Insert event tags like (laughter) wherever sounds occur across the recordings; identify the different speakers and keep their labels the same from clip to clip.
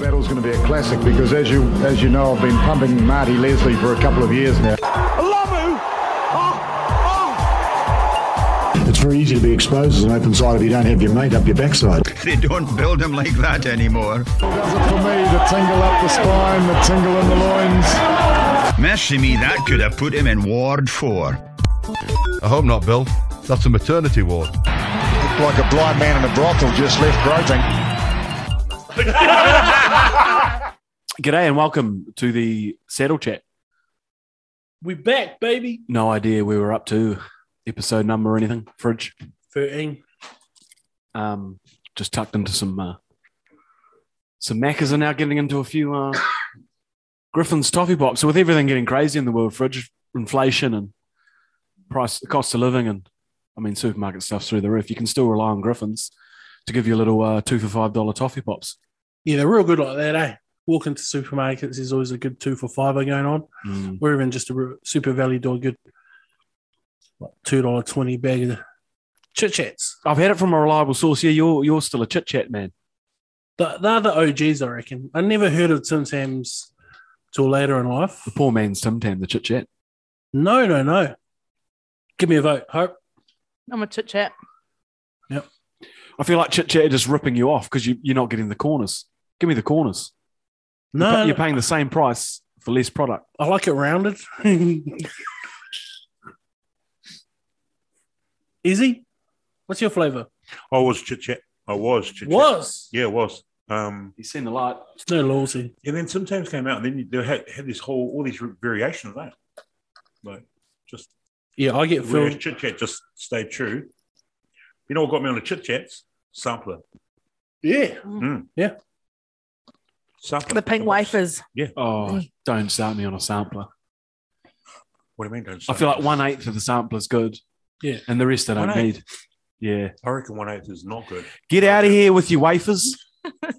Speaker 1: battle's going to be a classic because, as you as you know, I've been pumping Marty Leslie for a couple of years now.
Speaker 2: Lamu!
Speaker 3: It's very easy to be exposed as an open side if you don't have your mate up your backside.
Speaker 4: They don't build them like that anymore.
Speaker 5: Does it for me, the tingle up the spine, the tingle in the loins.
Speaker 4: Mercy me, that could have put him in Ward 4.
Speaker 6: I hope not, Bill. That's a maternity ward.
Speaker 1: Looked like a blind man in a brothel just left groping.
Speaker 7: G'day and welcome to the Saddle Chat.
Speaker 8: We're back, baby.
Speaker 7: No idea where we're up to, episode number or anything. Fridge,
Speaker 8: 13.
Speaker 7: um, just tucked into some uh, some Maccas are now getting into a few uh, Griffin's toffee box. So with everything getting crazy in the world, fridge inflation and price, the cost of living, and I mean supermarket stuff's through the roof. You can still rely on Griffin's to give you a little uh, two for five dollar toffee pops.
Speaker 8: Yeah, they're real good like that, eh? Walk into supermarkets, there's always a good two for five going on,
Speaker 7: Mm.
Speaker 8: or even just a real- super value do a good like $2.20 bag of chit chats.
Speaker 7: I've had it from a reliable source. Yeah, you're you're still a chit chat man.
Speaker 8: They're the OGs, I reckon. I never heard of Tim Tams till later in life.
Speaker 7: The poor man's Tim Tam, the chit chat.
Speaker 8: No, no, no. Give me a vote, Hope.
Speaker 9: I'm a chit chat.
Speaker 7: I feel like chit chat are just ripping you off because you, you're not getting the corners. Give me the corners.
Speaker 8: No,
Speaker 7: But
Speaker 8: no,
Speaker 7: you're paying the same price for less product.
Speaker 8: I like it rounded. (laughs) Easy. What's your flavor?
Speaker 10: I was chit chat. I was chit chat.
Speaker 8: Was
Speaker 10: Yeah, it was. Um,
Speaker 7: You've seen the light.
Speaker 8: it's no loyalty.
Speaker 10: and then sometimes came out, and then you- they had, had this whole all these variations of that. Like just
Speaker 8: Yeah, I get
Speaker 10: whereas
Speaker 8: filled.
Speaker 10: chit chat just stayed true. You know what got me on the chit chats sampler,
Speaker 8: Yeah,
Speaker 10: sampler.
Speaker 9: The pink
Speaker 10: Come on.
Speaker 9: wafers.
Speaker 7: Oh, don't start me on a sampler.
Speaker 10: What do you mean? Don't
Speaker 7: I feel like
Speaker 10: sample?
Speaker 7: one eighth of the sampler's good.
Speaker 8: Yeah.
Speaker 7: And the rest I don't
Speaker 10: One-eighth.
Speaker 7: need. Yeah.
Speaker 10: I reckon one eighth is not good.
Speaker 7: Get out of here with your wafers.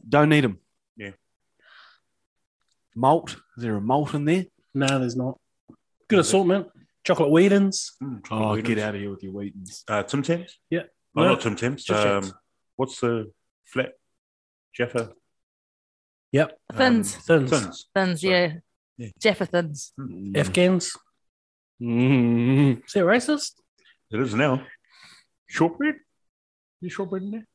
Speaker 7: don't need them.
Speaker 10: Yeah.
Speaker 7: Malt. Is there a malt in there?
Speaker 8: no, there's not. Good assortment. Chocolate Whedons.
Speaker 10: Mm, trying to
Speaker 7: Oh,
Speaker 10: read
Speaker 7: get
Speaker 10: it.
Speaker 7: out of here with your Wheatons.
Speaker 10: Uh, Tim Tams.
Speaker 8: Yeah.
Speaker 10: Oh,
Speaker 8: No,
Speaker 10: not Tim Tams.
Speaker 8: Chit Chats.
Speaker 10: Um, what's the flat Jaffa Um,
Speaker 8: Yep.
Speaker 9: Thins.
Speaker 8: Thins.
Speaker 10: Thins?
Speaker 9: Thins,
Speaker 10: so-
Speaker 9: yeah.
Speaker 10: yeah.
Speaker 9: Jaffa Thins.
Speaker 8: Afghans.
Speaker 7: Mm.
Speaker 8: Is that racist?
Speaker 10: It is now. Shortbread. You shortbread in there?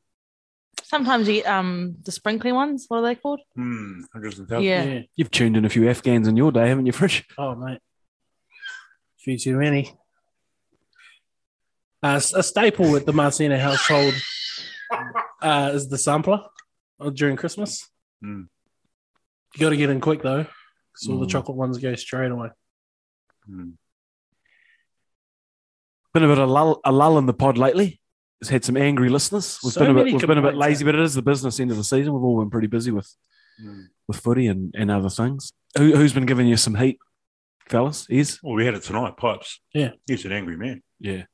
Speaker 9: Sometimes you get um, the sprinkly ones. What are they called?
Speaker 10: Hmm. Hundreds and thousands.
Speaker 9: Yeah.
Speaker 7: You've tuned in a few Afghans in your day, haven't you, Frisch?
Speaker 8: Oh, mate. Few too many. Uh, s- a staple at the Marcina household uh, is the sampler uh, during Christmas.
Speaker 10: Mm.
Speaker 8: You got to get in quick, though, because all the
Speaker 7: Mm.
Speaker 8: chocolate ones go straight away.
Speaker 10: Hmm.
Speaker 7: Been a bit of lull, a lull in the pod lately. It's had some angry listeners. We've
Speaker 8: So
Speaker 7: been a bit,
Speaker 8: many
Speaker 7: we've been a bit
Speaker 8: complaints,
Speaker 7: lazy, but it is the business end of the season. We've all been pretty busy with
Speaker 10: Mm.
Speaker 7: with footy and, and other things. Who, who's been giving you some heat, fellas? Is
Speaker 10: Well, we had it tonight, Pipes.
Speaker 8: Yeah.
Speaker 10: He's an angry man.
Speaker 7: yeah,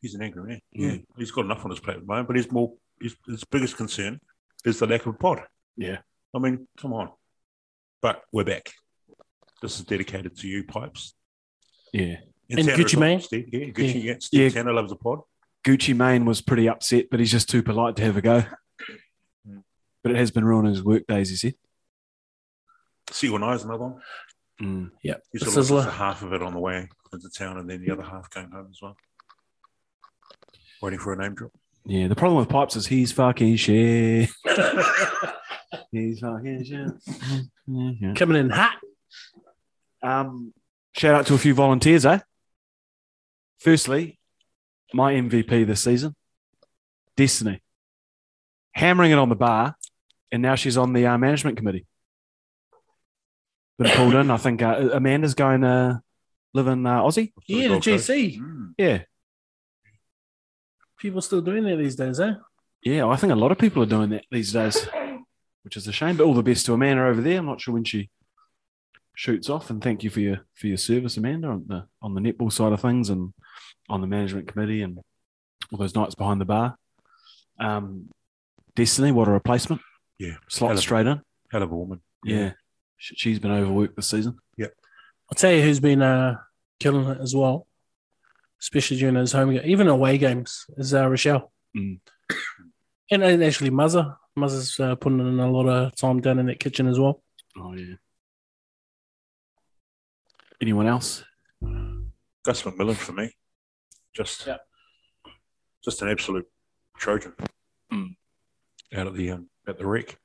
Speaker 10: He's an angry man.
Speaker 7: Mm.
Speaker 10: Yeah. He's got enough on his plate at the moment, but his more his, his biggest concern is the lack of a pod.
Speaker 7: yeah.
Speaker 10: I mean, come on. But we're back. This is dedicated to you, Pipes.
Speaker 7: Yeah.
Speaker 8: And
Speaker 10: Tanner
Speaker 8: Gucci
Speaker 10: is
Speaker 8: Mane.
Speaker 10: on Steve. Yeah, Gucci. Yeah. Steve
Speaker 7: Yeah.
Speaker 10: Tanner loves a pod.
Speaker 7: Gucci Mane was pretty upset, but he's just too polite to have a go. But it has been ruining his work days, he said.
Speaker 10: See when I is another one.
Speaker 7: Mm.
Speaker 10: He's
Speaker 8: The
Speaker 10: got lots of
Speaker 8: sizzler.
Speaker 10: half of it on the way into town and then the other half going home as well. Waiting for a name drop.
Speaker 7: Yeah, the problem with Pipes is he's
Speaker 8: (laughs)
Speaker 7: fucking shit. he's fucking shit.
Speaker 8: Coming in hot.
Speaker 7: Um, shout out to a few volunteers, eh? Firstly, my MVP this season, Destiny, hammering it on the bar, and now she's on the uh, management committee. Been pulled in. I think uh, Amanda's going to live in uh, Aussie.
Speaker 8: Yeah, the
Speaker 10: Gold Coast.
Speaker 8: GC.
Speaker 10: Mm.
Speaker 7: Yeah,
Speaker 8: People still doing that these days, eh?
Speaker 7: Yeah, I think a lot of people are doing that these days, which is a shame. But all the best to Amanda over there. I'm not sure when she shoots off. And thank you for your for your service, Amanda, on the on the netball side of things and on the management committee and all those nights behind the bar. Um, Destiny, what a replacement!
Speaker 10: Yeah.
Speaker 7: Slot
Speaker 10: Hell of-
Speaker 7: straight in.
Speaker 10: Hell of a woman.
Speaker 7: Yeah, She- she's been overworked this season.
Speaker 8: I'll tell you who's been uh, killing it as well, especially during those home ga- even away games, is uh, Rochelle.
Speaker 7: Mm.
Speaker 8: And, and actually, Muzza Muzz is uh, putting in a lot of time down in that kitchen as well.
Speaker 7: Oh yeah. Anyone else?
Speaker 10: Gus McMillan for me. Just
Speaker 8: Yeah.
Speaker 10: just an absolute Trojan. Out at the um, at the wreck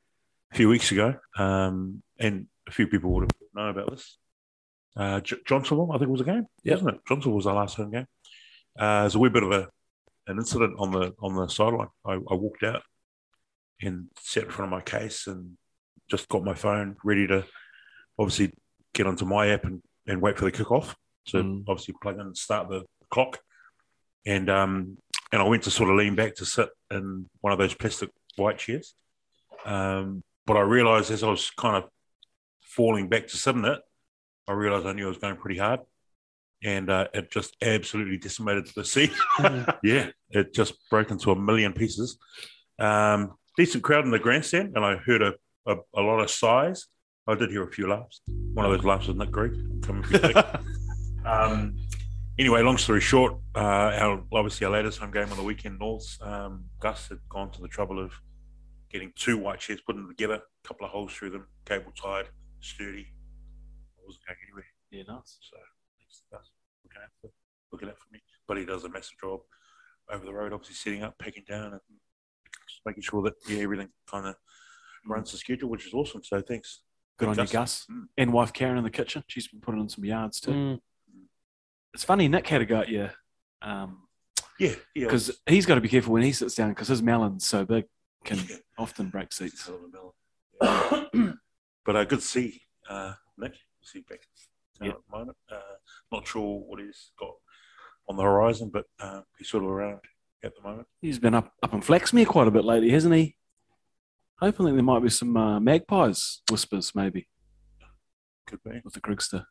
Speaker 10: a few weeks ago, um, and a few people would have known about this. Uh, J- Johnsonville, I think, was a game, wasn't it? Johnsonville was our last home game. Uh, there's a wee bit of a an incident on the on the sideline. I, I walked out and sat in front of my case and just got my phone ready to obviously get onto my app and, and wait for the kickoff. So
Speaker 7: Mm.
Speaker 10: obviously plug in and start the clock. And um and I went to sort of lean back to sit in one of those plastic white chairs. Um, but I realized as I was kind of falling back to sit in it, I realized I knew I was going pretty hard. And uh, it just absolutely decimated the seat. (laughs) yeah, it just broke into a million pieces. Um, decent crowd in the grandstand, and I heard a, a, a lot of sighs. I did hear a few laughs. One of those laughs was Nick Greek coming from Dick. um, anyway, long story short, uh, our obviously our latest home game on the weekend, Norths. Um, Gus had gone to the trouble of getting two white chairs, putting them together, a couple of holes through them, cable tied, sturdy. I wasn't going anywhere.
Speaker 7: Yeah, nice.
Speaker 10: So thanks to Gus looking out for looking out for me. But he does a massive job over the road, obviously setting up, packing down, and just making sure that yeah everything kind of runs to schedule, which is awesome. So thanks.
Speaker 7: Good on you,
Speaker 10: Gus.
Speaker 7: Gus.
Speaker 10: Mm.
Speaker 7: And wife Karen in the kitchen. She's been putting in some yards too. It's funny, Nick had a go at you. Um,
Speaker 10: Yeah, yeah.
Speaker 7: because he's got to be careful when he sits down because his melon's so big can
Speaker 10: Yeah.
Speaker 7: often break
Speaker 10: It's a
Speaker 7: seats.
Speaker 10: hell of a melon. Yeah. but uh, good to see uh, Nick. See you back uh,
Speaker 7: Yeah.
Speaker 10: at the moment. Uh, not sure what he's got on the horizon, but uh, he's sort of around at the moment.
Speaker 7: He's been up up in Flaxmere quite a bit lately, hasn't he? Hopefully there might be some uh, magpies whispers maybe
Speaker 10: Could be.
Speaker 7: with the Grigster.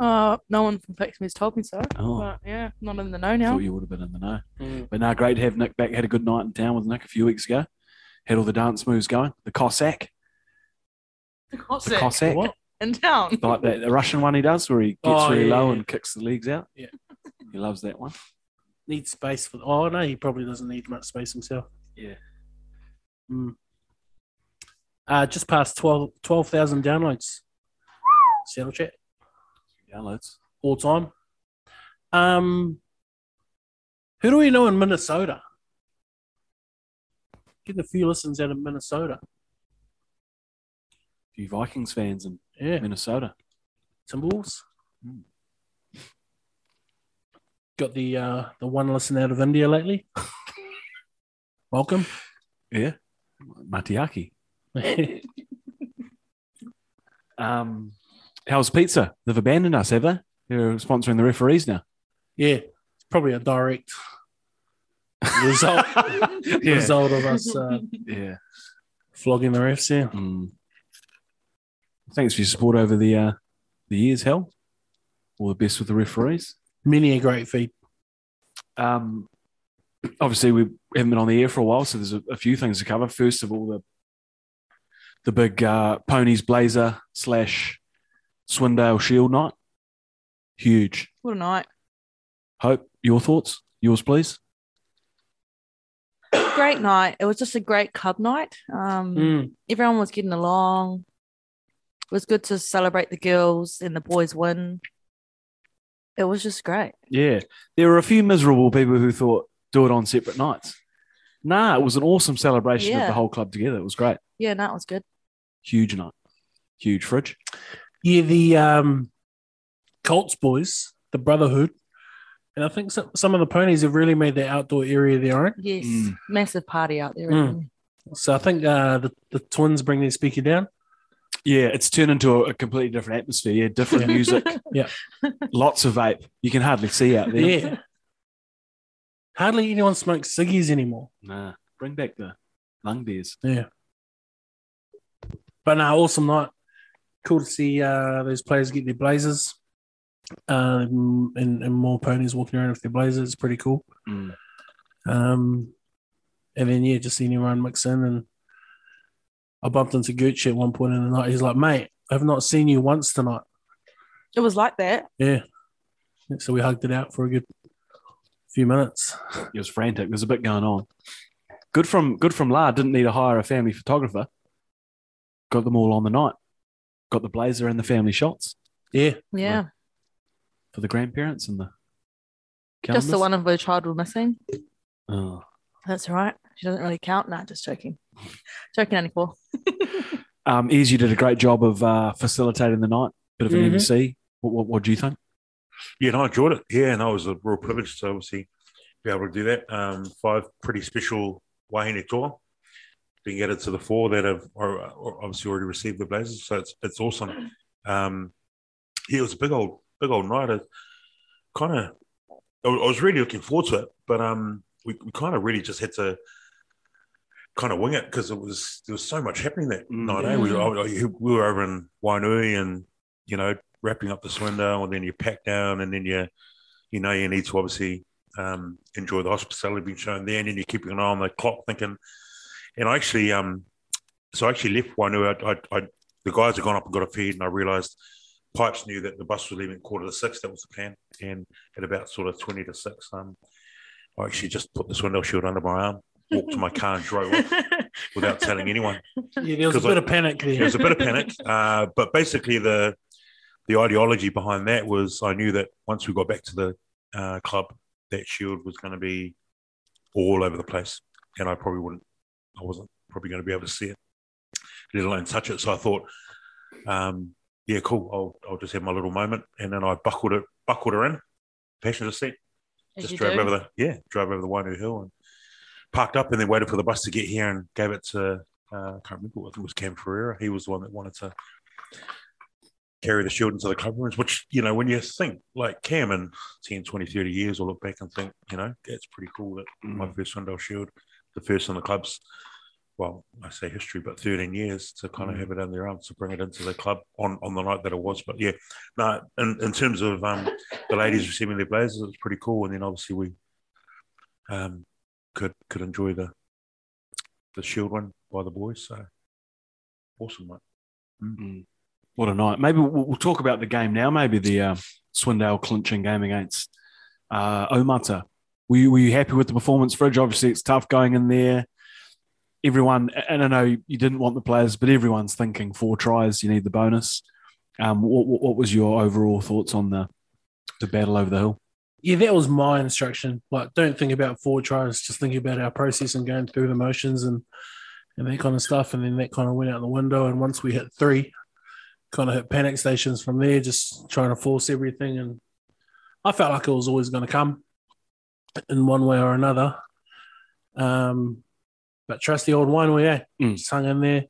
Speaker 9: Uh, no one from Flaxman's told me so.
Speaker 7: Oh,
Speaker 9: But yeah, not in the know
Speaker 7: thought
Speaker 9: now.
Speaker 7: you would have been in the know.
Speaker 8: Mm.
Speaker 7: But now, great to have Nick back. Had a good night in town with Nick a few weeks ago. Had all the dance moves going. The Cossack, the Cossack,
Speaker 8: What?
Speaker 9: in town.
Speaker 7: like that the Russian one he does, where he gets
Speaker 8: Oh,
Speaker 7: really
Speaker 8: yeah,
Speaker 7: low
Speaker 8: yeah,
Speaker 7: and
Speaker 8: yeah.
Speaker 7: kicks the legs out.
Speaker 8: Yeah.
Speaker 7: he loves that one.
Speaker 8: Need space for. Oh no, he probably doesn't need much space himself.
Speaker 7: Yeah.
Speaker 8: Mm. Uh, just past 12 12,000 downloads. Seattle chat
Speaker 7: Downloads.
Speaker 8: all time. Um, who do we know in Minnesota? Getting a few listens out of Minnesota.
Speaker 7: A few Vikings fans in
Speaker 8: Yeah,
Speaker 7: Minnesota.
Speaker 8: Timberwolves. Got the uh, the one listen out of India lately. Welcome. (laughs)
Speaker 7: Yeah, Matiaki. Um, how's pizza? They've abandoned us, have they? They're sponsoring the referees now.
Speaker 8: Yeah, it's probably a direct result
Speaker 7: (laughs) yeah.
Speaker 8: result of us uh,
Speaker 7: yeah.
Speaker 8: flogging the refs. Yeah,
Speaker 7: Mm. Thanks for your support over the uh, the years, Hell. All the best with the referees.
Speaker 8: many a great feed.
Speaker 7: Um, obviously, we haven't been on the air for a while, so there's a, a few things to cover. First of all, the the big uh, ponies blazer slash Swindale Shield night, huge.
Speaker 9: What a night.
Speaker 7: Hope your thoughts, yours please.
Speaker 9: Great night. It was just a great club night. Um,
Speaker 8: Mm.
Speaker 9: Everyone was getting along. It was good to celebrate the girls and the boys win. It was just great.
Speaker 7: Yeah, there were a few miserable people who thought do it on separate nights. Nah, it was an awesome celebration of
Speaker 9: Yeah.
Speaker 7: the whole club together. It was great.
Speaker 9: Yeah, no, it was good.
Speaker 7: Huge night. Huge fridge.
Speaker 8: Yeah, the um, Colts boys, the Brotherhood, and I think some, some of the ponies have really made their outdoor area their own.
Speaker 9: Yes,
Speaker 7: Mm.
Speaker 9: massive party out there.
Speaker 8: Mm. So I think uh, the the twins bring their speaker down.
Speaker 7: Yeah, it's turned into a, a completely different atmosphere. Yeah,
Speaker 9: (laughs)
Speaker 7: different music.
Speaker 8: Yeah.
Speaker 7: Lots of vape. You can hardly see out there.
Speaker 8: Yeah. Hardly anyone smokes ciggies anymore.
Speaker 7: Nah. Bring back the lung beers.
Speaker 8: But no, awesome night. Cool to see uh, those players get their blazers um, and, and more ponies walking around with their blazers. It's pretty cool.
Speaker 7: Mm.
Speaker 8: Um, and then, yeah, just seeing everyone mix in. And I bumped into Gucci at one point in the night. He's like, mate, I've not seen you once tonight.
Speaker 9: It was like that.
Speaker 8: Yeah. So we hugged it out for a good few minutes.
Speaker 7: It was frantic. There's a bit going on. Good from good from La. Didn't need to hire a family photographer. Got them all on the night. Got the blazer and the family shots
Speaker 8: Yeah.
Speaker 9: Yeah.
Speaker 7: for the grandparents and the.
Speaker 9: Just the
Speaker 7: calendars.
Speaker 9: one of the child we're missing.
Speaker 7: Oh.
Speaker 9: That's all right. She doesn't really count. Nah, just joking. joking, only (laughs) four.
Speaker 7: Um, Easy did a great job of uh, facilitating the night. Bit of an
Speaker 8: Mhm.
Speaker 7: MC. What, what, what do you think?
Speaker 10: Yeah, no, I enjoyed it. Yeah, and I was a real privilege to obviously be able to do that. Um, five pretty special Wahine tour being added to the four that have are, are obviously already received the blazers. So it's it's awesome. Um, yeah, it was a big old big old night. It kind of I wa- I was really looking forward to it, but um, we, we kind of really just had to kind of wing it because it was there was so much happening that
Speaker 7: Mm.
Speaker 10: night. eh? We, were- I- I- we were over in Wainui and you know wrapping up the swindle, and then you pack down, and then you you know you need to obviously um, enjoy the hospitality being shown there, and then you're keeping an eye on the clock, thinking. And I actually um, so I actually left Wainui. I, I, I the guys had gone up and got a feed, and I realised Pipes knew that the bus was leaving at quarter to six. That was the plan, and at about sort of twenty to six, um, I actually just put this window shield under my arm, walked to my car, and drove off without telling anyone.
Speaker 8: Yeah, there was a
Speaker 10: 'Cause I-
Speaker 8: bit of panic there.
Speaker 10: There was a bit
Speaker 9: (laughs)
Speaker 10: of panic, uh, but basically the the ideology behind that was I knew that once we got back to the uh, club, that shield was going to be all over the place, and I probably wouldn't, I wasn't probably going to be able to see it, let alone touch it. So I thought, um, yeah, cool. I'll I'll just have my little moment, and then I buckled it, buckled her in, passenger seat,
Speaker 9: As
Speaker 10: just
Speaker 9: you
Speaker 10: drove
Speaker 9: do.
Speaker 10: over the yeah, drove over the Wainau Hill and parked up, and then waited for the bus to get here and gave it to uh, I can't remember. I think it was Cam Ferreira. He was the one that wanted to carry the shield into the club rooms. Which you know, when you think like Cam in 10, 20, 30 years, will look back and think, you know, that's pretty cool that
Speaker 7: Mm.
Speaker 10: my first Swindale shield, the first in the club's. Well, I say history, but 13 years to kind of have it under their arms to bring it into the club on, on the night that it was. But yeah, no, in, in terms of um, the ladies receiving their blazers, it was pretty cool. And then obviously we um, could could enjoy the the shield one by the boys. So awesome, mate.
Speaker 7: Mm. What a night. Maybe we'll, we'll talk about the game now. Maybe the uh, Swindale clinching game against uh, Omata. Were you, were you happy with the performance, Fridge? Obviously, it's tough going in there. Everyone, and I know you didn't want the players, but everyone's thinking four tries, you need the bonus. Um, what, what, what was your overall thoughts on the, the battle over the hill?
Speaker 8: Yeah, that was my instruction. Like, don't think about four tries, just think about our process and going through the motions and and that kind of stuff. And then that kind of went out the window. And once we hit three, kind of hit panic stations from there, just trying to force everything. And I felt like it was always going to come in one way or another. Um, but trust the old wine way, eh?
Speaker 7: Mm.
Speaker 8: Just hung in there.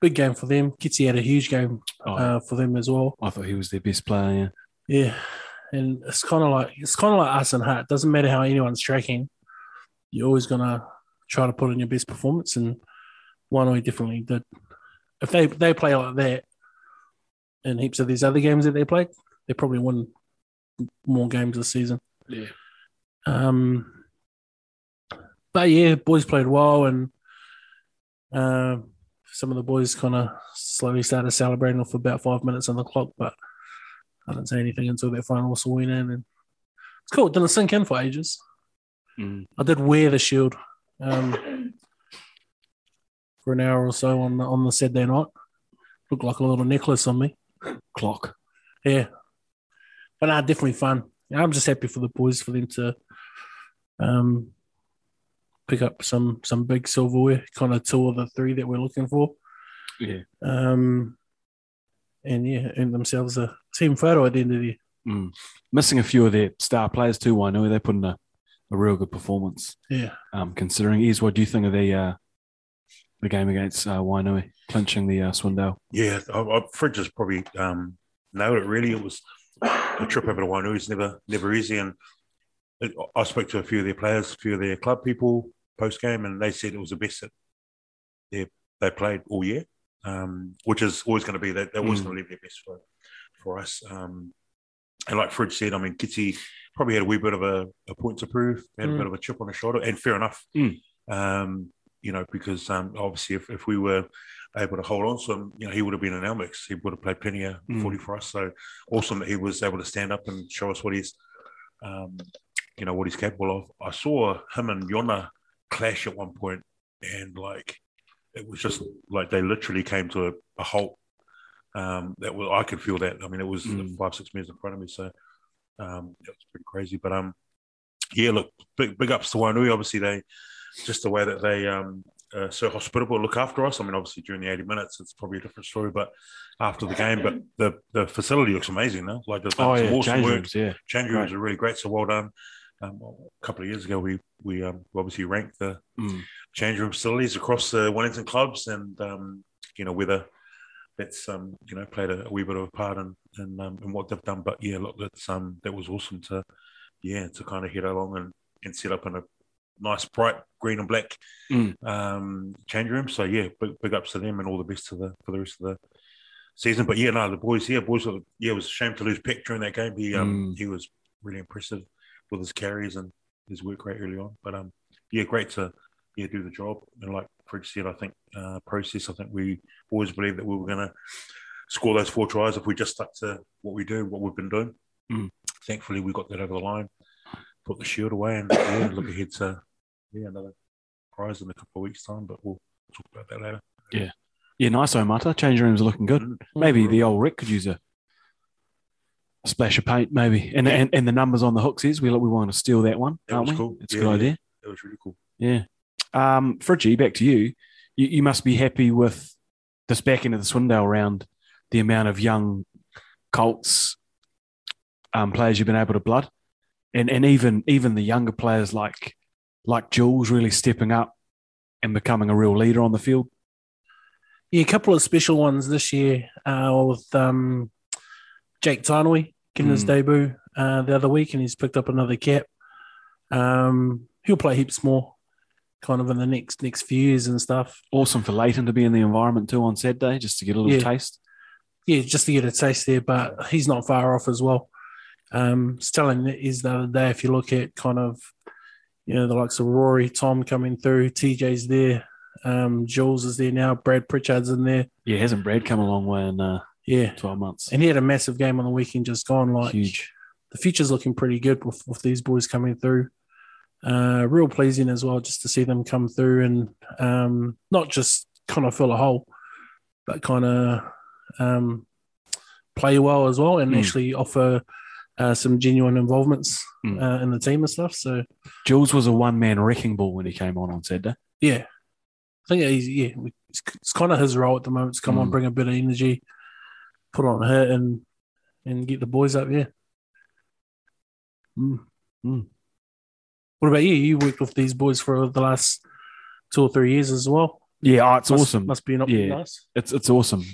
Speaker 8: Big game for them. Kitty had a huge game
Speaker 7: Oh,
Speaker 8: uh, for them as well.
Speaker 7: I thought he was their best player.
Speaker 8: Yeah, and it's kind of like it's kind of like us and Hart. Doesn't matter how anyone's tracking, you're always gonna try to put in your best performance, and Wanoi definitely did. If they they play like that in heaps of these other games that they play, they probably win more games this season.
Speaker 7: Yeah.
Speaker 8: Um. But yeah, boys played well, and um, some of the boys kind of slowly started celebrating off about five minutes on the clock, but. I didn't say anything until that final whistle went in, and it's cool. It didn't sink in for ages.
Speaker 7: Yeah.
Speaker 8: I did wear the shield um, for an hour or so on the, on the Saturday night. Looked like a little necklace on me.
Speaker 7: Clock.
Speaker 8: Yeah, but nah, definitely fun. And I'm just happy for the boys for them to um, pick up some some big silverware, kind of two of the three that we're looking for.
Speaker 7: Yeah.
Speaker 8: Um, and yeah, earn themselves a team photo at the end of the year.
Speaker 7: Mm. Missing a few of their star players too. I know they put in a, a real good performance.
Speaker 8: Yeah.
Speaker 7: um, considering is what do you think of the uh, the game against uh, Wainui clinching the uh, Swindale?
Speaker 10: Yeah, I, I, Fridge has probably um, nailed it. Really, it was a trip over to Wainui is never never easy, and it, I spoke to a few of their players, a few of their club people post game, and they said it was the best that they they played all year, um, which is always going to be that they're always
Speaker 7: Mm.
Speaker 10: going to leave their best for for us. Um, and like Fridge said, I mean, Kitty probably had a wee bit of a, a point to prove, had a
Speaker 8: Mm.
Speaker 10: bit of a chip on his shoulder, and fair enough.
Speaker 7: Mm.
Speaker 10: Um, you know, because um, obviously, if, if we were able to hold on to him, you know, he would have been an Elmix. He would have played plenty of
Speaker 7: Mm.
Speaker 10: 40 for us. So awesome that he was able to stand up and show us what he's, um, you know, what he's capable of. I saw him and Yona clash at one point, and like it was just like they literally came to a, a halt. Um, that was I could feel that. I mean, it was
Speaker 7: Mm.
Speaker 10: five six minutes in front of me, so um, it was pretty crazy. But um, yeah, look, big big ups to Wainui. Obviously, they just the way that they um, uh, so hospitable look after us. I mean, obviously during the eighty minutes, it's probably a different story. But after the game, but the the facility looks amazing now. Like there's
Speaker 7: Oh
Speaker 10: some
Speaker 7: yeah,
Speaker 10: awesome
Speaker 7: change
Speaker 10: work
Speaker 7: rooms, yeah.
Speaker 10: change rooms
Speaker 7: Right.
Speaker 10: are really great. So well done. Um, a couple of years ago, we we um, obviously ranked the
Speaker 7: Mm.
Speaker 10: change room facilities across the Wellington clubs, and um, you know whether that's um, you know played a, wee bit of a part in in, um, in what they've done. But yeah, look, that's um, that was awesome to yeah to kind of head along and, and set up in a nice bright green and black
Speaker 7: Mm.
Speaker 10: um, change room. So yeah, big, big ups to them and all the best to the for the rest of the season. But yeah, no, the boys, yeah, boys, were- yeah, it was a shame to lose Peck during that game. He um, he was really impressive with his carries and his work rate early on. But um, yeah, great to yeah do the job. And like Fred said, I think uh, process. I think we always believed that we were going to score those four tries if we just stuck to what we do, what we've been doing.
Speaker 7: Mm.
Speaker 10: Thankfully, we got that over the line, put the shield away, and yeah, look ahead to yeah another prize in a couple of weeks' time. But we'll talk about that later.
Speaker 7: Yeah, nice Omata. Change rooms are looking good. Maybe the old Rick could use a, a splash of paint, maybe. And, and and the numbers on the hooks is we we want to steal that one,
Speaker 10: That
Speaker 7: aren't
Speaker 10: was
Speaker 7: we?
Speaker 10: cool.
Speaker 7: It's a
Speaker 10: Yeah,
Speaker 7: good
Speaker 10: yeah.
Speaker 7: idea.
Speaker 10: It was really cool.
Speaker 7: Yeah. Um, Fridgie, back to you. you. You must be happy with this back end of the Swindale round, the amount of young Colts um, players you've been able to blood, and and even even the younger players like like Jules really stepping up and becoming a real leader on the field.
Speaker 8: Yeah, a couple of special ones this year uh, with um, Jake Tarnaway getting his
Speaker 7: Mm.
Speaker 8: debut uh, the other week, and he's picked up another cap. Um, he'll play heaps more, kind of in the next next few years and stuff.
Speaker 7: Awesome for Leighton to be in the environment too on Saturday, just to get a little
Speaker 8: Yeah.
Speaker 7: taste.
Speaker 8: yeah, just to get a taste there, but he's not far off as well. Um, it's telling that is the other day, if you look at kind of, you know, the likes of Rory, Tom coming through, TJ's there, um, Jules is there now, Brad Pritchard's in there.
Speaker 7: Yeah, hasn't Brad come a long way in uh,
Speaker 8: Yeah.
Speaker 7: twelve months?
Speaker 8: And he had a massive game on the weekend just gone. Like,
Speaker 7: Huge.
Speaker 8: the future's looking pretty good with, with these boys coming through. Uh, real pleasing as well just to see them come through and um, not just kind of fill a hole, but kind of um, play well as well and
Speaker 7: Mm.
Speaker 8: actually offer uh, some genuine involvements
Speaker 7: Mm.
Speaker 8: uh, in the team and stuff. So,
Speaker 7: Jules was a one man wrecking ball when he came on on Saturday.
Speaker 8: yeah, I think he's, yeah, it's, it's kind of his role at the moment to come on,
Speaker 7: Mm.
Speaker 8: bring a bit of energy, put on a hit and, and get the boys up. Yeah. Mm.
Speaker 7: Mm.
Speaker 8: What about you? You worked with these boys for the last two or three years as well.
Speaker 7: Yeah, oh, it's
Speaker 8: Must-
Speaker 7: awesome.
Speaker 8: Must be not
Speaker 7: Yeah.
Speaker 8: nice.
Speaker 7: it's it's awesome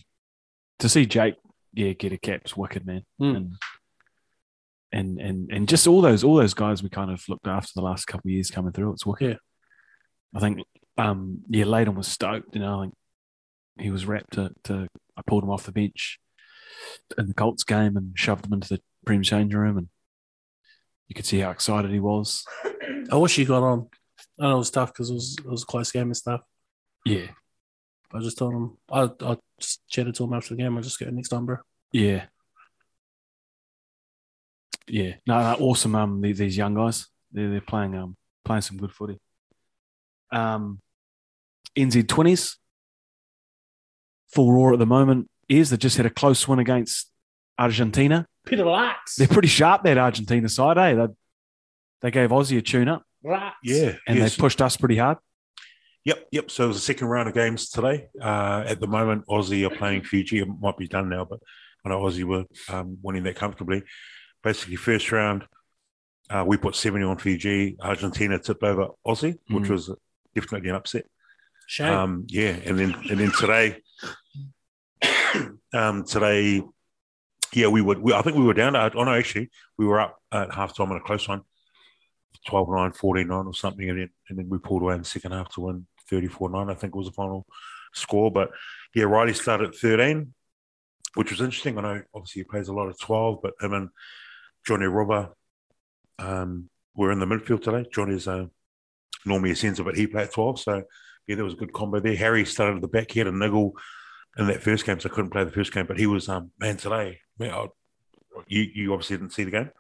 Speaker 7: to see Jake. Yeah, get a cap's wicked man,
Speaker 8: Mm.
Speaker 7: and and and and just all those all those guys we kind of looked after the last couple of years coming through. It's wicked.
Speaker 8: Yeah.
Speaker 7: I think um yeah, Leighton was stoked. You know, I think he was wrapped to, to I pulled him off the bench in the Colts game and shoved him into the Prem change room, and you could see how excited he was.
Speaker 8: I wish he got on. I know it was tough because it was, it was a close game and stuff.
Speaker 7: Yeah,
Speaker 8: But I just told him, I, I just chatted to him after the game. I just go next time, bro.
Speaker 7: yeah, yeah. No, no awesome. Um, these, these young guys, they're they're playing um playing some good footy. Um, NZ twenties, full roar at the moment. Is they just had a close win against Argentina.
Speaker 8: Peter, relax.
Speaker 7: They're pretty sharp that Argentina side, eh? They they gave Aussie a tune up
Speaker 8: relax.
Speaker 10: Yeah,
Speaker 7: and
Speaker 10: yes.
Speaker 7: they pushed us pretty hard.
Speaker 10: Yep, yep. So it was the second round of games today. Uh, at the moment, Aussie are playing Fiji. It might be done now, but I know Aussie were um, winning that comfortably. Basically, first round, uh, we put 70 on Fiji. Argentina tipped over Aussie, which
Speaker 7: Mm.
Speaker 10: was definitely an upset.
Speaker 8: Shame.
Speaker 10: Um, yeah, and then and then today, (coughs) um, today, yeah, we would. We, I think we were down. To, oh no, actually, we were up at half time on a close one, 12-9, 14-9 or something, and then and then we pulled away in the second half to win 34-9, I think was the final score. But yeah, Riley started at 13, which was interesting. I know obviously he plays a lot of 12, but him and Johnny Robber um, were in the midfield today. Johnny's uh, normally a centre, but he played 12. So yeah, there was a good combo there. Harry started at the back, he had a niggle in that first game, so couldn't play the first game, but he was, um, man, today, man, I, you, you obviously didn't see the game.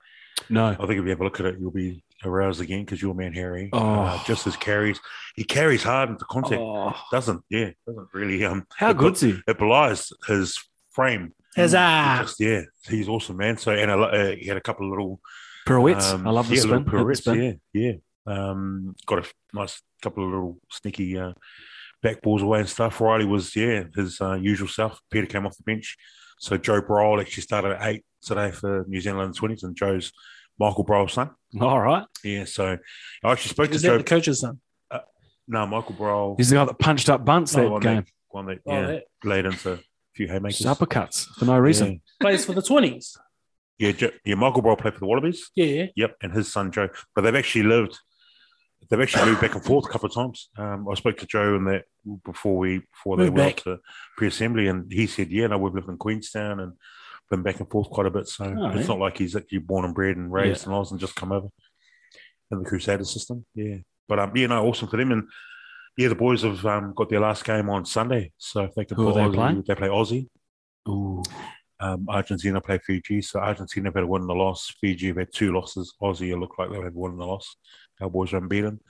Speaker 7: No.
Speaker 10: I think if you have a look at it, you'll be aroused again because your man Harry
Speaker 7: Oh.
Speaker 10: uh, just as carries. He carries hard into contact.
Speaker 7: Oh,
Speaker 10: Doesn't yeah, doesn't really um.
Speaker 7: how
Speaker 10: it be-
Speaker 7: good's Ah. he?
Speaker 10: It belies his frame.
Speaker 8: Huzzah!
Speaker 10: Just, yeah, he's awesome, man. So and I lo- uh, he had a couple of little
Speaker 7: Pirouettes.
Speaker 10: um,
Speaker 7: I love the
Speaker 10: yeah,
Speaker 7: spin.
Speaker 10: little
Speaker 7: Hit the
Speaker 10: pirouettes,
Speaker 7: spin.
Speaker 10: Yeah, yeah. Um, got a f- nice couple of little sneaky uh, back balls away and stuff. Riley was yeah his uh, usual self. Peter came off the bench, so Joe Browell actually started at eight today for New Zealand twenties, and Joe's Michael Browell's son.
Speaker 7: All right.
Speaker 10: Yeah, so I actually spoke
Speaker 8: Is
Speaker 10: to
Speaker 8: that
Speaker 10: Joe.
Speaker 8: the coach's son?
Speaker 10: no, Michael Browell.
Speaker 7: He's the guy that punched up bunts
Speaker 10: no,
Speaker 7: that
Speaker 10: one
Speaker 7: game.
Speaker 10: That, one that
Speaker 8: Oh,
Speaker 10: yeah,
Speaker 8: that
Speaker 10: laid into a few haymakers.
Speaker 7: Just uppercuts for no reason.
Speaker 8: plays for the twenties.
Speaker 10: Yeah, yeah, Jo- yeah. Michael Browell played for the Wallabies.
Speaker 8: Yeah,
Speaker 10: Yep, and his son Joe. But they've actually lived. They've actually moved back and forth a couple of times. Um, I spoke to Joe and that before we before they
Speaker 8: Moved
Speaker 10: went
Speaker 8: back.
Speaker 10: up to pre-assembly, and he said, "Yeah, no, we've lived in Queenstown and been back and forth quite a bit. So
Speaker 7: Oh,
Speaker 10: it's
Speaker 7: yeah.
Speaker 10: not like he's actually born and bred and raised in Oz and just come over in the Crusader system. Yeah, but um, yeah, no, awesome for them. And yeah, the boys have um, got their last game on Sunday, so if they can
Speaker 7: Who are
Speaker 10: pull
Speaker 7: they
Speaker 10: Aussie-
Speaker 7: playing?
Speaker 10: they play Aussie. Ooh. Um, Argentina play Fiji, so Argentina have had a win and a loss. Fiji have had two losses. Aussie look like they'll have one and a loss. Our boys are unbeaten.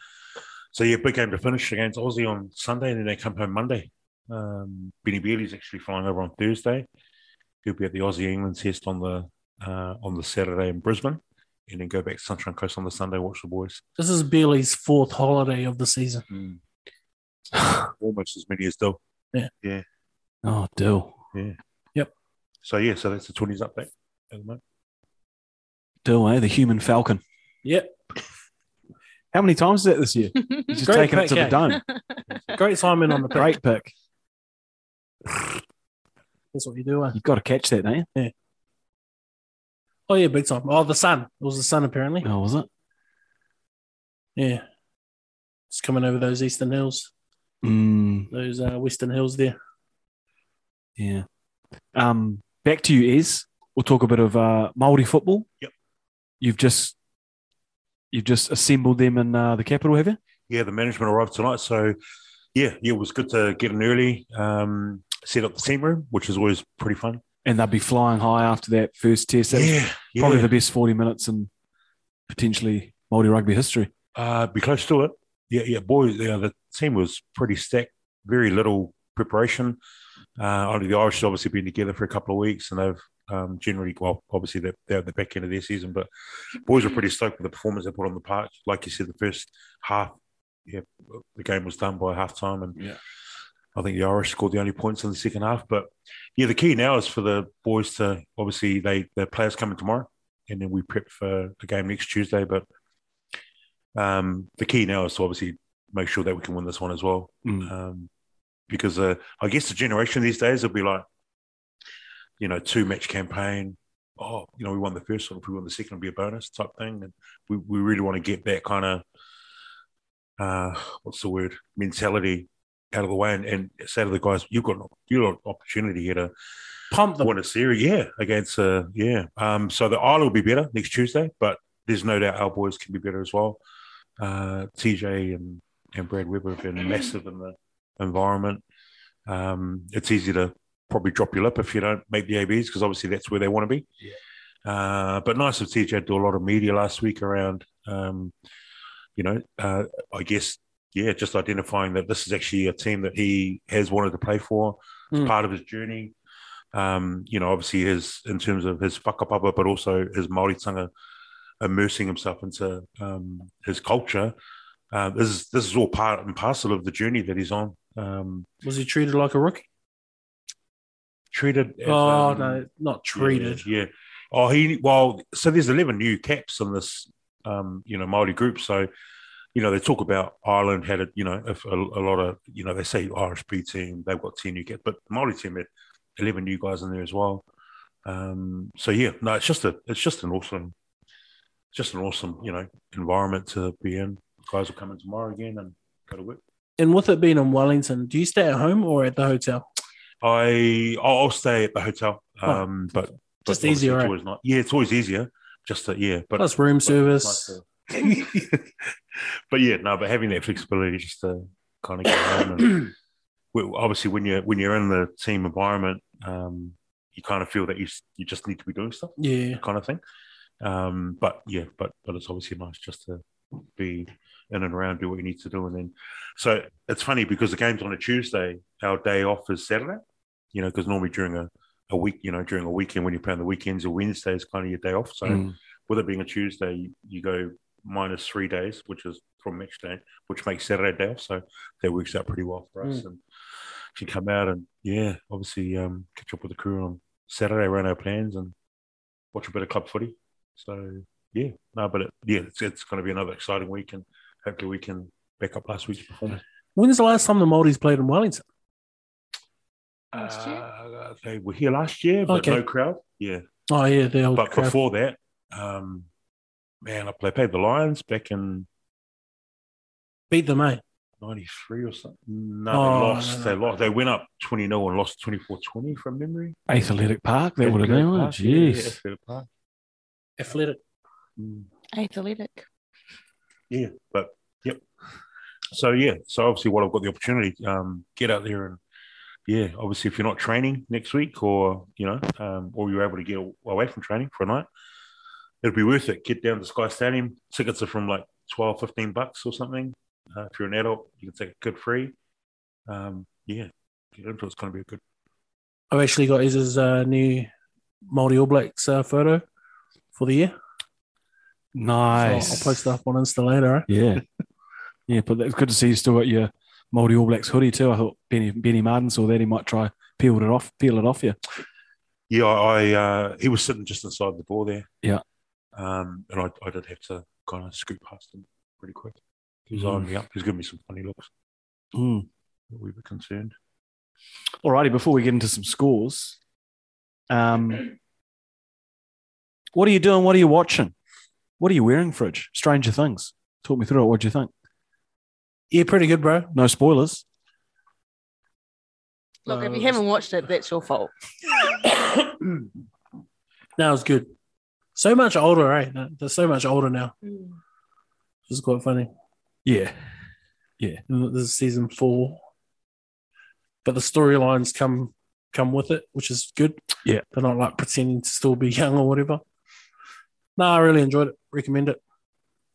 Speaker 10: So yeah, big game to finish against Aussie on Sunday, and then they come home Monday. Um, Benny Bailey's actually flying over on Thursday. He'll be at the Aussie England test on the uh, on the Saturday in Brisbane, and then go back to Sunshine Coast on the Sunday. Watch the boys.
Speaker 8: this is Bailey's fourth holiday of the season.
Speaker 10: Almost as many as Dill.
Speaker 7: Oh, Dill.
Speaker 10: So yeah, so that's the twenties update at the moment.
Speaker 7: Dill, eh? The human falcon.
Speaker 8: Yep,
Speaker 7: How many times is that
Speaker 8: (laughs)
Speaker 7: this year? He's just
Speaker 8: Great
Speaker 7: taking it to the
Speaker 8: pick, eh? (laughs)
Speaker 7: dome.
Speaker 10: Mm.
Speaker 8: great Simon
Speaker 10: (laughs)
Speaker 8: on the break.
Speaker 7: Great pick.
Speaker 8: That's what you do. eh?
Speaker 7: You've got to catch that, don't you?
Speaker 8: Oh yeah, big time. Oh, the sun. It was the sun apparently.
Speaker 7: Oh, was it?
Speaker 8: Yeah, it's coming over those eastern hills,
Speaker 7: Mm,
Speaker 8: those uh, western hills there.
Speaker 7: Yeah. Um, back to you, Ez. We'll talk a bit of uh, Maori football.
Speaker 10: Yep.
Speaker 7: You've just you've just assembled them in uh, the capital, have you?
Speaker 10: Yeah, the management arrived tonight, so yeah, yeah, it was good to get in early. Um, set up the team room, which is always pretty fun.
Speaker 7: And they'll be flying high after that first test. That was
Speaker 10: yeah.
Speaker 7: probably the best forty minutes in potentially Maori rugby history.
Speaker 10: Uh, be close to it. Yeah, yeah, boy, yeah, the team was pretty stacked. Very little preparation. Uh, only the Irish have obviously been together for a couple of weeks, and they've um, generally, well, obviously they're, they're at the back end of their season. But boys were pretty stoked with the performance they put on the park. Like you said, the first half, yeah, the game was done by half time, and
Speaker 7: Yeah.
Speaker 10: I think the Irish scored the only points in the second half. But yeah, the key now is for the boys to obviously they the players coming tomorrow, and then we prep for the game next Tuesday. But um, the key now is to obviously make sure that we can win this one as well.
Speaker 7: Mm.
Speaker 10: Um, because uh, I guess the generation these days will be like, you know, two match campaign. Oh, you know, we won the first one. If we won the second, it'll be a bonus type thing. And we, we really want to get that kind of, uh, what's the word, mentality out of the way and, and say to the guys, you've got, an op- you've got an opportunity here to
Speaker 8: Pump them.
Speaker 10: win a series. Yeah, against, uh, yeah. Um, so the Isle will be better next Tuesday, but there's no doubt our boys can be better as well. Uh, TJ and, and Brad Webber have been massive in the environment. Um, it's easy to probably drop your lip if you don't make the ABs because obviously that's where they want to be. Uh, but nice of TJ to do a lot of media last week around, um, you know, uh, I guess, yeah, just identifying that this is actually a team that he has wanted to play for. It's
Speaker 8: Mm.
Speaker 10: part of his journey. Um, you know, obviously his in terms of his whakapapa, but also his Maori tanga immersing himself into um, his culture. Uh, this is this is all part and parcel of the journey that he's on. Um,
Speaker 8: Was he treated like a rookie?
Speaker 10: treated. As,
Speaker 8: Oh
Speaker 10: um,
Speaker 8: no, not treated.
Speaker 10: Yeah, yeah. Oh, he well. So there's eleven new caps in this, um, you know, Maori group. So, you know, they talk about Ireland had a, you know, if a, a lot of, you know, they say Irish B team they've got ten new caps, but the Maori team had eleven new guys in there as well. Um, so yeah, no, it's just a, it's just an awesome, it's just an awesome, you know, environment to be in. Guys will come in tomorrow again and go to work.
Speaker 8: And with it being in Wellington, do you stay at home or at the hotel?
Speaker 10: I I'll I'll stay at the hotel,
Speaker 8: Oh.
Speaker 10: um, but but
Speaker 8: Just easier,
Speaker 10: obviously It's
Speaker 8: right?
Speaker 10: always not. Yeah, it's always easier. Just that, yeah, but
Speaker 8: Plus room service.
Speaker 10: but it's nice to- (laughs) but yeah, no, but having that flexibility just to kind of get home
Speaker 8: (coughs)
Speaker 10: and well, obviously when you're when you're in the team environment, um, you kind of feel that you s- you just need to be doing stuff
Speaker 8: (clears throat) Yeah.
Speaker 10: kind of thing. Um, but yeah, but but it's obviously nice just to be in and around, do what you need to do, and then so it's funny because the game's on a Tuesday. Our day off is Saturday, you know, because normally during a, a week, you know, during a weekend when you play on the weekends or Wednesday is kind of your day off. So
Speaker 7: Mm.
Speaker 10: with it being a Tuesday, you, you go minus three days, which is from match day, which makes Saturday day off. So that works out pretty well for us. And can come out and yeah, obviously um, catch up with the crew on Saturday, run our plans and watch a bit of club footy. So yeah, no, but it, yeah, it's, it's going to be another exciting week, and hopefully we can back up last week's performance.
Speaker 8: When's the last time the Maldives played in Wellington?
Speaker 9: Last year?
Speaker 10: Uh, they were here last year, but
Speaker 8: Okay.
Speaker 10: no crowd. Yeah,
Speaker 8: Oh yeah, the old
Speaker 10: but
Speaker 8: crowd.
Speaker 10: before that, um, man, I played, played the Lions back in
Speaker 8: beat them, eh?
Speaker 10: '93 or something. No,
Speaker 8: Oh,
Speaker 10: they
Speaker 8: no,
Speaker 10: lost.
Speaker 8: no.
Speaker 10: They lost. They went up 20 0 and lost 24 20 from memory.
Speaker 7: Athletic Park, that would have
Speaker 10: Athletic
Speaker 7: been. one.
Speaker 10: Park, yeah,
Speaker 7: Jeez.
Speaker 10: Athletic Park.
Speaker 8: Athletic.
Speaker 10: Mm.
Speaker 9: Athletic.
Speaker 10: yeah, but yep. So yeah, so obviously, what I've got the opportunity, um, get out there and yeah, obviously, if you're not training next week or you know, um, or you're able to get away from training for a night, it'll be worth it. Get down to Sky Stadium. Tickets are from like 12, 15 bucks or something. Uh, if you're an adult, you can take a kid free. Um, yeah, get into it. It's going to be a good.
Speaker 8: I've actually got his uh, new Maori All Blacks uh, photo for the year. So I'll-
Speaker 7: Nice.
Speaker 8: I'll post that up on Insta later. eh?
Speaker 7: Yeah. yeah, but it's good to see you still got your Māori All Blacks hoodie too. I thought Benny Benny Martin saw that he might try peeled it off, peel it off you.
Speaker 10: Yeah, I uh, he was sitting just inside the door there.
Speaker 7: Yeah.
Speaker 10: um, and I, I did have to kind of scoot past him pretty quick. He was
Speaker 7: Mm.
Speaker 10: eyeing me up. He's giving me some funny looks.
Speaker 7: Mm.
Speaker 10: We were concerned.
Speaker 7: Alrighty, before we get into some scores, um, what are you doing? What are you watching? What are you wearing, Fridge? Stranger Things. Talk me through it. What do you think?
Speaker 8: Yeah, pretty good, bro.
Speaker 7: No spoilers.
Speaker 9: Look, if
Speaker 8: Uh,
Speaker 9: you haven't watched it, that's your
Speaker 8: (coughs)
Speaker 9: fault.
Speaker 8: Now it's good. So much older, right? They're so much older now.
Speaker 9: Mm.
Speaker 8: This is quite funny.
Speaker 7: Yeah.
Speaker 8: And This is season four, but the storylines come come with it, which is good.
Speaker 7: Yeah.
Speaker 8: they're not like pretending to still be (laughs) young or whatever. No, I really enjoyed it. Recommend it.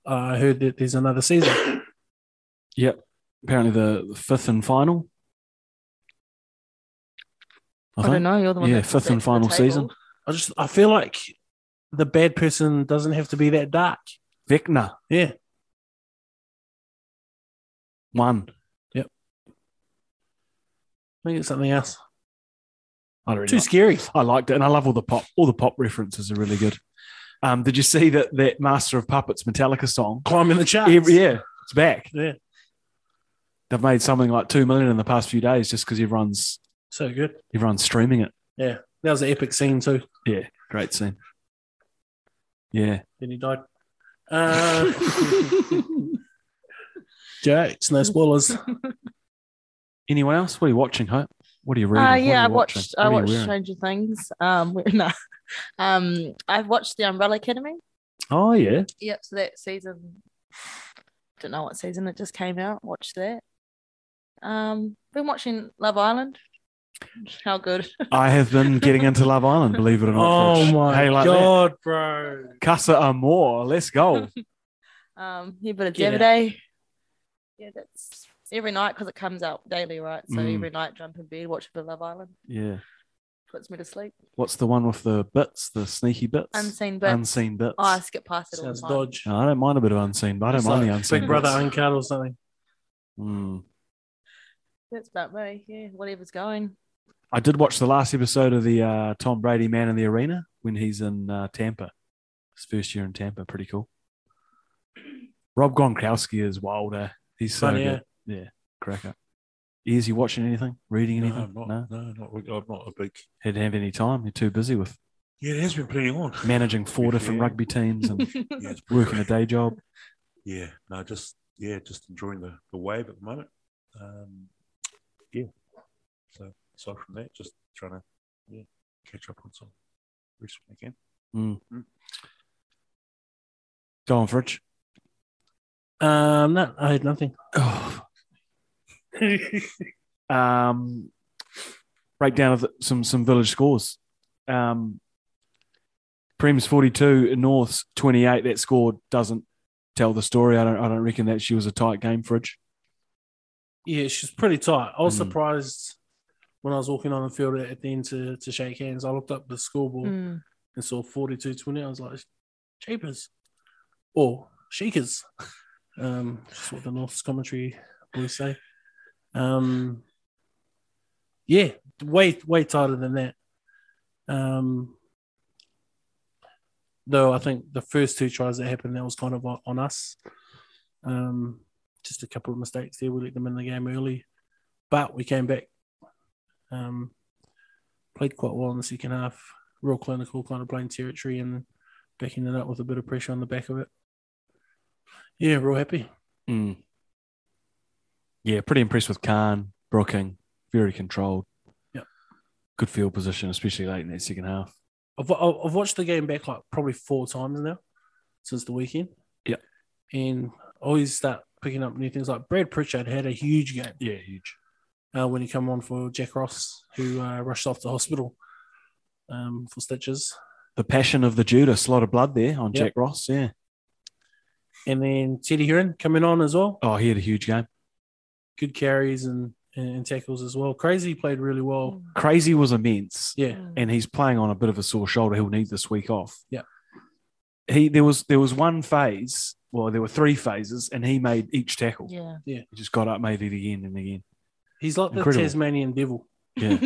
Speaker 8: Uh, I heard that there's another season.
Speaker 7: Apparently the, the fifth and final.
Speaker 9: I, don't know. You're the one.
Speaker 7: Yeah,
Speaker 9: that
Speaker 7: fifth and
Speaker 9: sits at the
Speaker 7: final
Speaker 9: table.
Speaker 7: season.
Speaker 8: I just I feel like the bad person doesn't have to be that dark.
Speaker 7: Vecna
Speaker 8: Yeah,
Speaker 7: one.
Speaker 8: I think it's something else.
Speaker 7: I don't really
Speaker 8: Too
Speaker 7: know.
Speaker 8: scary.
Speaker 7: I liked it, and I love all the pop. All the pop references are really good. Um, did you see that that Master of Puppets Metallica song?
Speaker 8: Climbing the charts.
Speaker 7: Every, yeah, it's back.
Speaker 8: yeah,
Speaker 7: They've made something like two million in the past few days just because everyone's
Speaker 8: so good.
Speaker 7: everyone's streaming it.
Speaker 8: That was an epic scene too.
Speaker 7: Great scene. Yeah,
Speaker 8: Then he died.
Speaker 7: (laughs)
Speaker 8: Uh, (laughs) jokes, no spoilers.
Speaker 7: Anyone else? What are you watching, Hope? What are you reading?
Speaker 9: Uh,
Speaker 7: What are you
Speaker 9: yeah, I
Speaker 7: watching?
Speaker 9: watched.
Speaker 7: What
Speaker 9: I
Speaker 7: are you
Speaker 9: watched
Speaker 7: wearing?
Speaker 9: Stranger Things. Um, (laughs) we- no, um, I've watched The Umbrella Academy.
Speaker 7: Oh yeah,
Speaker 9: Yep. So that season, don't know what season it just came out. Watched that. Um, been watching Love Island. How good?
Speaker 7: I have been getting into Love Island. Believe it or not.
Speaker 8: (laughs) Oh
Speaker 7: Fridge.
Speaker 8: my
Speaker 7: hey, like That.
Speaker 8: god, bro!
Speaker 7: Casa Amor. Let's
Speaker 9: (laughs)
Speaker 7: go.
Speaker 9: Um, yeah, but it's
Speaker 8: Get
Speaker 9: every day. Yeah, that's every night because it comes out daily, right? So
Speaker 7: Mm.
Speaker 9: every night, jump in bed, watch a bit of Love Island,
Speaker 7: yeah.
Speaker 9: puts me to sleep.
Speaker 7: What's the one with the bits? The sneaky bits.
Speaker 9: Unseen bits.
Speaker 7: Unseen bits.
Speaker 9: Oh, I skip past it all the
Speaker 8: Sounds
Speaker 9: time.
Speaker 8: dodge.
Speaker 7: No, I don't mind a bit of unseen, but I don't
Speaker 8: It's
Speaker 7: mind
Speaker 8: like
Speaker 7: the unseen.
Speaker 8: Big Brother
Speaker 7: bits.
Speaker 8: Uncut or something.
Speaker 7: Mm.
Speaker 9: That's about me. Yeah, whatever's going.
Speaker 7: I did watch the last episode of the uh, Tom Brady Man in the Arena when he's in uh, Tampa. His first year in Tampa, pretty cool. Rob Gronkowski is wild. Eh? He's so
Speaker 8: Funny,
Speaker 7: good. Yeah, cracker. Is you watching anything? Reading
Speaker 10: No,
Speaker 7: anything?
Speaker 10: I'm not, no, not, re- I'm not a big.
Speaker 7: Didn't have any time. You're too busy with
Speaker 10: Yeah, it has been plenty on.
Speaker 7: managing four different
Speaker 10: Yeah.
Speaker 7: rugby teams
Speaker 9: (laughs)
Speaker 7: and
Speaker 10: (laughs) Yeah, it's
Speaker 7: (laughs)
Speaker 10: pretty
Speaker 7: working a
Speaker 10: great.
Speaker 7: day job.
Speaker 10: Yeah, no, just yeah, just enjoying the, the wave at the moment. Um, yeah. So aside from that, just trying to yeah, catch up on some rest when I can.
Speaker 7: Go on, Fridge.
Speaker 8: Um, no, I had nothing.
Speaker 7: (laughs) Oh. (sighs) um, breakdown of the, some some village scores. Um, Prem's 42, North's 28. That score doesn't tell the story. I don't, I don't reckon that she was a tight game fridge.
Speaker 8: Yeah, she's pretty tight. I was
Speaker 7: Mm.
Speaker 8: surprised when I was walking on the field at the end to, to shake hands. I looked up the scoreboard
Speaker 9: Mm.
Speaker 8: and saw 42 20. I was like, Japers or Shakers. (laughs) Um, that's what the North's commentary boys say. Um, yeah, way, way tighter than that. Um, though I think the first two tries that happened, that was kind of on on us. Um, just a couple of mistakes there. We let them in the game early, but we came back. Um, played quite well in the second half. Real clinical, kind of playing territory and backing it up with a bit of pressure on the back of it. Yeah, real happy. Hmm.
Speaker 7: Mm. Yeah, pretty impressed with Khan, Brooking, very controlled.
Speaker 8: Yep.
Speaker 7: Good field position, especially late in that second half.
Speaker 8: I've, I've I've watched the game back like probably four times now since the weekend.
Speaker 7: Yep.
Speaker 8: And I always start picking up new things. Like Brad Pritchard had a huge game.
Speaker 7: Yeah, huge.
Speaker 8: uh, when he came on for Jack Ross, who uh, rushed off to hospital um, for stitches.
Speaker 7: The passion of the Judas, a lot of blood there on
Speaker 8: Yep.
Speaker 7: Jack Ross. Yeah.
Speaker 8: And then Teddy Heron coming on as well.
Speaker 7: Oh, he had a huge game.
Speaker 8: Good carries and, and, tackles as well. Crazy played really well.
Speaker 7: Crazy was immense.
Speaker 8: Yeah.
Speaker 7: and he's playing on a bit of a sore shoulder. He'll need this week off.
Speaker 8: Yeah.
Speaker 7: He there was there was one phase. Well, there were three phases, and he made each tackle.
Speaker 9: Yeah.
Speaker 7: He just got up, made it again and again.
Speaker 8: He's like the
Speaker 7: Incredible.
Speaker 8: Tasmanian devil.
Speaker 7: Yeah.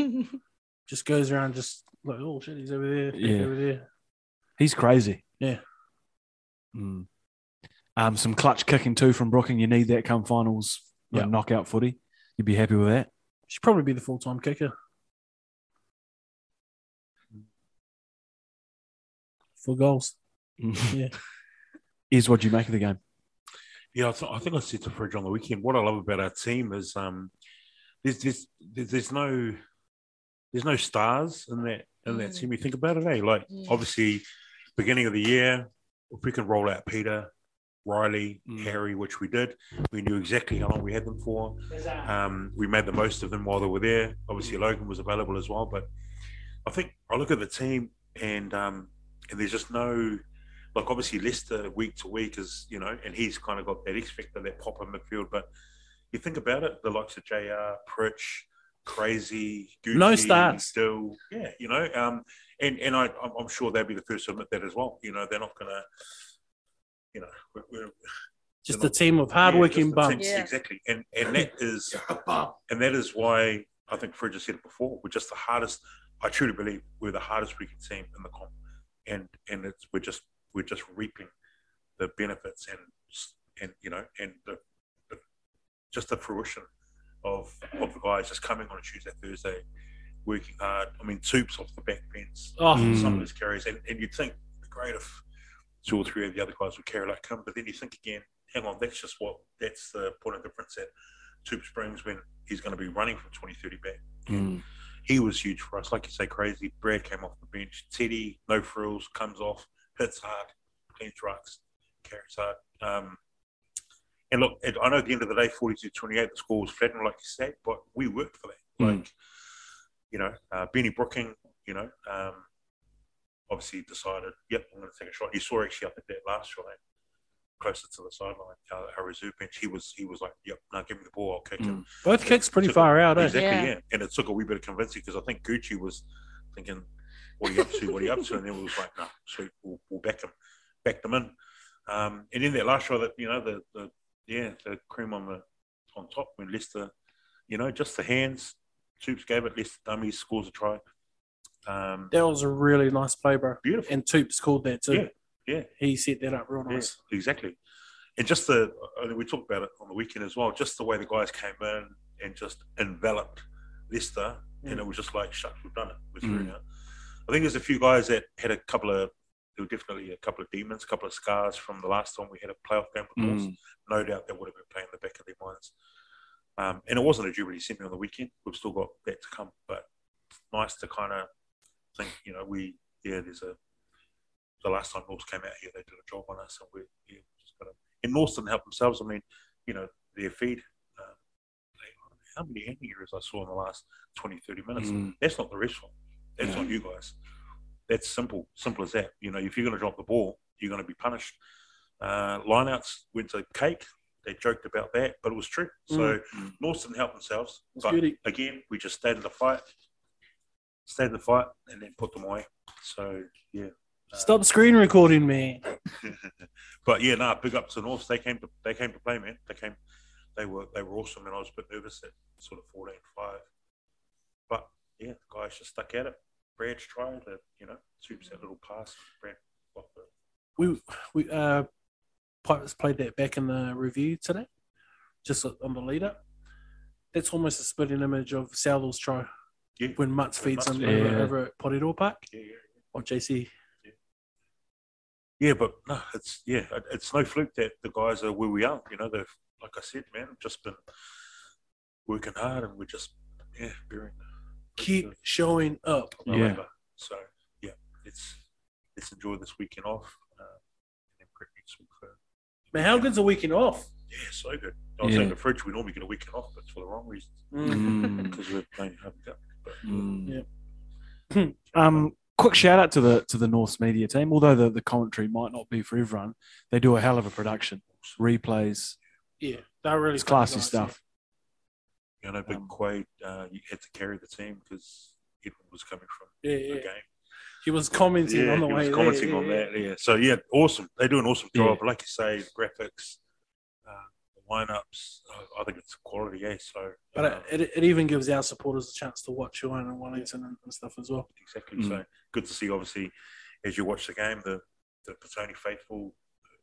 Speaker 8: Just goes around just like, oh shit, he's over there, he's
Speaker 7: Yeah.
Speaker 8: over there.
Speaker 7: He's crazy.
Speaker 8: Yeah.
Speaker 7: Mm. Um, some clutch kicking too from Brooking. You need that come finals like,
Speaker 8: Yeah.
Speaker 7: knockout footy. You'd be happy with that.
Speaker 8: Should probably be the full time kicker. For goals. Yeah.
Speaker 7: (laughs) Is what you make of the game.
Speaker 10: Yeah, I, th- I think I said to Fridge on the weekend. What I love about our team is um, there's there's there's, there's no there's no stars in that in that
Speaker 9: Mm.
Speaker 10: team. You think about it, eh? Like
Speaker 9: Yeah.
Speaker 10: obviously, beginning of the year, if we can roll out Peter, Riley,
Speaker 7: Mm.
Speaker 10: Harry, which we did, we knew exactly how long we had them for. Um, we made the most of them while they were there. Obviously, Logan was available as well. But I think I look at the team and um, and there's just no like obviously Leicester week to week is you know, and he's kind of got that X factor, that pop in midfield. But you think about it, the likes of JR, Pritch, Crazy, Gucci,
Speaker 8: No starts.
Speaker 10: still, yeah, you know, um, and and I I'm, I'm sure they'll be the first to admit that as well. You know, they're not gonna, you know, we're, we're
Speaker 8: Just
Speaker 10: They're
Speaker 8: a
Speaker 10: not-
Speaker 8: team of
Speaker 10: yeah,
Speaker 8: hardworking
Speaker 10: just the
Speaker 8: bums.
Speaker 10: team-
Speaker 9: Yeah.
Speaker 10: Exactly. And and that is and that is why I think Fred just said it before, we're just the hardest I truly believe we're the hardest wicked team in the comp. And and it's we're just we're just reaping the benefits and and you know and the, the just the fruition of of the guys just coming on a Tuesday, Thursday, working hard. I mean Toops off the back fence
Speaker 8: Oh,
Speaker 10: some
Speaker 7: Mm.
Speaker 10: of his carries. And, and you'd think, great if two or three of the other guys would carry like him. But then you think again, hang on, that's just what, that's the point of difference that Toops brings when he's going to be running from 20, 30 back.
Speaker 7: Mm.
Speaker 10: He was huge for us. Like you say, crazy. Brad came off the bench. Teddy, no frills, comes off, hits hard, clean trucks, carries hard. Um, and look, at, I know at the end of the day, 42 28, the score was flattened, like you said, but we worked for that.
Speaker 7: Mm.
Speaker 10: Like, you know, uh, Benny Brooking, you know, um, obviously decided, yep, I'm going to take a shot. You saw actually up at that last shot, eh, closer to the sideline, uh, our reserve bench. He was, he was like, yep, now give me the ball, I'll kick it.
Speaker 7: Mm.
Speaker 8: Both kicks pretty
Speaker 10: Took a-
Speaker 8: far out, eh?
Speaker 10: Exactly,
Speaker 9: Yeah.
Speaker 10: yeah. And it took a wee bit of convincing because I think Gucci was thinking, what are you up to? What are you up to? And then we was like, no, sweet, we'll, we'll back him, back them in. Um, and then that last try that, you know, the, the yeah, the cream on the on top when Leicester, you know, just the hands, Toops gave it, Leicester dummies, scores a try. Um,
Speaker 8: That was a really nice play, bro.
Speaker 10: beautiful.
Speaker 8: And Toops called that too.
Speaker 10: Yeah, yeah.
Speaker 8: He set that up real nice.
Speaker 10: Yes, exactly. And just the, I mean, we talked about it on the weekend as well, just the way the guys came in and just enveloped Leicester, and it was just like, shucks, we've done it. We're through
Speaker 7: Mm.
Speaker 10: now. I think there's a few guys that had a couple of, there were definitely a couple of demons, a couple of scars from the last time we had a playoff game with North.
Speaker 7: Mm.
Speaker 10: No doubt they would have been playing in the back of their minds. Um, and it wasn't a Jubilee semi on the weekend. We've still got that to come, but it's nice to kind of think, you know, we, yeah, there's a, the last time North came out here, they did a job on us, and we're yeah, just gonna. And North didn't help themselves. I mean, you know, their feed. Um, they, how many hand errors I saw in the last 20, 30 minutes?
Speaker 7: Mm.
Speaker 10: That's not the rest one. That's
Speaker 7: Yeah.
Speaker 10: on you guys. That's simple, simple as that. You know, if you're going to drop the ball, you're going to be punished. Uh, lineouts went to Cake. They joked about that, but it was true. So
Speaker 7: Mm.
Speaker 10: Norse didn't help themselves.
Speaker 8: That's
Speaker 10: But
Speaker 8: beauty.
Speaker 10: again, we just stayed in the fight, stayed in the fight, and then put them away. So yeah.
Speaker 8: Stop screen recording me.
Speaker 10: (laughs) but yeah, nah, big up to North. They came to they came to play, man. They came, they were they were awesome, and I was a bit nervous at sort of 14 5. But yeah, the guys just stuck at it. Brad's trying to, you know, swoops that little pass. Brad, off the,
Speaker 8: We we uh, Pipes played that back in the review today, just on the lead up. That's almost a spitting image of Southall's try
Speaker 10: yeah,
Speaker 8: when Mutz feeds
Speaker 10: Mutz
Speaker 8: him
Speaker 10: feeds
Speaker 8: over,
Speaker 7: him.
Speaker 8: over at Porirua Park Oh,
Speaker 10: yeah, yeah.
Speaker 8: or JC.
Speaker 10: Yeah, but no, it's yeah, it- it's no fluke that the guys are where we are. You know, they've like I said, man, just been working hard, and we're just yeah, bearing
Speaker 8: Keep showing up.
Speaker 10: my
Speaker 7: Yeah.
Speaker 10: labour. So yeah, let's let's enjoy this weekend off. Uh, and then prep next week for
Speaker 8: Man, how good's a weekend off?
Speaker 10: yeah, so good. I was
Speaker 7: Yeah.
Speaker 10: saying the fridge. We normally get a weekend off, but it's for the wrong reasons
Speaker 7: Mm,
Speaker 10: because we're playing hard. Cup. But
Speaker 7: mm.
Speaker 8: Yeah.
Speaker 7: (clears throat) Um, quick shout out to the to the North media team. Although the, the commentary might not be for everyone, they do a hell of a production. Replays,
Speaker 8: Yeah, that really
Speaker 7: it's classy
Speaker 8: fucking nice,
Speaker 7: stuff.
Speaker 10: you know, Big
Speaker 7: Um,
Speaker 10: Quade, uh, you had to carry the team because Edwin was coming from
Speaker 8: Yeah, yeah.
Speaker 10: the
Speaker 8: yeah.
Speaker 10: game.
Speaker 8: He was commenting
Speaker 10: yeah,
Speaker 8: on the
Speaker 10: he
Speaker 8: way.
Speaker 10: was
Speaker 8: there,
Speaker 10: commenting
Speaker 8: yeah,
Speaker 10: on
Speaker 8: yeah.
Speaker 10: that. Yeah. So yeah, awesome. They do an awesome
Speaker 7: Yeah.
Speaker 10: job. Like you say, the graphics, uh, the lineups. I, I think it's quality. Yeah. So um,
Speaker 8: But uh, it, it, it even gives our supporters a chance to watch you and Wellington and- and stuff as well.
Speaker 10: exactly.
Speaker 7: Mm.
Speaker 10: So good to see. Obviously, as you watch the game, the the Petone faithful,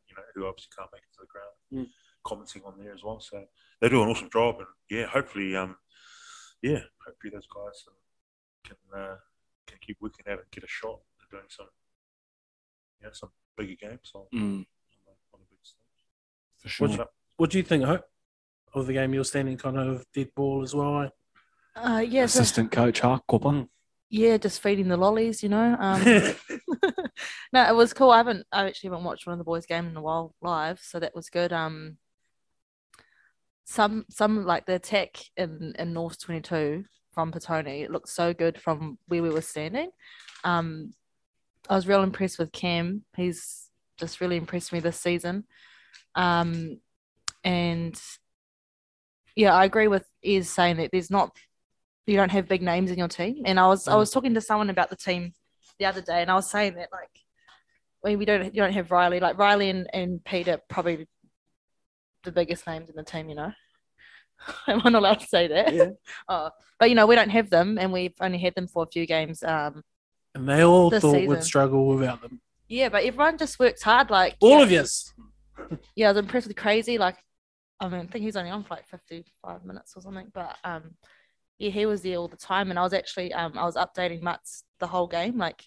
Speaker 10: you know, who obviously can't make it to the
Speaker 7: Mm.
Speaker 10: ground, commenting on there as well. So they do an awesome job, and yeah, hopefully, um, yeah, hopefully those guys can can, uh, can keep working at it and get a shot at doing some, you know, some bigger games on,
Speaker 7: Mm,
Speaker 10: on the, on the big stage.
Speaker 7: for sure.
Speaker 10: What's up?
Speaker 8: What do you think, Hope, of the game? You're standing kind of dead ball as well. eh?
Speaker 9: (laughs) Uh, yeah, so-
Speaker 7: Assistant coach
Speaker 8: Mm.
Speaker 7: Harkopa.
Speaker 9: yeah, just feeding the lollies, you know. Um, (laughs) no, it was cool. I haven't, I actually haven't watched one of the boys' game in a while live, so that was good. Um, some, some like the attack in in North Twenty Two from Petone, it looked so good from where we were standing. Um, I was real impressed with Cam. He's just really impressed me this season. Um, and yeah, I agree with Iz saying that there's not you don't have big names in your team. And I was I
Speaker 8: Mm.
Speaker 9: was talking to someone about the team the other day, and I was saying that like we, we don't you don't have Riley like Riley and and Peter probably the biggest names in the team, you know. (laughs) Am I not allowed to say that?
Speaker 8: Yeah.
Speaker 9: (laughs) oh, but you know we don't have them, and we've only had them for a few games. Um,
Speaker 8: And they all
Speaker 9: This
Speaker 8: thought
Speaker 9: season.
Speaker 8: we'd struggle without them.
Speaker 9: yeah, but everyone just works hard. Like
Speaker 8: All
Speaker 9: yeah,
Speaker 8: of us.
Speaker 9: yeah, I was impressed with Crazy. Like, I mean, I think he's only on for like 55 minutes or something, but um, yeah, he was there all the time. And I was actually, um, I was updating Mutts the whole game, like,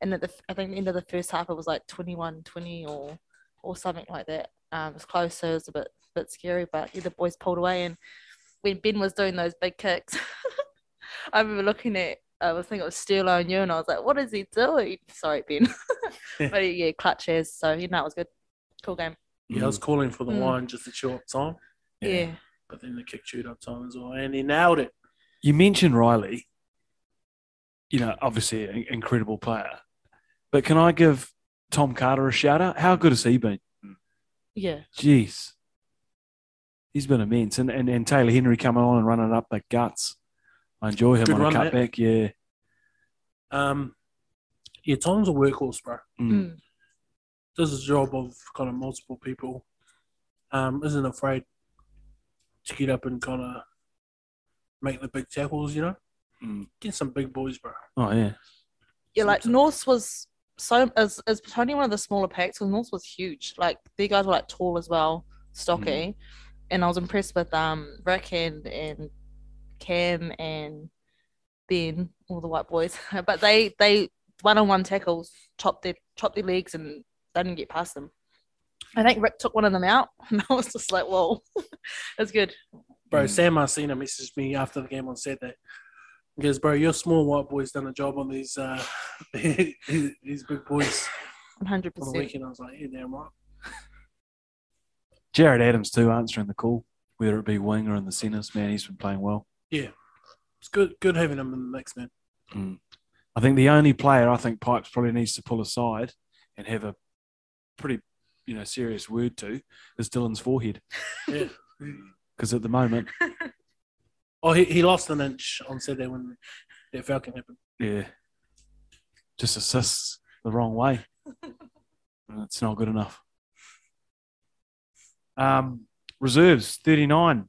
Speaker 9: and at the, I think the end of the first half, it was like 21 20 or, or something like that. Um, it was close, so it was a bit, bit scary, but yeah, the boys pulled away. And when Ben was doing those big kicks, (laughs) I remember looking at, uh, I was thinking it was Sterlo and you, and I was like, what is he doing? Sorry, Ben. (laughs) but yeah, clutch as. So, you know, it was good. Cool game.
Speaker 8: Yeah, I was calling for the
Speaker 9: Mm.
Speaker 8: line just to chew up time,
Speaker 7: Yeah.
Speaker 9: yeah.
Speaker 8: but then the kick chewed up time as well. And he nailed it.
Speaker 7: You mentioned Riley. You know, obviously an incredible player, but can I give Tom Carter a shout out? How good has he been?
Speaker 9: Yeah,
Speaker 7: Jeez. He's been immense. And, and and Taylor Henry coming on and running up the guts. I enjoy him
Speaker 8: Good
Speaker 7: on
Speaker 8: run,
Speaker 7: a
Speaker 8: mate.
Speaker 7: cutback. Yeah.
Speaker 8: Um, yeah, Tom's a workhorse, bro.
Speaker 7: Mm.
Speaker 9: Mm.
Speaker 8: Does his job of kind of multiple people. Um, isn't afraid to get up and kind of make the big tackles, you know?
Speaker 7: Mm.
Speaker 8: Get some big boys, bro.
Speaker 7: Oh, yeah.
Speaker 9: yeah. Like Norse was so as as Tony one of the smaller packs because Norse was huge. Like these guys were like tall as well, stocky,
Speaker 7: Mm-hmm.
Speaker 9: and I was impressed with um Rick and and Cam and Ben, all the white boys. (laughs) but they they one on one tackles chopped their chopped their legs and they didn't get past them. I think Rick took one of them out, (laughs) and I was just like, "Whoa, (laughs) that's good."
Speaker 8: Bro, Sam Marcina messaged me after the game on Saturday. He goes, bro, your small white boys done a job on these uh, (laughs) these, these big boys
Speaker 9: One hundred
Speaker 8: on the
Speaker 9: percent.
Speaker 8: weekend. I was like, yeah, damn right.
Speaker 7: Jared Adams, too, answering the call, whether it be wing or in the centres. Man, he's been playing well.
Speaker 8: It's good, good having them in the mix, man.
Speaker 7: I think the only player I think Pipes probably needs to pull aside and have a pretty, you know, serious word to is Dylan's forehead.
Speaker 8: Yeah.
Speaker 7: Because at the moment,
Speaker 8: Oh, he, he lost an inch on Saturday when that Falcon happened.
Speaker 7: yeah, just assists the wrong way. And it's not good enough. Um, reserves 39,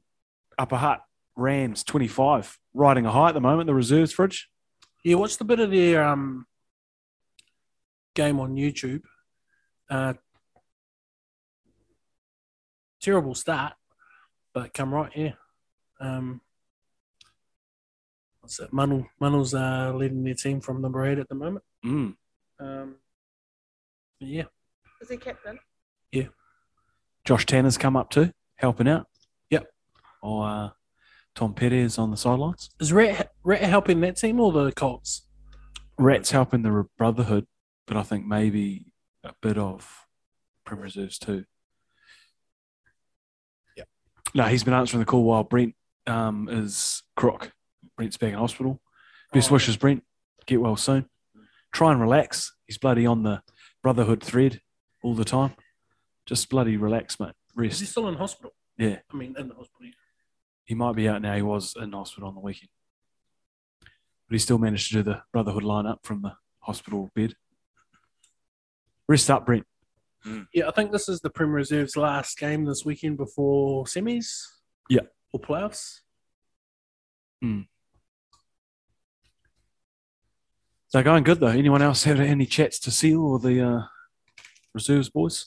Speaker 7: Upper Hutt, Rams 25. Riding a high at the moment, the reserves fridge.
Speaker 8: Yeah, watch the bit of their um, game on YouTube. Uh, terrible start, but come right, yeah. Um, what's that? Munnell, Munnell's uh, leading their team from number eight at the moment.
Speaker 7: Mm.
Speaker 8: Um, but yeah,
Speaker 9: Is he captain?
Speaker 7: Josh Tanner's come up too, helping out.
Speaker 8: Yep.
Speaker 7: Or uh, Tom Perez on the sidelines.
Speaker 8: is Rat, Rat helping that team or the Colts?
Speaker 7: Rat's helping the Brotherhood, but I think maybe a bit of Prim Reserves too. Yeah. No, he's been answering the call while Brent um, is crook. Brent's back in hospital. Best
Speaker 8: Oh,
Speaker 7: wishes, Brent. Get well soon. Try and relax. He's bloody on the Brotherhood thread all the time. Just bloody relax, mate.
Speaker 8: Is
Speaker 7: Rest.
Speaker 8: he still in hospital?
Speaker 7: Yeah.
Speaker 8: I mean, in the hospital.
Speaker 7: He might be out now. He was in hospital on the weekend. But he still managed to do the Brotherhood lineup from the hospital bed. Rest up, Brent.
Speaker 8: Yeah, I think this is the Prem Reserve's last game this weekend before semis.
Speaker 7: Yeah.
Speaker 8: Or playoffs.
Speaker 7: They're going good, though. Anyone else have any chats to seal or the uh, reserves boys?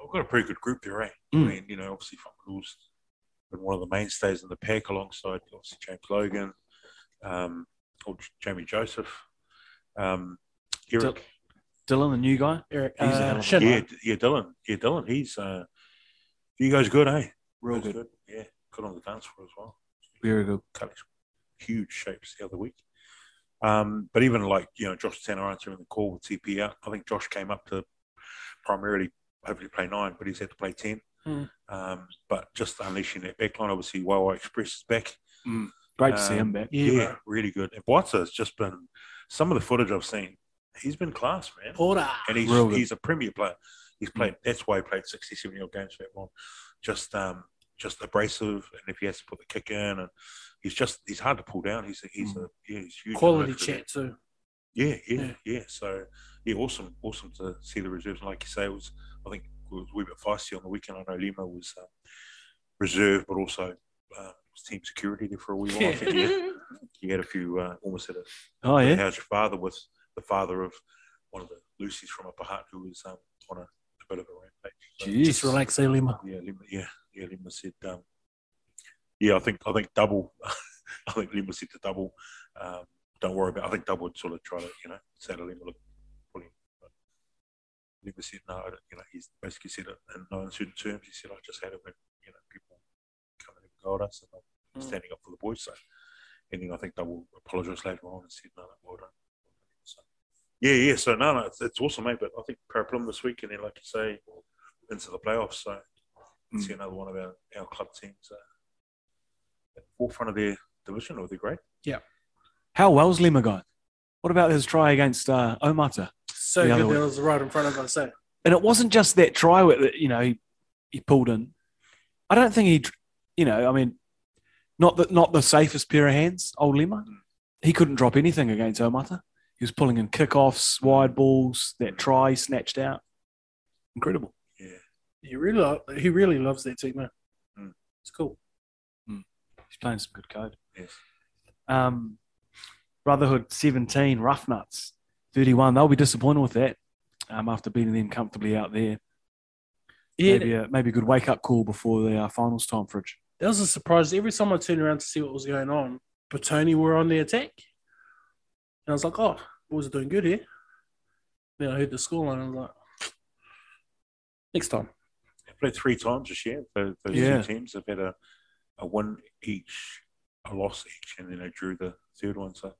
Speaker 10: We've got a pretty good group there, eh?
Speaker 7: Mm.
Speaker 10: I mean, you know, obviously Funkle's been one of the mainstays in the pack alongside obviously James Logan, um, or J- Jamie Joseph, um, Eric,
Speaker 7: Dylan, the new guy.
Speaker 8: Eric,
Speaker 7: He's a
Speaker 8: uh,
Speaker 7: hell of a
Speaker 8: Shin,
Speaker 10: yeah, D- yeah, Dylan, yeah, Dylan. He's uh, you guys good, eh?
Speaker 7: Real
Speaker 10: Guys
Speaker 7: good.
Speaker 10: yeah. Good on the dance floor as well.
Speaker 7: Very good.
Speaker 10: Cut his huge shapes the other week. Um, but even like you know, Josh Tanner answering the call with TP out. I think Josh came up to primarily hopefully play nine, but he's had to play ten.
Speaker 8: Hmm.
Speaker 10: Um, but just unleashing that back line, obviously, Wawa Express is back.
Speaker 7: Great to see
Speaker 10: Um,
Speaker 7: him back.
Speaker 8: Yeah,
Speaker 10: Yeah, really good. And Boitza has just been some of the footage I've seen. He's been class, man.
Speaker 8: Porter.
Speaker 10: And he's
Speaker 7: Real good.
Speaker 10: he's a premier player. He's played. That's why he played 67 year old games for that long. Just um, just abrasive, and if he has to put the kick in, and he's just he's hard to pull down. He's a, he's a yeah, he's huge.
Speaker 8: Quality
Speaker 10: for-
Speaker 8: chat too.
Speaker 10: Yeah, yeah, yeah,
Speaker 8: Yeah.
Speaker 10: So yeah, awesome, awesome to see the reserves. And like you say, it was I think it was a wee bit feisty on the weekend. I know Lima was um, reserve, but also uh, was team security there for a wee while. I think
Speaker 9: (laughs)
Speaker 10: he had, he had a few uh, almost had a
Speaker 7: Oh, yeah.
Speaker 10: How's your father was the father of one of the Lucy's from Upper Hutt who was um, on a, a bit of a rampage. So,
Speaker 7: Jeez.
Speaker 8: Just relax, eh, Lima.
Speaker 10: yeah, Lima, yeah, yeah. Lima said, um, yeah, I think I think double. (laughs) I think Lima said to double. Um, don't worry about. I think double would sort of try to you know say to Lima, look, pull him. But Lima said no. I don't, you know, he's basically said it in no uncertain terms. He said I just had it when you know people come in and gold us and I'm standing up for the boys. So, and then I think double apologised later on and said no, no, well done. So, yeah, yeah. So no, no, it's, it's awesome, mate. But I think Paraplum this week, and then like you say, into the playoffs. So see another one of our, our club teams uh, at the forefront of their division or their grade.
Speaker 7: How well's Lima going? What about his try against uh, Omata?
Speaker 8: So
Speaker 7: The
Speaker 8: good
Speaker 7: other
Speaker 8: that
Speaker 7: one.
Speaker 8: it was right in front of us. Eh?
Speaker 7: And it wasn't just that try where, that, you know, he, he pulled in. I don't think he, you know, I mean, not the, not the safest pair of hands, old Lima. He couldn't drop anything against Omata. He was pulling in kickoffs, wide balls, that try he snatched out. Incredible.
Speaker 8: He really, lo- he really loves that team, man.
Speaker 7: Hmm.
Speaker 10: Mm.
Speaker 8: It's cool.
Speaker 7: He's playing some good code.
Speaker 10: Yes.
Speaker 7: Um, Brotherhood 17, Roughnuts 31. They'll be disappointed with that um, after beating them comfortably out there.
Speaker 8: Yeah,
Speaker 7: Maybe, a, maybe a good wake up call before the uh, finals time, Fridge.
Speaker 8: that was a surprise. Every time I turned around to see what was going on, Batoni were on the attack. And I was like, oh, boys are doing good here. Then I heard the scoreline and I was like, next time.
Speaker 10: They played three times this year. Those, those
Speaker 7: Yeah.
Speaker 10: two teams have had a, a win each, a loss each, and then they drew the third one. So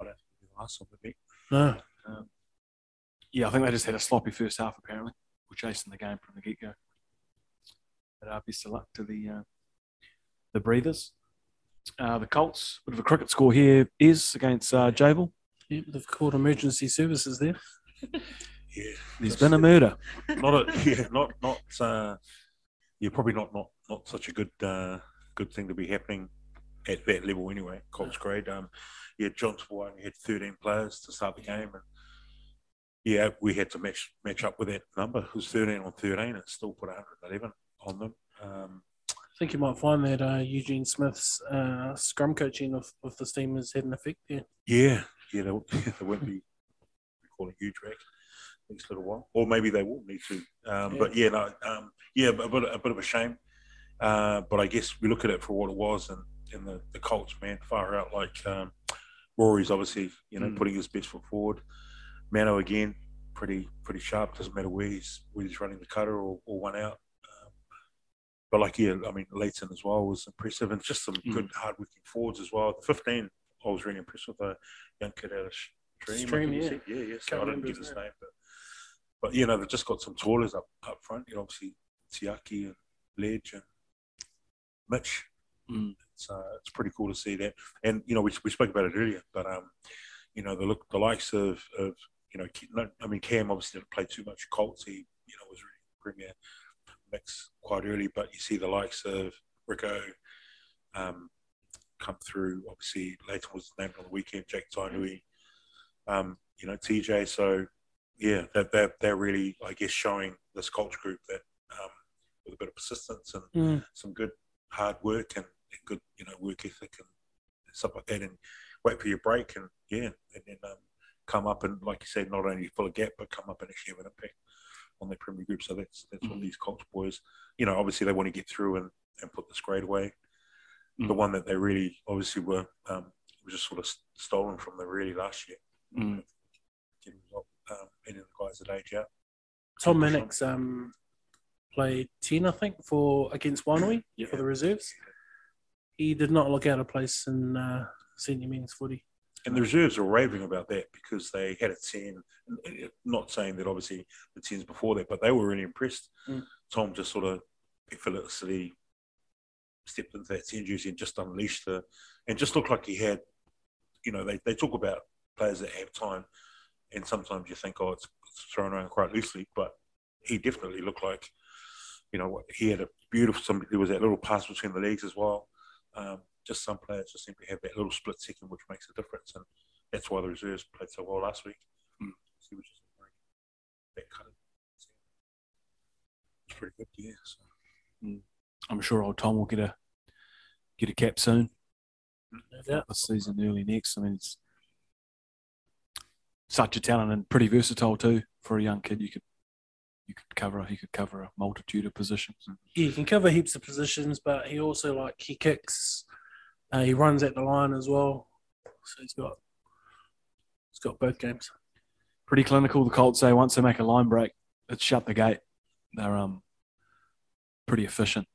Speaker 10: I don't think they last on the beat.
Speaker 8: No.
Speaker 7: Yeah, I think they just had a sloppy first half, apparently. We're chasing the game from the get go. But uh, best of luck to the uh, the breathers. Uh, the Colts, bit of a cricket score here is against uh, Jable.
Speaker 8: Yep, they've called emergency services there.
Speaker 10: Yeah.
Speaker 7: There's been a murder.
Speaker 10: Not a yeah, not not uh yeah, probably not not not such a good uh good thing to be happening at that level anyway, Cox grade. Um yeah, Johnsville only had thirteen players to start the game and yeah, we had to match match up with that number. It was thirteen on thirteen, it still put hundred and eleven on them. Um
Speaker 8: I think you might find that uh, Eugene Smith's uh, scrum coaching of, of this team has had an effect there.
Speaker 10: yeah, yeah, they, (laughs) won't- they won't be we call it huge rack next little while. Or maybe they will need to. Um,
Speaker 8: Yeah.
Speaker 10: But yeah, no, um, yeah, but a bit, a bit of a shame. Uh, but I guess we look at it for what it was, and, and the, the Colts, man, far out. Like um, Rory's obviously, you know,
Speaker 7: Mm.
Speaker 10: putting his best foot forward. Mano again, pretty pretty sharp. Doesn't matter where he's where he's running the cutter or, or one out. Um, but like yeah, I mean Leighton as well was impressive, and just some
Speaker 7: Mm.
Speaker 10: good hard working forwards as well. Fifteen, I was really impressed with a young kid out of Stream. I
Speaker 8: Stream,
Speaker 10: think he
Speaker 8: yeah.
Speaker 10: said. yeah, yeah. So
Speaker 8: Can't
Speaker 10: I didn't
Speaker 8: remember
Speaker 10: get
Speaker 8: his
Speaker 10: his name, but but you know they've just got some tallers up up front. You know, obviously Tiaki and Ledge and Mitch.
Speaker 7: Mm.
Speaker 10: It's uh, it's pretty cool to see that. And you know, we, we spoke about it earlier, but um, you know, the look the likes of of you know, Ke- no, I mean Cam obviously didn't play too much Colts. He you know was really bringing a mix quite early, but you see the likes of Rico. Um, come through obviously later was named on the weekend Jack Tainui um, you know, TJ. So, yeah, they're, they're, they're really, I guess, showing this culture group that um, with a bit of persistence and
Speaker 8: Mm.
Speaker 10: some good hard work and, and good, you know, work ethic and stuff like that, and wait for your break and, yeah, and then um, come up and, like you said, not only fill a gap, but come up and actually have an impact on their Premier group. So that's that's what
Speaker 7: Mhm.
Speaker 10: these Colts boys, you know, obviously they want to get through and, and put this grade away. The
Speaker 7: Mhm.
Speaker 10: one that they really obviously were um, was just sort of s- stolen from them really last year
Speaker 7: Mm.
Speaker 10: get a result. Um, any of the guys at age out.
Speaker 8: Tom Mannix um, played 10, I think, for against Wanui
Speaker 7: Yeah.
Speaker 8: for the reserves. He did not look out of place in uh, senior men's footy.
Speaker 10: And the reserves are raving about that because they had a 10. Not saying that obviously the 10s before that, but they were really impressed.
Speaker 8: Mm.
Speaker 10: Tom just sort of effortlessly stepped into that 10 jersey and just unleashed the, and just looked like he had, you know, they, they talk about players that have time and sometimes you think, oh, it's, it's thrown around quite loosely, but he definitely looked like, you know, he had a beautiful. Somebody, there was that little pass between the legs as well. Um, just some players just seem to have that little split second, which makes a difference, and that's why the reserves played so well last week.
Speaker 7: Mm.
Speaker 10: See, which is very- that kind of it's pretty good, yeah. So.
Speaker 7: I'm sure old Tom will get a get a cap soon.
Speaker 8: Yeah.
Speaker 7: This season, early next. I mean, it's such a talent and pretty versatile too for a young kid. You could you could cover he could cover a multitude of positions.
Speaker 8: Yeah, he can cover heaps of positions, but he also like he kicks, uh, he runs at the line as well. So he's got he's got both games.
Speaker 7: pretty clinical. The Colts say once they make a line break, it's shut the gate. They're um pretty efficient,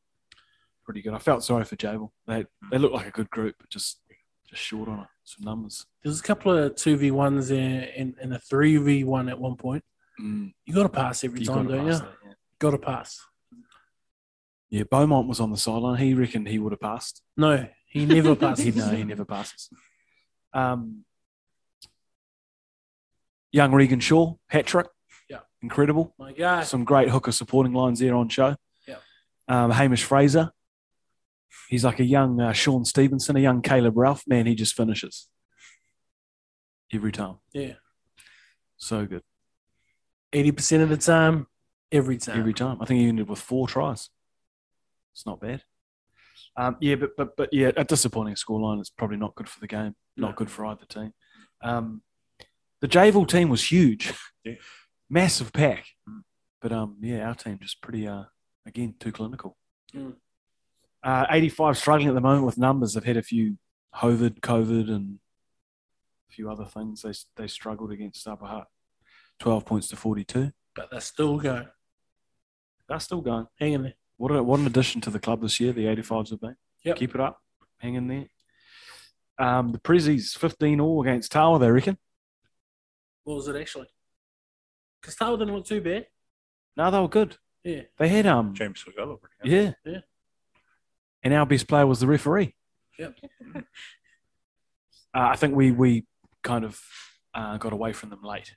Speaker 7: pretty good. I felt sorry for Jable. They they look like a good group, but just just short on it. Some numbers.
Speaker 8: There's a couple of two v ones there and, and a three v one at one point. You got to pass every
Speaker 7: You
Speaker 8: time,
Speaker 7: gotta
Speaker 8: don't
Speaker 7: pass
Speaker 8: you?
Speaker 7: that, yeah.
Speaker 8: Got to pass.
Speaker 7: Yeah, Beaumont was on the sideline. He reckoned he would have passed.
Speaker 8: No, he
Speaker 7: (laughs)
Speaker 8: never passes.
Speaker 7: he no, he never passes. Um, young Regan Shaw hat trick.
Speaker 8: Yeah.
Speaker 7: incredible.
Speaker 8: My God,
Speaker 7: some great hooker supporting lines there on show.
Speaker 8: Yeah.
Speaker 7: Um, Hamish Fraser. He's like a young uh, Sean Stevenson, a young Caleb Ralph. Man, he just finishes every time.
Speaker 8: yeah,
Speaker 7: So good.
Speaker 8: eighty percent of the time, every time.
Speaker 7: Every time. I think he ended with four tries. It's not bad. Um, yeah, but, but but yeah, a disappointing scoreline. It's probably not good for the game. Not good for either team. Um, the Javel team was huge,
Speaker 10: Yeah.
Speaker 7: (laughs) massive pack. But um, yeah, our team just pretty uh, again too clinical.
Speaker 8: Mm.
Speaker 7: Uh, 85 struggling at the moment with numbers. They've had a few Hovid, COVID, and a few other things. They they struggled against Upper Hutt. 12 points to 42.
Speaker 8: but they still go.
Speaker 7: They're still going.
Speaker 8: Hang in there.
Speaker 7: What, a, what an addition to the club this year, the 85s have been.
Speaker 8: Yep.
Speaker 7: Keep it up. Hang in there. Um, the Prezzies, 15 all against Tower, they reckon.
Speaker 8: What was it actually? Because Tower didn't look too bad.
Speaker 7: No, they were good.
Speaker 8: Yeah.
Speaker 7: They had, um,
Speaker 10: James Sogala,
Speaker 7: yeah.
Speaker 8: Yeah.
Speaker 7: And our best player was the referee.
Speaker 8: Yep.
Speaker 7: Uh, I think we, we kind of uh, got away from them late.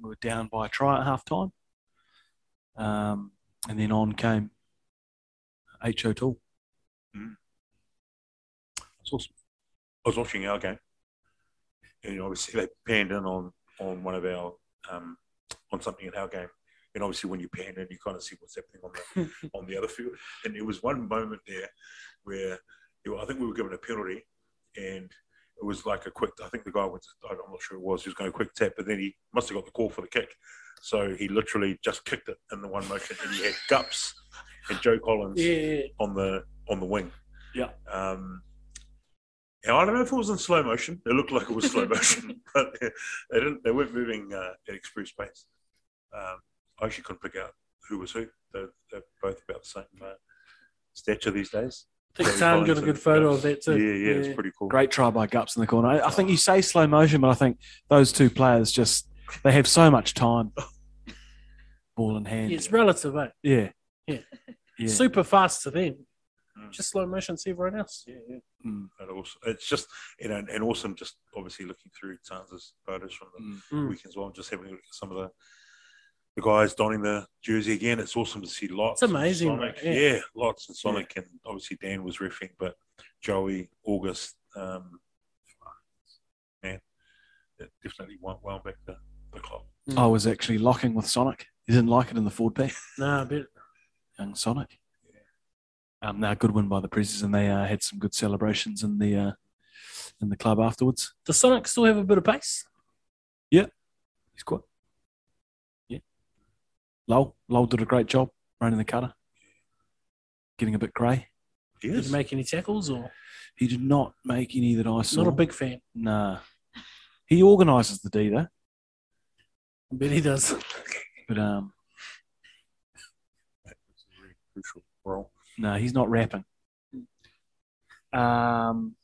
Speaker 7: We were down by a try at half time. Um, and then on came H. O'Toole.
Speaker 10: It's awesome. I was watching our game, and obviously they panned in on on one of our um, on something in our game, and obviously when you pan in, you kind of see what's happening on the on the other field. And there was one moment there where you know, I think we were given a penalty, and it was like a quick. I think the guy was I'm not sure it was. He was going to quick tap, but then he must have got the call for the kick. So he literally just kicked it in the one motion, and he had Gups and Joe Collins
Speaker 8: Yeah.
Speaker 10: on the on the wing.
Speaker 7: Yeah.
Speaker 10: Um, and I don't know if it was in slow motion. It looked like it
Speaker 8: (laughs)
Speaker 10: was slow motion, (laughs) but they didn't. They weren't moving uh, at express pace. Um, I actually couldn't pick out who was who. They're, they're both about the same uh, stature these days.
Speaker 8: I think
Speaker 10: Joe
Speaker 8: Sam got
Speaker 10: Collins
Speaker 8: a good
Speaker 10: and
Speaker 8: photo
Speaker 10: Gups.
Speaker 8: of that
Speaker 10: Yeah,
Speaker 8: too.
Speaker 10: yeah, it's pretty cool.
Speaker 7: Great try by Gups in the corner. I, I think you say slow motion, but I think those two players just they have so much time, ball in hand.
Speaker 8: It's relative, eh?
Speaker 7: Yeah,
Speaker 8: Yeah.
Speaker 7: yeah.
Speaker 8: Super fast to them.
Speaker 10: Mm.
Speaker 8: Just slow motion to everyone else.
Speaker 10: Yeah, yeah.
Speaker 7: Mm.
Speaker 10: And also, it's just you know, and awesome. Just obviously looking through Tanza's photos from the
Speaker 8: Mm.
Speaker 10: week as well. Just having a look at some of the the guys donning the jersey again. It's awesome to see lots.
Speaker 8: It's amazing,
Speaker 10: and Sonic.
Speaker 8: right? Yeah.
Speaker 10: Yeah. lots and Sonic, and obviously Dan was riffing, but Joey, August, um, man, it definitely went well back the, the clock.
Speaker 7: I was actually locking with Sonic. He didn't like it in the Ford pack. (laughs)
Speaker 8: Nah, but
Speaker 7: Young Sonic. Um, now good win by the Prezies, and they uh, had some good celebrations in the uh, in the club afterwards.
Speaker 8: the Sonics still have a bit of pace.
Speaker 7: He's quite. Yeah. Lowell. Lowell did a great job running the cutter. Getting a bit grey.
Speaker 8: Did
Speaker 10: Yes,
Speaker 8: you make any tackles or
Speaker 7: He did not make any that I saw.
Speaker 8: not a big fan?
Speaker 7: Nah. He organises the D though,
Speaker 8: I bet he does. (laughs)
Speaker 7: but um,
Speaker 10: Really crucial role.
Speaker 7: no, he's not rapping. Um,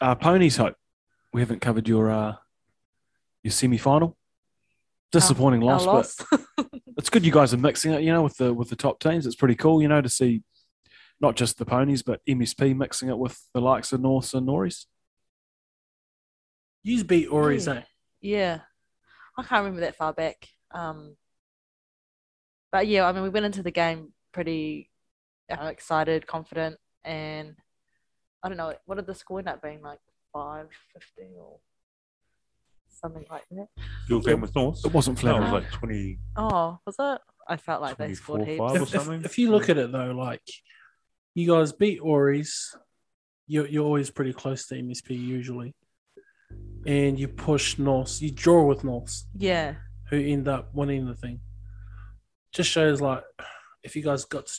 Speaker 7: uh, Ponies Hope. We haven't covered your uh, your semi final. Disappointing
Speaker 9: Our
Speaker 7: loss, but
Speaker 9: loss.
Speaker 7: it's good you guys are mixing it, you know, with the with the top teams. It's pretty cool, you know, to see not just the ponies but MSP mixing it with the likes of Norse and Norris.
Speaker 8: You beat Ori's, eh?
Speaker 9: yeah, I can't remember that far back. Um, but yeah, I mean, we went into the game pretty uh, excited, confident, and I don't know what did the score end up being like five fifty or something like that.
Speaker 10: Your game with North.
Speaker 7: It wasn't
Speaker 10: No, it
Speaker 7: flattering.
Speaker 10: was like 20,
Speaker 9: Oh, was it? I felt like they scored
Speaker 10: 24,
Speaker 9: heaps.
Speaker 10: 5 or
Speaker 8: If,
Speaker 10: something.
Speaker 8: if, if you look at it though, like you guys beat Ori's, you're, you're always pretty close to MSP usually, and you push Norse. You draw with Norse.
Speaker 9: Yeah,
Speaker 8: who end up winning the thing. Just shows like if you guys got to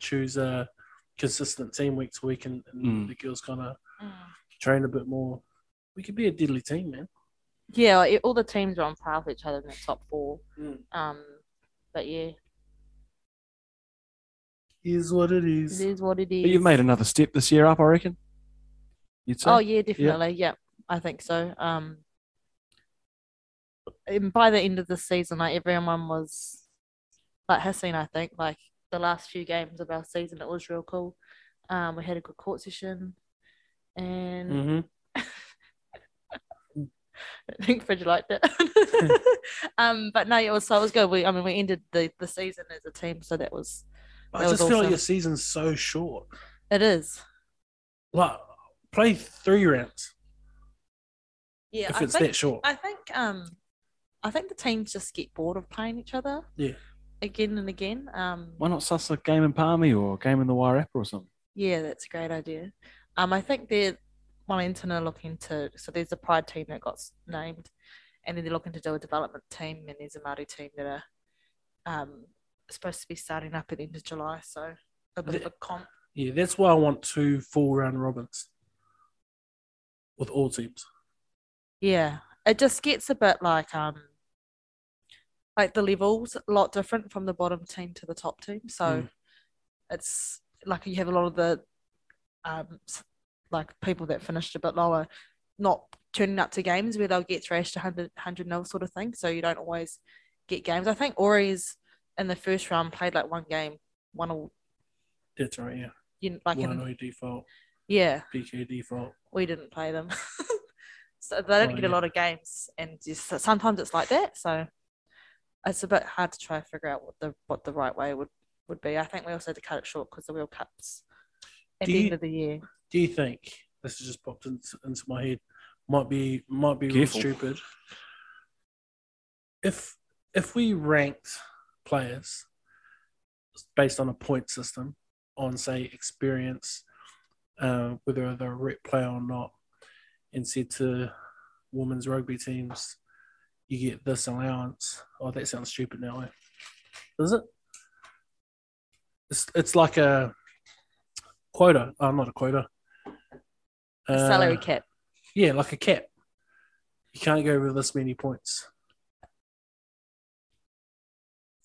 Speaker 8: choose a consistent team week to week and, and
Speaker 7: Mm.
Speaker 8: the girls kind of train a bit more, we could be a deadly team, man.
Speaker 9: yeah. like, all the teams are on par with each other in the top four.
Speaker 8: Mm.
Speaker 9: Um, but yeah,
Speaker 8: Is what it
Speaker 9: it
Speaker 8: is.
Speaker 9: is what it is.
Speaker 7: But you've made another step this year up, I reckon. You'd say.
Speaker 9: Oh yeah, definitely. Yeah, I think so. Um, and by the end of the season, like everyone was like hissing. I think like the last few games of our season, it was real cool. Um, we had a good court session, and
Speaker 8: Mm-hmm.
Speaker 9: (laughs) I think Fridge
Speaker 8: (laughs)
Speaker 9: liked it. (laughs) um, but no, it was so it was good. We, I mean, we ended the the season as a team, so that was
Speaker 8: I
Speaker 9: That
Speaker 8: just
Speaker 9: was
Speaker 8: feel like
Speaker 9: awesome.
Speaker 8: your season's so short.
Speaker 9: it is.
Speaker 8: Like play three rounds
Speaker 9: Yeah,
Speaker 8: if
Speaker 9: I
Speaker 8: it's
Speaker 9: think
Speaker 8: that short.
Speaker 9: I think um, I think the teams just get bored of playing each other.
Speaker 8: Yeah.
Speaker 9: Again and again. Um,
Speaker 7: Why not suss a game in Palmy or a game in the Wairarapa or something?
Speaker 9: Yeah, that's a great idea. Um, I think they're wanting to look into. So there's a pride team that got s- named, and then they're looking to do a development team, and there's a Māori team that are um, supposed to be starting up at the end of July. So a bit of a comp.
Speaker 8: yeah, that's why I want two full round robins with all teams.
Speaker 9: Yeah, it just gets a bit like um, like the levels a lot different from the bottom team to the top team. So
Speaker 8: Mm.
Speaker 9: it's like you have a lot of the um, s- like people that finished a bit lower not turning up to games where they'll get thrashed 100 100 nil sort of thing. So you don't always get games. I think Ori's in the first round played like one game, one all.
Speaker 8: That's right, yeah.
Speaker 9: You know, like
Speaker 8: One E
Speaker 9: in,
Speaker 8: no default,
Speaker 9: yeah,
Speaker 8: PK default.
Speaker 9: we didn't play them. (laughs) So they don't
Speaker 8: Oh,
Speaker 9: get a
Speaker 8: yeah.
Speaker 9: lot of games, and just, sometimes it's like that. So it's a bit hard to try to figure out what the what the right way would would be. I think we also had to cut it short because the World Cup's at
Speaker 8: Do
Speaker 9: the
Speaker 8: you-
Speaker 9: end of the year.
Speaker 8: do you think this has just popped into, into my head? Might be might be real
Speaker 7: Careful.
Speaker 8: stupid. If if we ranked players based on a point system, on say experience, uh, whether they're a rep player or not, and said to women's rugby teams, you get this allowance. Oh, that sounds stupid now, eh? Does it? It's, it's like a quota. Oh, not a quota.
Speaker 9: The
Speaker 8: Uh,
Speaker 9: salary cap.
Speaker 8: Yeah, like a cap. You can't go over this many points.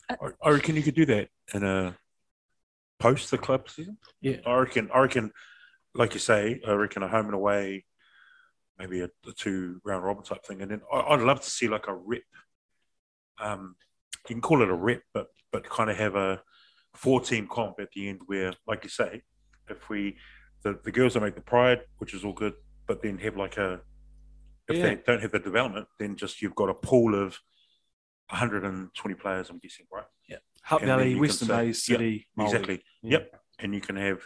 Speaker 10: I, I reckon you could do that in a post the club season.
Speaker 8: Yeah.
Speaker 10: I reckon. I reckon, like you say, I reckon a home and away, maybe a, a two round robin type thing, and then I, I'd love to see like a rep. Um, you can call it a rep, but but kind of have a four team comp at the end where, like you say, if we the, the girls that make the pride, which is all good, but then have like a if
Speaker 7: Yeah.
Speaker 10: they don't have the development, then just you've got a pool of 120 players. I'm guessing, right?
Speaker 7: Hutt
Speaker 10: And then you
Speaker 7: Valley,
Speaker 10: can
Speaker 7: Western
Speaker 10: say-
Speaker 7: Bay,
Speaker 10: yeah,
Speaker 7: City, Māori.
Speaker 10: Exactly.
Speaker 7: Yeah.
Speaker 10: Yep. And you can have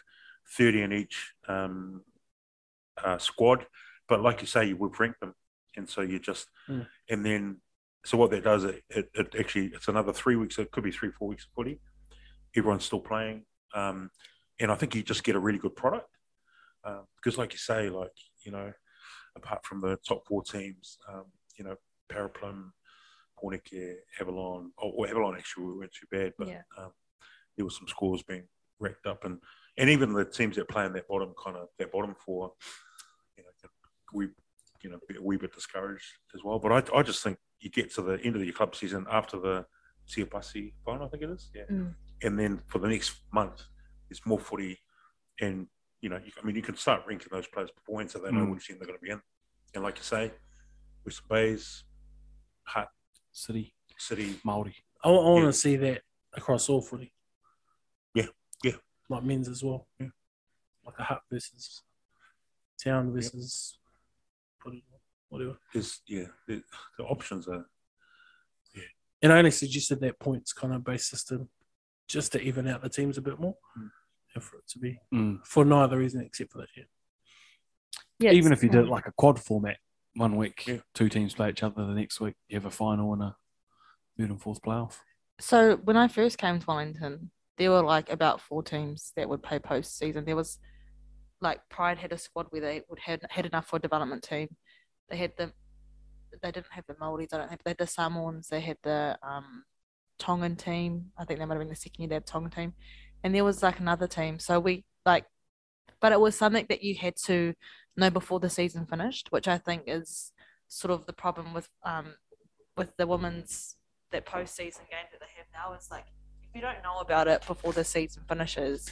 Speaker 10: 30 in each um, uh, squad. But like you say, you would rank them. And so you just,
Speaker 8: Mm.
Speaker 10: and then, so what that does, it, it, it actually, it's another three weeks, it could be three, four weeks of footy. Everyone's still playing. Um, and I think you just get a really good product. Um, because, like you say, like, you know, apart from the top four teams, um, you know, Paraplum, Hornicare, Avalon, oh, well, Avalon actually weren't too bad, but
Speaker 9: Yeah.
Speaker 10: um, there were some scores being racked up, and and even the teams that play in that bottom kind of that bottom four, you know, can- we you know be a wee bit discouraged as well. But I, I just think you get to the end of your club season after the Siapasi final, I think it is, yeah,
Speaker 9: Mm.
Speaker 10: and then for the next month, it's more footy, and you know, you, I mean, you can start ranking those players beforehand so they know
Speaker 7: Mm.
Speaker 10: which team they're going to be in, and like you say, Western Bays, Hut
Speaker 7: City,
Speaker 10: City,
Speaker 7: Maori.
Speaker 8: I, want
Speaker 10: Yeah.
Speaker 8: to see that across all footy.
Speaker 10: Yeah, yeah.
Speaker 8: Like men's as well.
Speaker 10: Yeah.
Speaker 8: Like a hut versus town versus whatever.
Speaker 10: there's yeah, the, the options are.
Speaker 8: And I only suggested that points kind of based system just to even out the teams a bit more and for it to be
Speaker 7: Mm.
Speaker 8: for no other reason except for that. Yeah.
Speaker 9: Yeah,
Speaker 7: Even
Speaker 9: it's-
Speaker 7: if you did it like a quad format, one week,
Speaker 10: Yeah.
Speaker 7: two teams play each other, the next week you have a final and a third and fourth playoff.
Speaker 9: So when I first came to Wellington, there were like about four teams that would play postseason. There was like Pride had a squad where they would had had enough for a development team. They had the they didn't have the Maoris, I don't have they had the Samoans, they had the um Tongan team. I think they might have been the second year they had Tongan team. And there was like another team. So we like but it was something that you had to know before the season finished, which I think is sort of the problem with um with the women's that postseason game that they have now is like if you don't know about it before the season finishes,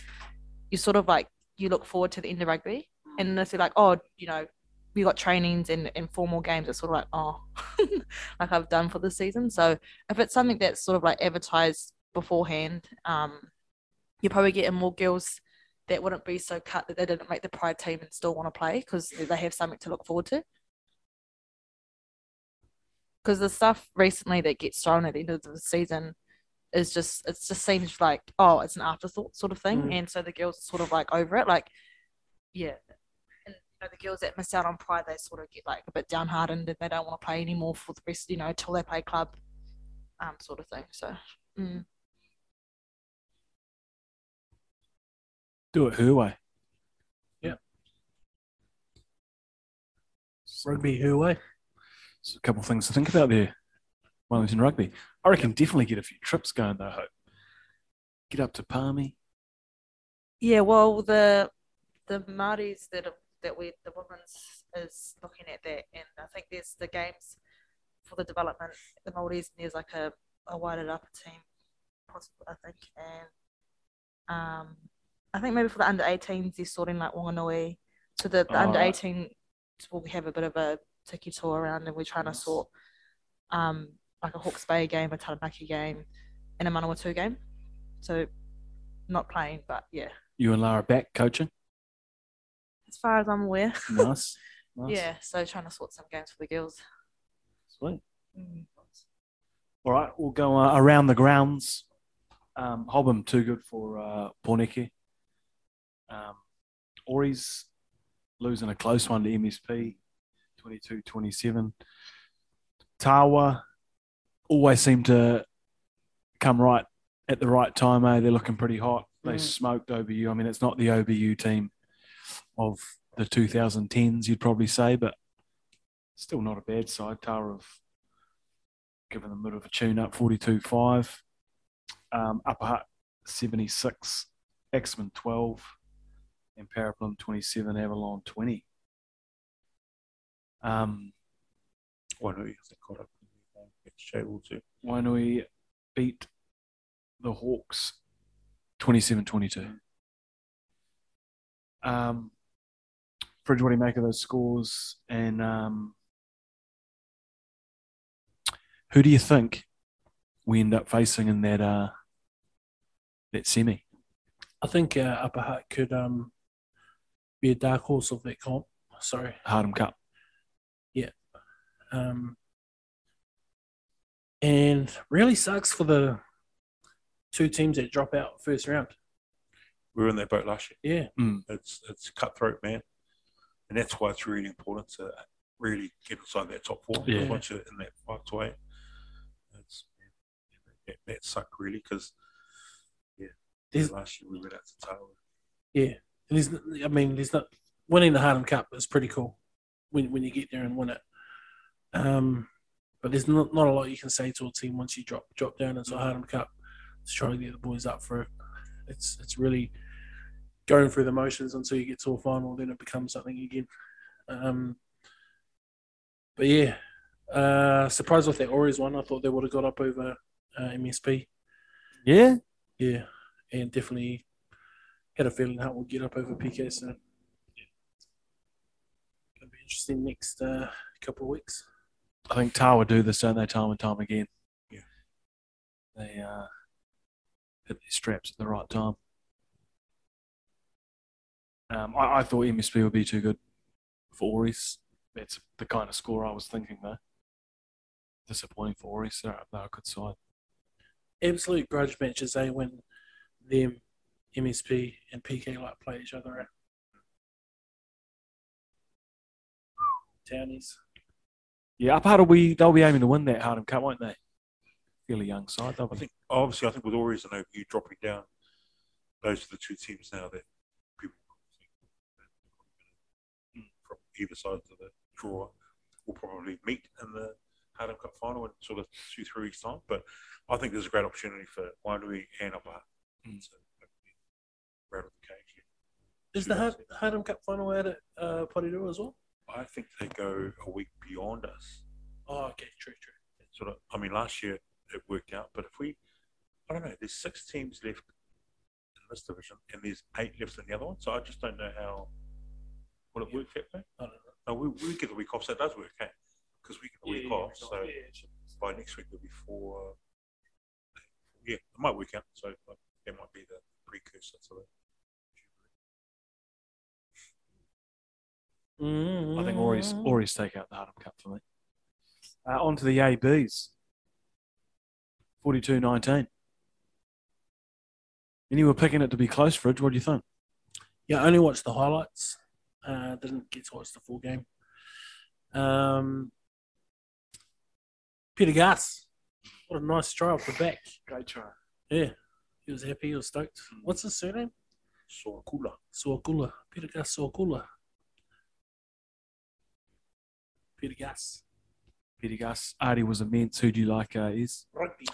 Speaker 9: you sort of like you look forward to the end of rugby, and if you're like, oh, you know, we got trainings and, and formal games, it's sort of like, oh, (laughs) like I've done for the season. So if it's something that's sort of like advertised beforehand, um, you're probably getting more girls that wouldn't be so cut that they didn't make the pride team and still want to play because they have something to look forward to because the stuff recently that gets thrown at the end of the season is just it just seems like oh it's an afterthought sort of thing
Speaker 8: Mm.
Speaker 9: and so the girls are sort of like over it like yeah and you know, the girls that miss out on pride they sort of get like a bit downhearted and they don't want to play anymore for the rest you know till they play club um sort of thing so mm.
Speaker 7: Do it her way.
Speaker 8: Rugby who way?
Speaker 7: There's a couple of things to think about there. Wellington Rugby. I reckon definitely get a few trips going though, Hope. Get up to Palmy.
Speaker 9: Yeah, well, the the Māoris that are- that we the women's is looking at that, and I think there's the games for the development the Māoris, and there's like a a wider upper team, possible I think, and um, I think maybe for the under 18s they're sorting like Whanganui, so the, the
Speaker 7: Oh,
Speaker 9: under
Speaker 7: right.
Speaker 9: 18 will have a bit of a tiki tour around, and we're trying to
Speaker 7: Nice.
Speaker 9: sort um like a Hawke's Bay game, a Taranaki game, and a Manawatu game, so not playing, but yeah
Speaker 10: (laughs)
Speaker 7: You and Lara back coaching.
Speaker 9: as far as I'm aware.
Speaker 7: Nice. Nice.
Speaker 9: Yeah, so trying to sort some games for the girls.
Speaker 7: Sweet.
Speaker 9: Mm.
Speaker 7: All right, we'll go uh, around the grounds. Um, Hobham, too good for uh, Porneke. Um, Ori's losing a close one to MSP, 22 27. Tawa always seem to come right at the right time. Eh? They're looking pretty hot. They
Speaker 9: Mm.
Speaker 7: smoked OBU. I mean, it's not the OBU team of the 2010s, you'd probably say, but still not a bad side. Tawa of given them a bit of a tune up 42 5. Um, Upper Hutt 76, Axman 12, and Paraplum 27, Avalon 20. Um,
Speaker 10: One who they got up. It's Shable too.
Speaker 7: Wainui beat the Hawks 27 22. Um, Fridge, what do you make of those scores? And um, who do you think we end up facing in that uh, that semi?
Speaker 8: I think uh, Upper Hutt could um, be a dark horse of that comp. Sorry.
Speaker 7: Hardham Cup?
Speaker 8: Um, and really sucks for the two teams that drop out first round.
Speaker 10: We were in that boat last year.
Speaker 8: Yeah.
Speaker 7: Mm.
Speaker 10: It's it's cutthroat, man, and that's why it's really important to really get inside that top four. 'cause
Speaker 7: Yeah.
Speaker 10: Once you're in that five to eight, that's that, that sucked really because yeah,
Speaker 8: There's-
Speaker 10: last year we went out to Taylor.
Speaker 8: There's, I mean, there's not winning the Harlem Cup is pretty cool when when you get there and win it. Um, but there's not, not a lot you can say to a team once you drop drop down into a Harlem Cup to try and get the boys up for it. It's it's really going through the motions until you get to a final, then it becomes something again. Um, but yeah, uh, surprised with that Orioles one. I thought they would have got up over uh, MSP.
Speaker 7: Yeah.
Speaker 8: Yeah, and definitely had a feeling that will get up over PK. So it'll be interesting next uh, couple of weeks.
Speaker 7: I think Tawa do this, don't they, time and time again?
Speaker 10: Yeah.
Speaker 7: They uh, hit their straps at the right time. Um, I, I thought MSP would be too good for Oris. That's the kind of score I was thinking, though. Disappointing for Oris. They're, they're a good side.
Speaker 8: Absolute grudge matches. They when them MSP and PK like play each other out. Townies.
Speaker 7: Yeah, Upper will be, they'll be aiming to win that Hardham Cup, won't they? Fairly young side, they'll
Speaker 10: I
Speaker 7: be.
Speaker 10: think obviously I think with Orioles and OBU dropping down, those are the two teams now that people think from either side of the draw will probably meet in the Hardham Cup final in sort of two three weeks time. But I think there's a great opportunity for Wainui and Upper
Speaker 7: Mm.
Speaker 10: to hopefully rattle the cage.
Speaker 8: Is the Har- Hardham Cup final out at uh, Porirua as well?
Speaker 10: I think they go a week beyond us.
Speaker 8: Oh, okay, true, true.
Speaker 10: Sort of, I mean, last year it worked out, but if we, I don't know, there's six teams left in this division, and there's eight left in the other one. So I just don't know how. Will it work that way?
Speaker 8: I don't know.
Speaker 10: No, we, we get the week off, so it does work, hey? Because we get the week off, so
Speaker 8: yeah, sure.
Speaker 10: by next week there'll be four. Yeah, it might work out. So like, that might be the precursor to that.
Speaker 7: I think Ori's,
Speaker 8: Mm.
Speaker 7: Ori's take out the Hardham Cup for me. Uh, on to the ABs. 42 19. And you were picking it to be close, Fridge. What do you think?
Speaker 8: Yeah, I only watched the highlights. Uh, didn't get to watch the full game. Um, Peter Gas, what a nice try off the back.
Speaker 7: Great try. Hmm.
Speaker 8: Yeah, he was happy. He was stoked. What's his surname?
Speaker 10: So cooler.
Speaker 8: Suakula. Peter Gas Suakula. Peter Gas.
Speaker 7: Peter Gus. Artie was immense. Who do you like uh, is?
Speaker 10: rugby.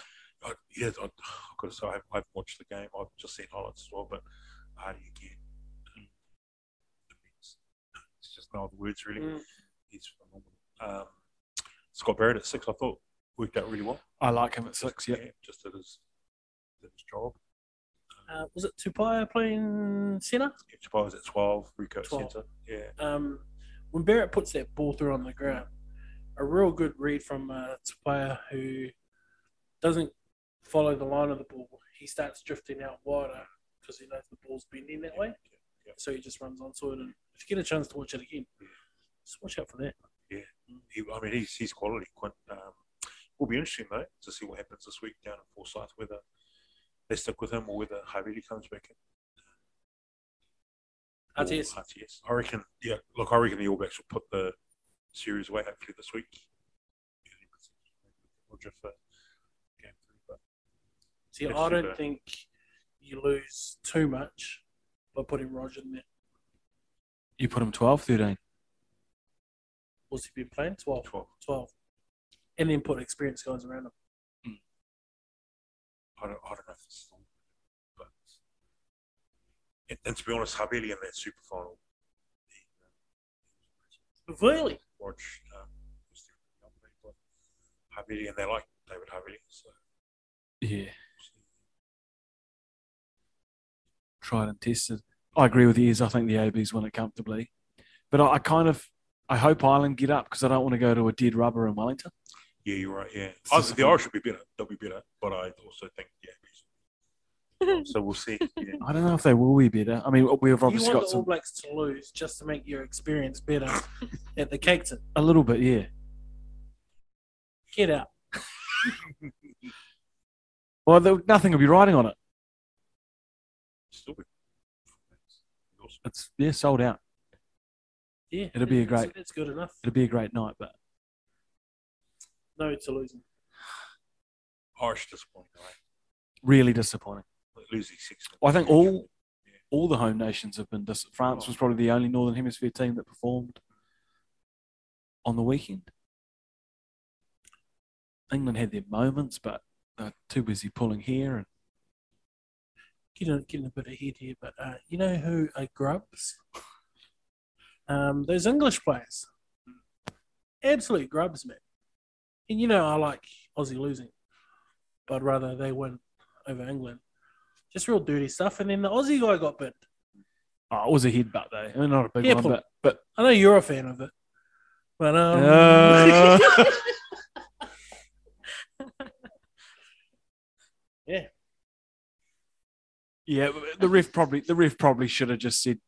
Speaker 10: I, yeah, I, I've got to say, I've, I've watched the game. I've just seen highlights as well, but uh, Hardy again. It's, um, it's just no other words, really.
Speaker 7: Hmm.
Speaker 8: Mm.
Speaker 10: He's phenomenal. Um, Scott Barrett at six, I thought, worked out really well.
Speaker 7: I like him at six, yeah.
Speaker 10: just did his, did his job.
Speaker 8: Uh, was it Tupaya playing centre?
Speaker 10: If Chapai was at 12, Rico at
Speaker 8: 12.
Speaker 10: centre. Yeah.
Speaker 8: um, when Barrett puts that ball through on the ground, a real good read from uh, Tapia who doesn't follow the line of the ball. He starts drifting out wider because he knows the ball's bending that way.
Speaker 10: Yeah.
Speaker 8: So he just runs onto it. And if you get a chance to watch it again, So watch out for that.
Speaker 10: He, I mean, he's, he's quality. Quite, um, will be interesting though to see what happens this week down in Forsyth, whether they stick with him or whether Harvey comes back in. Or
Speaker 8: RTS.
Speaker 10: RTS. I reckon. Yeah, look, I reckon the All Blacks will put the series away hopefully this week. Or just for game three, but
Speaker 8: See,
Speaker 10: Let's
Speaker 8: I
Speaker 10: do
Speaker 8: don't
Speaker 10: that.
Speaker 8: think you lose too much by putting Roger in there.
Speaker 7: You put him 12, 13.
Speaker 8: What's he been playing? 12,
Speaker 10: 12.
Speaker 8: 12. And then put experienced guys around him.
Speaker 10: I don't, I don't know if it's still, but and, and to be honest, Haveli in that super final, he, uh,
Speaker 8: Really?
Speaker 10: Watch um, was the young man, but Haveli, and they like David Haveli, so
Speaker 7: Yeah. Tried and tested. I agree with yours. I think the ABs win it comfortably. But I, I kind of, I hope Ireland get up because I don't want to go to a dead rubber in Wellington.
Speaker 10: yeah, you're right. Yeah,
Speaker 7: It's
Speaker 10: I think the
Speaker 7: disappointing. Irish
Speaker 10: Irish would be better. They'll be better, but I also think yeah. So we'll see. Yeah.
Speaker 7: I don't know if they will be better. I mean, we've
Speaker 8: you
Speaker 7: obviously
Speaker 8: want
Speaker 7: got
Speaker 8: the All
Speaker 7: some,
Speaker 8: Blacks to lose just to make your experience better
Speaker 7: (laughs)
Speaker 8: at the Caketon.
Speaker 7: a little bit, yeah.
Speaker 8: Get out.
Speaker 7: Well, there, nothing will be riding on it.
Speaker 10: Still be. Awesome.
Speaker 7: It's yeah, sold out.
Speaker 8: Yeah,
Speaker 7: It'll be a
Speaker 8: that's-
Speaker 7: great-
Speaker 8: That's good enough.
Speaker 7: It'll be a great night, but
Speaker 8: No to losing.
Speaker 10: Irish disappointing, right?
Speaker 7: really disappointing.
Speaker 10: Losing six.
Speaker 7: Well, I think all all the home nations have been. Dis- France was probably the only Northern Hemisphere team that performed on the weekend. England had their moments, but they're too busy pulling hair. And
Speaker 8: Getting getting a bit ahead here, but uh, you know who are grubs? Um, those English players, absolute grubs, man. And you know I like Aussie losing, but I'd rather they win over England. Just real dirty stuff. And then the Aussie guy got bit.
Speaker 7: oh, it was a headbutt though. I mean, not a big
Speaker 8: Yeah,
Speaker 7: one,
Speaker 8: Paul.
Speaker 7: but but
Speaker 8: I know you're a fan of it, but um,
Speaker 7: Uh.
Speaker 8: (laughs) yeah,
Speaker 7: yeah, the ref probably the ref probably should have just said,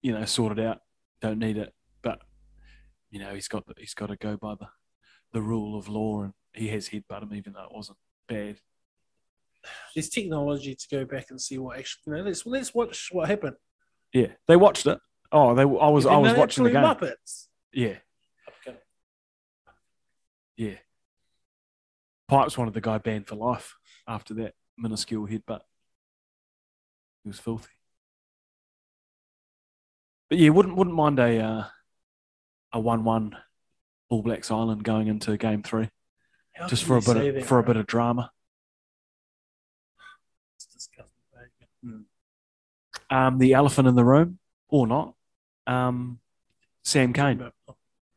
Speaker 7: you know, sort it out. Don't need it. But you know, he's got he's got to go by the the rule of law, and he has headbutt him, even though it wasn't bad.
Speaker 8: there's technology to go back and see what actually. You know, let's let's watch what happened.
Speaker 7: Yeah, they watched it. Oh, they. I was.
Speaker 8: And
Speaker 7: I
Speaker 8: then
Speaker 7: was
Speaker 8: they
Speaker 7: watching the game.
Speaker 8: actually Muppets.
Speaker 7: Yeah, yeah. Pipes wanted the guy banned for life after that minuscule headbutt. He was filthy. But yeah, wouldn't wouldn't mind a uh, a one-one All Blacks Island going into Game Three,
Speaker 8: How
Speaker 7: just
Speaker 8: can
Speaker 7: for a
Speaker 8: you say
Speaker 7: bit of,
Speaker 8: that,
Speaker 7: for a
Speaker 8: bro?
Speaker 7: bit of drama.
Speaker 8: It's disgusting, mate.
Speaker 7: Um, the elephant in the room, or not? Um, Sam Kane.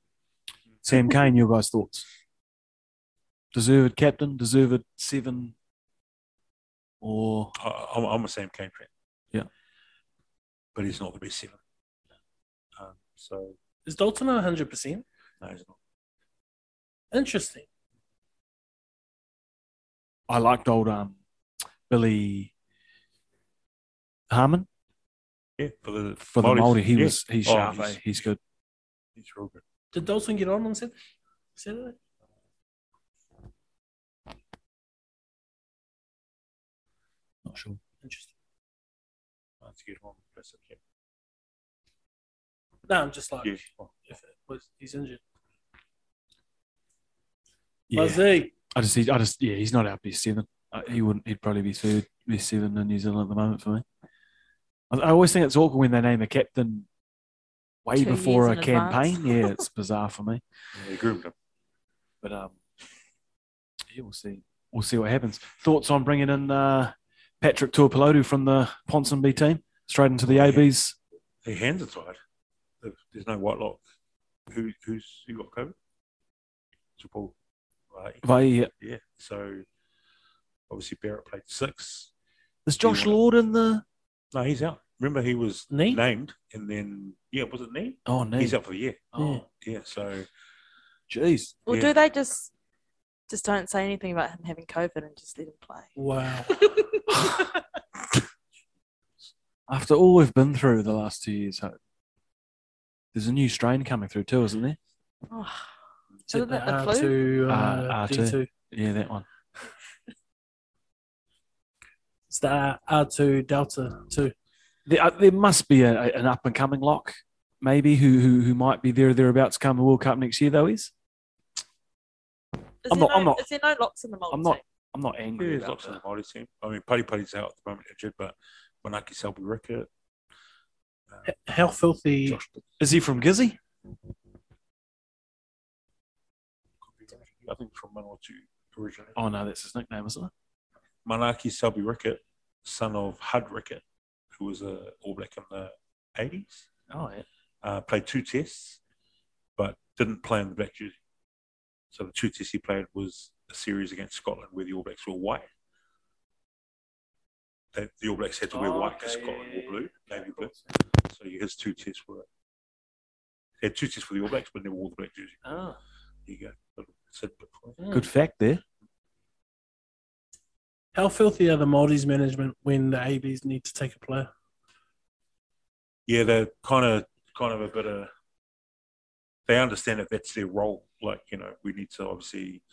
Speaker 10: (laughs)
Speaker 7: Sam Kane, your guys' thoughts? Deserved captain, deserved seven, or
Speaker 10: I, Uh, I'm, I'm a Sam Kane fan.
Speaker 7: Yeah.
Speaker 10: but he's not the best seven. Um, so
Speaker 8: Is Dalton 100 percent
Speaker 10: no, he's not.
Speaker 8: interesting?
Speaker 7: I liked old um, Billy Harmon
Speaker 10: Yeah, for the
Speaker 7: for the
Speaker 10: Māoris,
Speaker 7: Maori. He
Speaker 10: yeah.
Speaker 7: was he's
Speaker 10: Oh,
Speaker 7: sharp. eh?
Speaker 10: he's-
Speaker 7: He's, good.
Speaker 10: He's real good.
Speaker 8: Did Dalton get on on Saturday? Saturday?
Speaker 7: Not sure.
Speaker 8: Interesting.
Speaker 10: That's good one. That's it, yeah.
Speaker 8: No, I'm just like
Speaker 10: Yeah.
Speaker 8: if it was he's injured.
Speaker 7: Yeah,
Speaker 8: Buzzy.
Speaker 7: I just he- I just yeah he's not our best seven. Uh, he wouldn't. He'd probably be third best seven in New Zealand at the moment for me. I, I always think it's awkward when they name a captain way
Speaker 9: Two
Speaker 7: before
Speaker 9: years
Speaker 7: a
Speaker 9: in advance.
Speaker 7: campaign.
Speaker 9: (laughs)
Speaker 7: Yeah, it's bizarre for me.
Speaker 10: He groomed him.
Speaker 7: But um, yeah, we'll see. We'll see what happens. Thoughts on bringing in uh, Patrick Tuapolotu from the Ponsonby team straight into the
Speaker 10: Yeah.
Speaker 7: ABs?
Speaker 10: Their hands are tied. There- There's no white lock. Who, who's who got COVID? It's Paul. Right.
Speaker 7: Vai,
Speaker 10: Yeah. So obviously Barrett played six.
Speaker 7: is Josh
Speaker 10: Yeah.
Speaker 7: Lord in the?
Speaker 10: No, he's out. Remember, he was
Speaker 8: Knee?
Speaker 10: named, and then yeah, was it knee?
Speaker 7: Oh no!
Speaker 10: He's out for a year.
Speaker 7: Oh,
Speaker 10: Yeah. So
Speaker 7: jeez.
Speaker 2: Or
Speaker 10: Yeah.
Speaker 2: do they just just don't say anything about him having COVID and just let him
Speaker 7: (laughs)
Speaker 2: play?
Speaker 8: Wow.
Speaker 7: After all we've been through the last two years, I- There's a new strain coming through too, isn't there?
Speaker 2: Oh,
Speaker 8: Is it
Speaker 2: Isn't that the
Speaker 8: R two,
Speaker 7: Uh,
Speaker 8: uh,
Speaker 7: R2.
Speaker 8: G two.
Speaker 7: Yeah, that one.
Speaker 8: It's the R two Delta two.
Speaker 7: There, uh, there must be a, a- an up and coming lock, maybe who, who who might be there or thereabouts come the World Cup next year. Though is
Speaker 2: Is
Speaker 7: I'm
Speaker 2: there
Speaker 7: not- I'm
Speaker 2: no-
Speaker 7: not-
Speaker 2: Is there no locks in the mold?
Speaker 7: I'm not- I'm not angry.
Speaker 10: Yeah, there's
Speaker 7: about
Speaker 10: lots in
Speaker 7: that.
Speaker 10: the Māori team. I mean, Putty Putty's out at the moment injured, but Manaki Selby Rickett.
Speaker 8: How filthy
Speaker 10: Josh,
Speaker 7: Is he from Gizzy?
Speaker 10: I think from Manawatu originally.
Speaker 7: Oh no, that's his nickname, isn't it?
Speaker 10: Manaki Selby Rickett, son of Hud Rickett, who was a All Black in the 80s,
Speaker 7: Oh yeah.
Speaker 10: uh, played two tests, but didn't play in the black jersey. So the two tests he played was a series against Scotland where the All Blacks were white. They, the All Blacks had to wear
Speaker 7: Oh,
Speaker 10: white because
Speaker 7: okay,
Speaker 10: Scotland
Speaker 7: yeah,
Speaker 10: wore blue,
Speaker 7: yeah,
Speaker 10: navy blue. So his two tests were. He had two tests for the All Blacks, but never wore the black jersey.
Speaker 7: Ah.
Speaker 10: There you go. Little tidbit for you.
Speaker 7: Good fact there.
Speaker 8: how filthy are the Maldives management when the ABs need to take a player?
Speaker 10: yeah, they're kind of kind of a bit of they understand that that's their role. Like you know, we need to obviously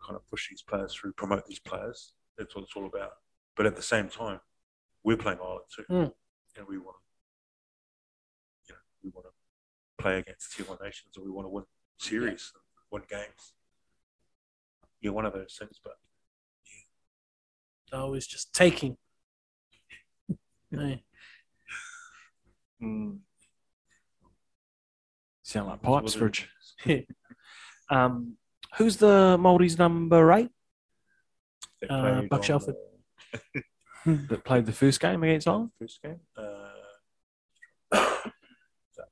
Speaker 10: kind of push these players through, promote these players. That's what it's all about. But at the same time, we're playing Ireland too,
Speaker 8: Mm.
Speaker 10: and we want to, you know, we want to play against tier one nations, and we want to win series, win games. Yeah, one of those things. But
Speaker 8: They're always just taking. Yeah. Hmm.
Speaker 7: Sound like pipes,
Speaker 10: Wasn't-
Speaker 7: Bridge. Um, who's the Maldives number eight
Speaker 10: they
Speaker 8: Uh,
Speaker 10: played
Speaker 8: Buck
Speaker 10: on
Speaker 8: Shelford.
Speaker 10: the
Speaker 7: that played the first game against Ireland?
Speaker 10: First game. Uh, (coughs) the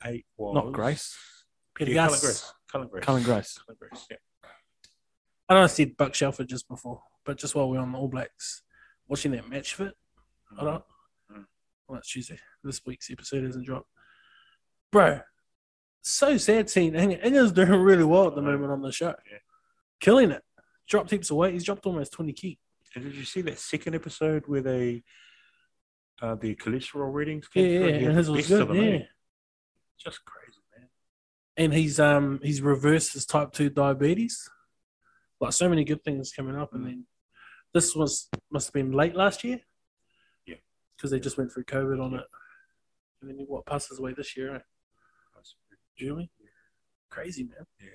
Speaker 10: eight was
Speaker 7: Not Grace.
Speaker 8: Peter
Speaker 10: yeah, Cullen
Speaker 8: Gus.
Speaker 10: Grace. Cullen Grace.
Speaker 7: Cullen Grace.
Speaker 10: Cullen Grace, yeah.
Speaker 8: I know I said Buck Shelford just before, but just while we're on the All Blacks, watching that match fit, I don't.
Speaker 10: Mm.
Speaker 8: Well, it's Tuesday. This week's episode hasn't dropped, bro. So sad seeing Eng- England's doing really well at the
Speaker 10: I know.
Speaker 8: moment on the show,
Speaker 10: Yeah.
Speaker 8: killing it. Dropped heaps of weight. He's dropped almost twenty key.
Speaker 10: And Um, did you see that second episode where they uh, the cholesterol readings
Speaker 8: Yeah,
Speaker 10: came
Speaker 8: yeah,
Speaker 10: through? He had
Speaker 8: and his
Speaker 10: the
Speaker 8: was
Speaker 10: best of
Speaker 8: good.
Speaker 10: them,
Speaker 8: Yeah,
Speaker 10: eh? Just crazy, man.
Speaker 8: and he's um he's reversed his type two diabetes. Like so many good things coming up, and then this was must have been late last year.
Speaker 10: Yeah.
Speaker 8: because they just went through COVID on it, and then he, what passes away this year? eh? Julie, crazy man.
Speaker 10: Yeah.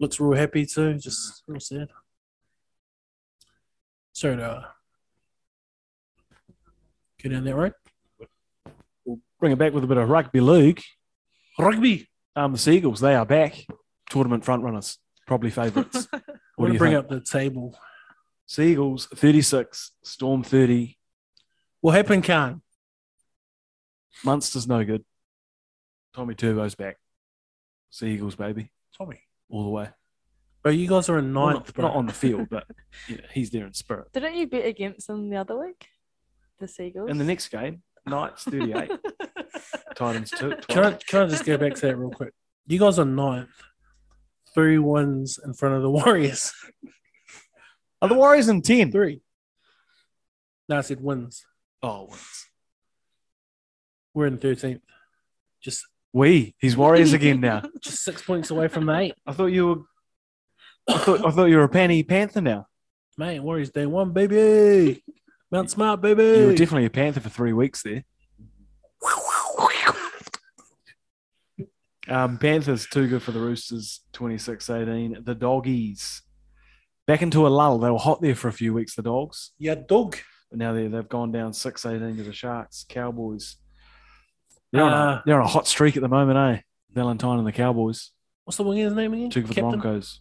Speaker 8: looks real happy too. Just real sad. Sorry to uh, go down that road.
Speaker 7: We'll bring it back with a bit of rugby league.
Speaker 8: Rugby.
Speaker 7: Um, the Seagulls, they are back. Tournament front runners, probably favourites.
Speaker 8: What to
Speaker 7: what do you
Speaker 8: bring
Speaker 7: think?
Speaker 8: up the table?
Speaker 7: Seagulls 36, Storm 30.
Speaker 8: What happened, Khan?
Speaker 7: Munster's no good. Tommy Turbo's back. Seagulls, baby,
Speaker 10: Tommy.
Speaker 7: all the way.
Speaker 8: Bro, you guys are in
Speaker 7: Well,
Speaker 8: ninth,
Speaker 7: not,
Speaker 8: bro.
Speaker 7: not on the field, (laughs) but you know, he's there in spirit.
Speaker 2: Didn't you bet against them the other week? The Seagulls?
Speaker 7: In the next game,
Speaker 2: (laughs)
Speaker 7: Knights (laughs) 38, Titans 2.
Speaker 8: Can I, can I just go back to that real quick? You guys are ninth, three wins in front of the (laughs) Warriors.
Speaker 7: Are the Warriors in 10?
Speaker 8: Three. No, I said wins.
Speaker 7: Oh, wins.
Speaker 8: We're in thirteenth, just
Speaker 7: we. He's Warriors again now.
Speaker 8: just six points away from the eight.
Speaker 7: (laughs) I thought you were. I thought, I thought you were a panty panther now.
Speaker 8: Mate, Warriors day one, baby. Mount Smart, baby.
Speaker 7: You were definitely a panther for three weeks there. Um, Panthers too good for the Roosters, 26-18. The doggies back into a lull. They were hot there for a few weeks. The dogs,
Speaker 8: yeah, dog.
Speaker 7: but now they they've gone down 6-18 to the Sharks. Cowboys. They're, on
Speaker 8: Uh,
Speaker 7: a, they're on a hot streak at the moment, eh? Valentine and the Cowboys.
Speaker 8: What's the winger's name again?
Speaker 7: Two for the Broncos.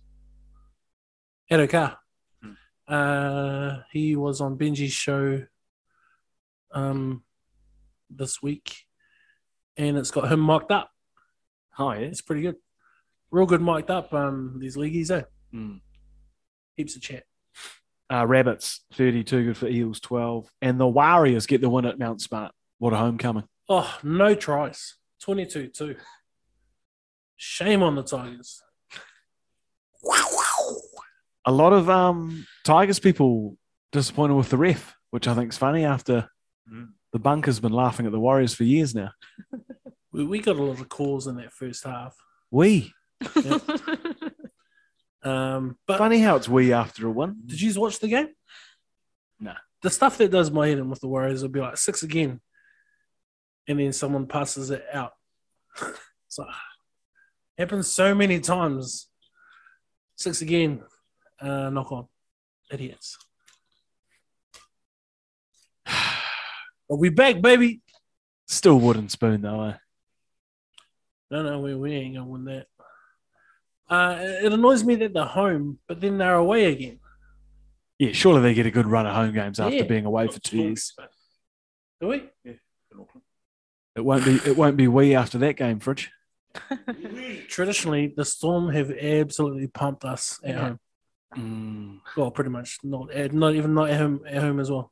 Speaker 8: Edo Carr.
Speaker 7: Hmm.
Speaker 8: Uh, he was on Benji's show um, this week, and it's got him mic'd up.
Speaker 7: Oh yeah.
Speaker 8: It's pretty good. Real good mic'd up, um, these leagueies, eh?
Speaker 7: Mm.
Speaker 8: Heaps of chat.
Speaker 7: Uh, Rabbits 32 good for Eels 12. And the Warriors get the win at Mount Smart. What a homecoming.
Speaker 8: Oh, no tries. 22 2. Shame on the Tigers.
Speaker 7: A lot of um, Tigers people disappointed with the ref, which I think is funny after
Speaker 10: Mm.
Speaker 7: the bunker's been laughing at the Warriors for years now.
Speaker 8: We, we got a lot of calls in that first half.
Speaker 7: We.
Speaker 8: Um, but
Speaker 7: Funny how it's we after a win.
Speaker 8: Did you watch the game?
Speaker 7: No.
Speaker 8: The stuff that does my head in with the Warriors will be like six again, and then someone passes it out. (laughs) so happens so many times. Six again, uh, knock on, idiots. (sighs) But we back, baby.
Speaker 7: Still wooden spoon though. Eh?
Speaker 8: No, no, we, we ain't gonna win that. Uh, it it annoys me that they're home, but then they're away again.
Speaker 7: Yeah, surely they get a good run at home games after
Speaker 8: Yeah.
Speaker 7: being away for two years.
Speaker 8: Do we?
Speaker 7: It won't be. It won't be we after that game, Fridge.
Speaker 8: traditionally the storm have absolutely pumped us at
Speaker 9: Yeah.
Speaker 8: home.
Speaker 7: Mm.
Speaker 8: Well, pretty much not at, not even not at home at home as well.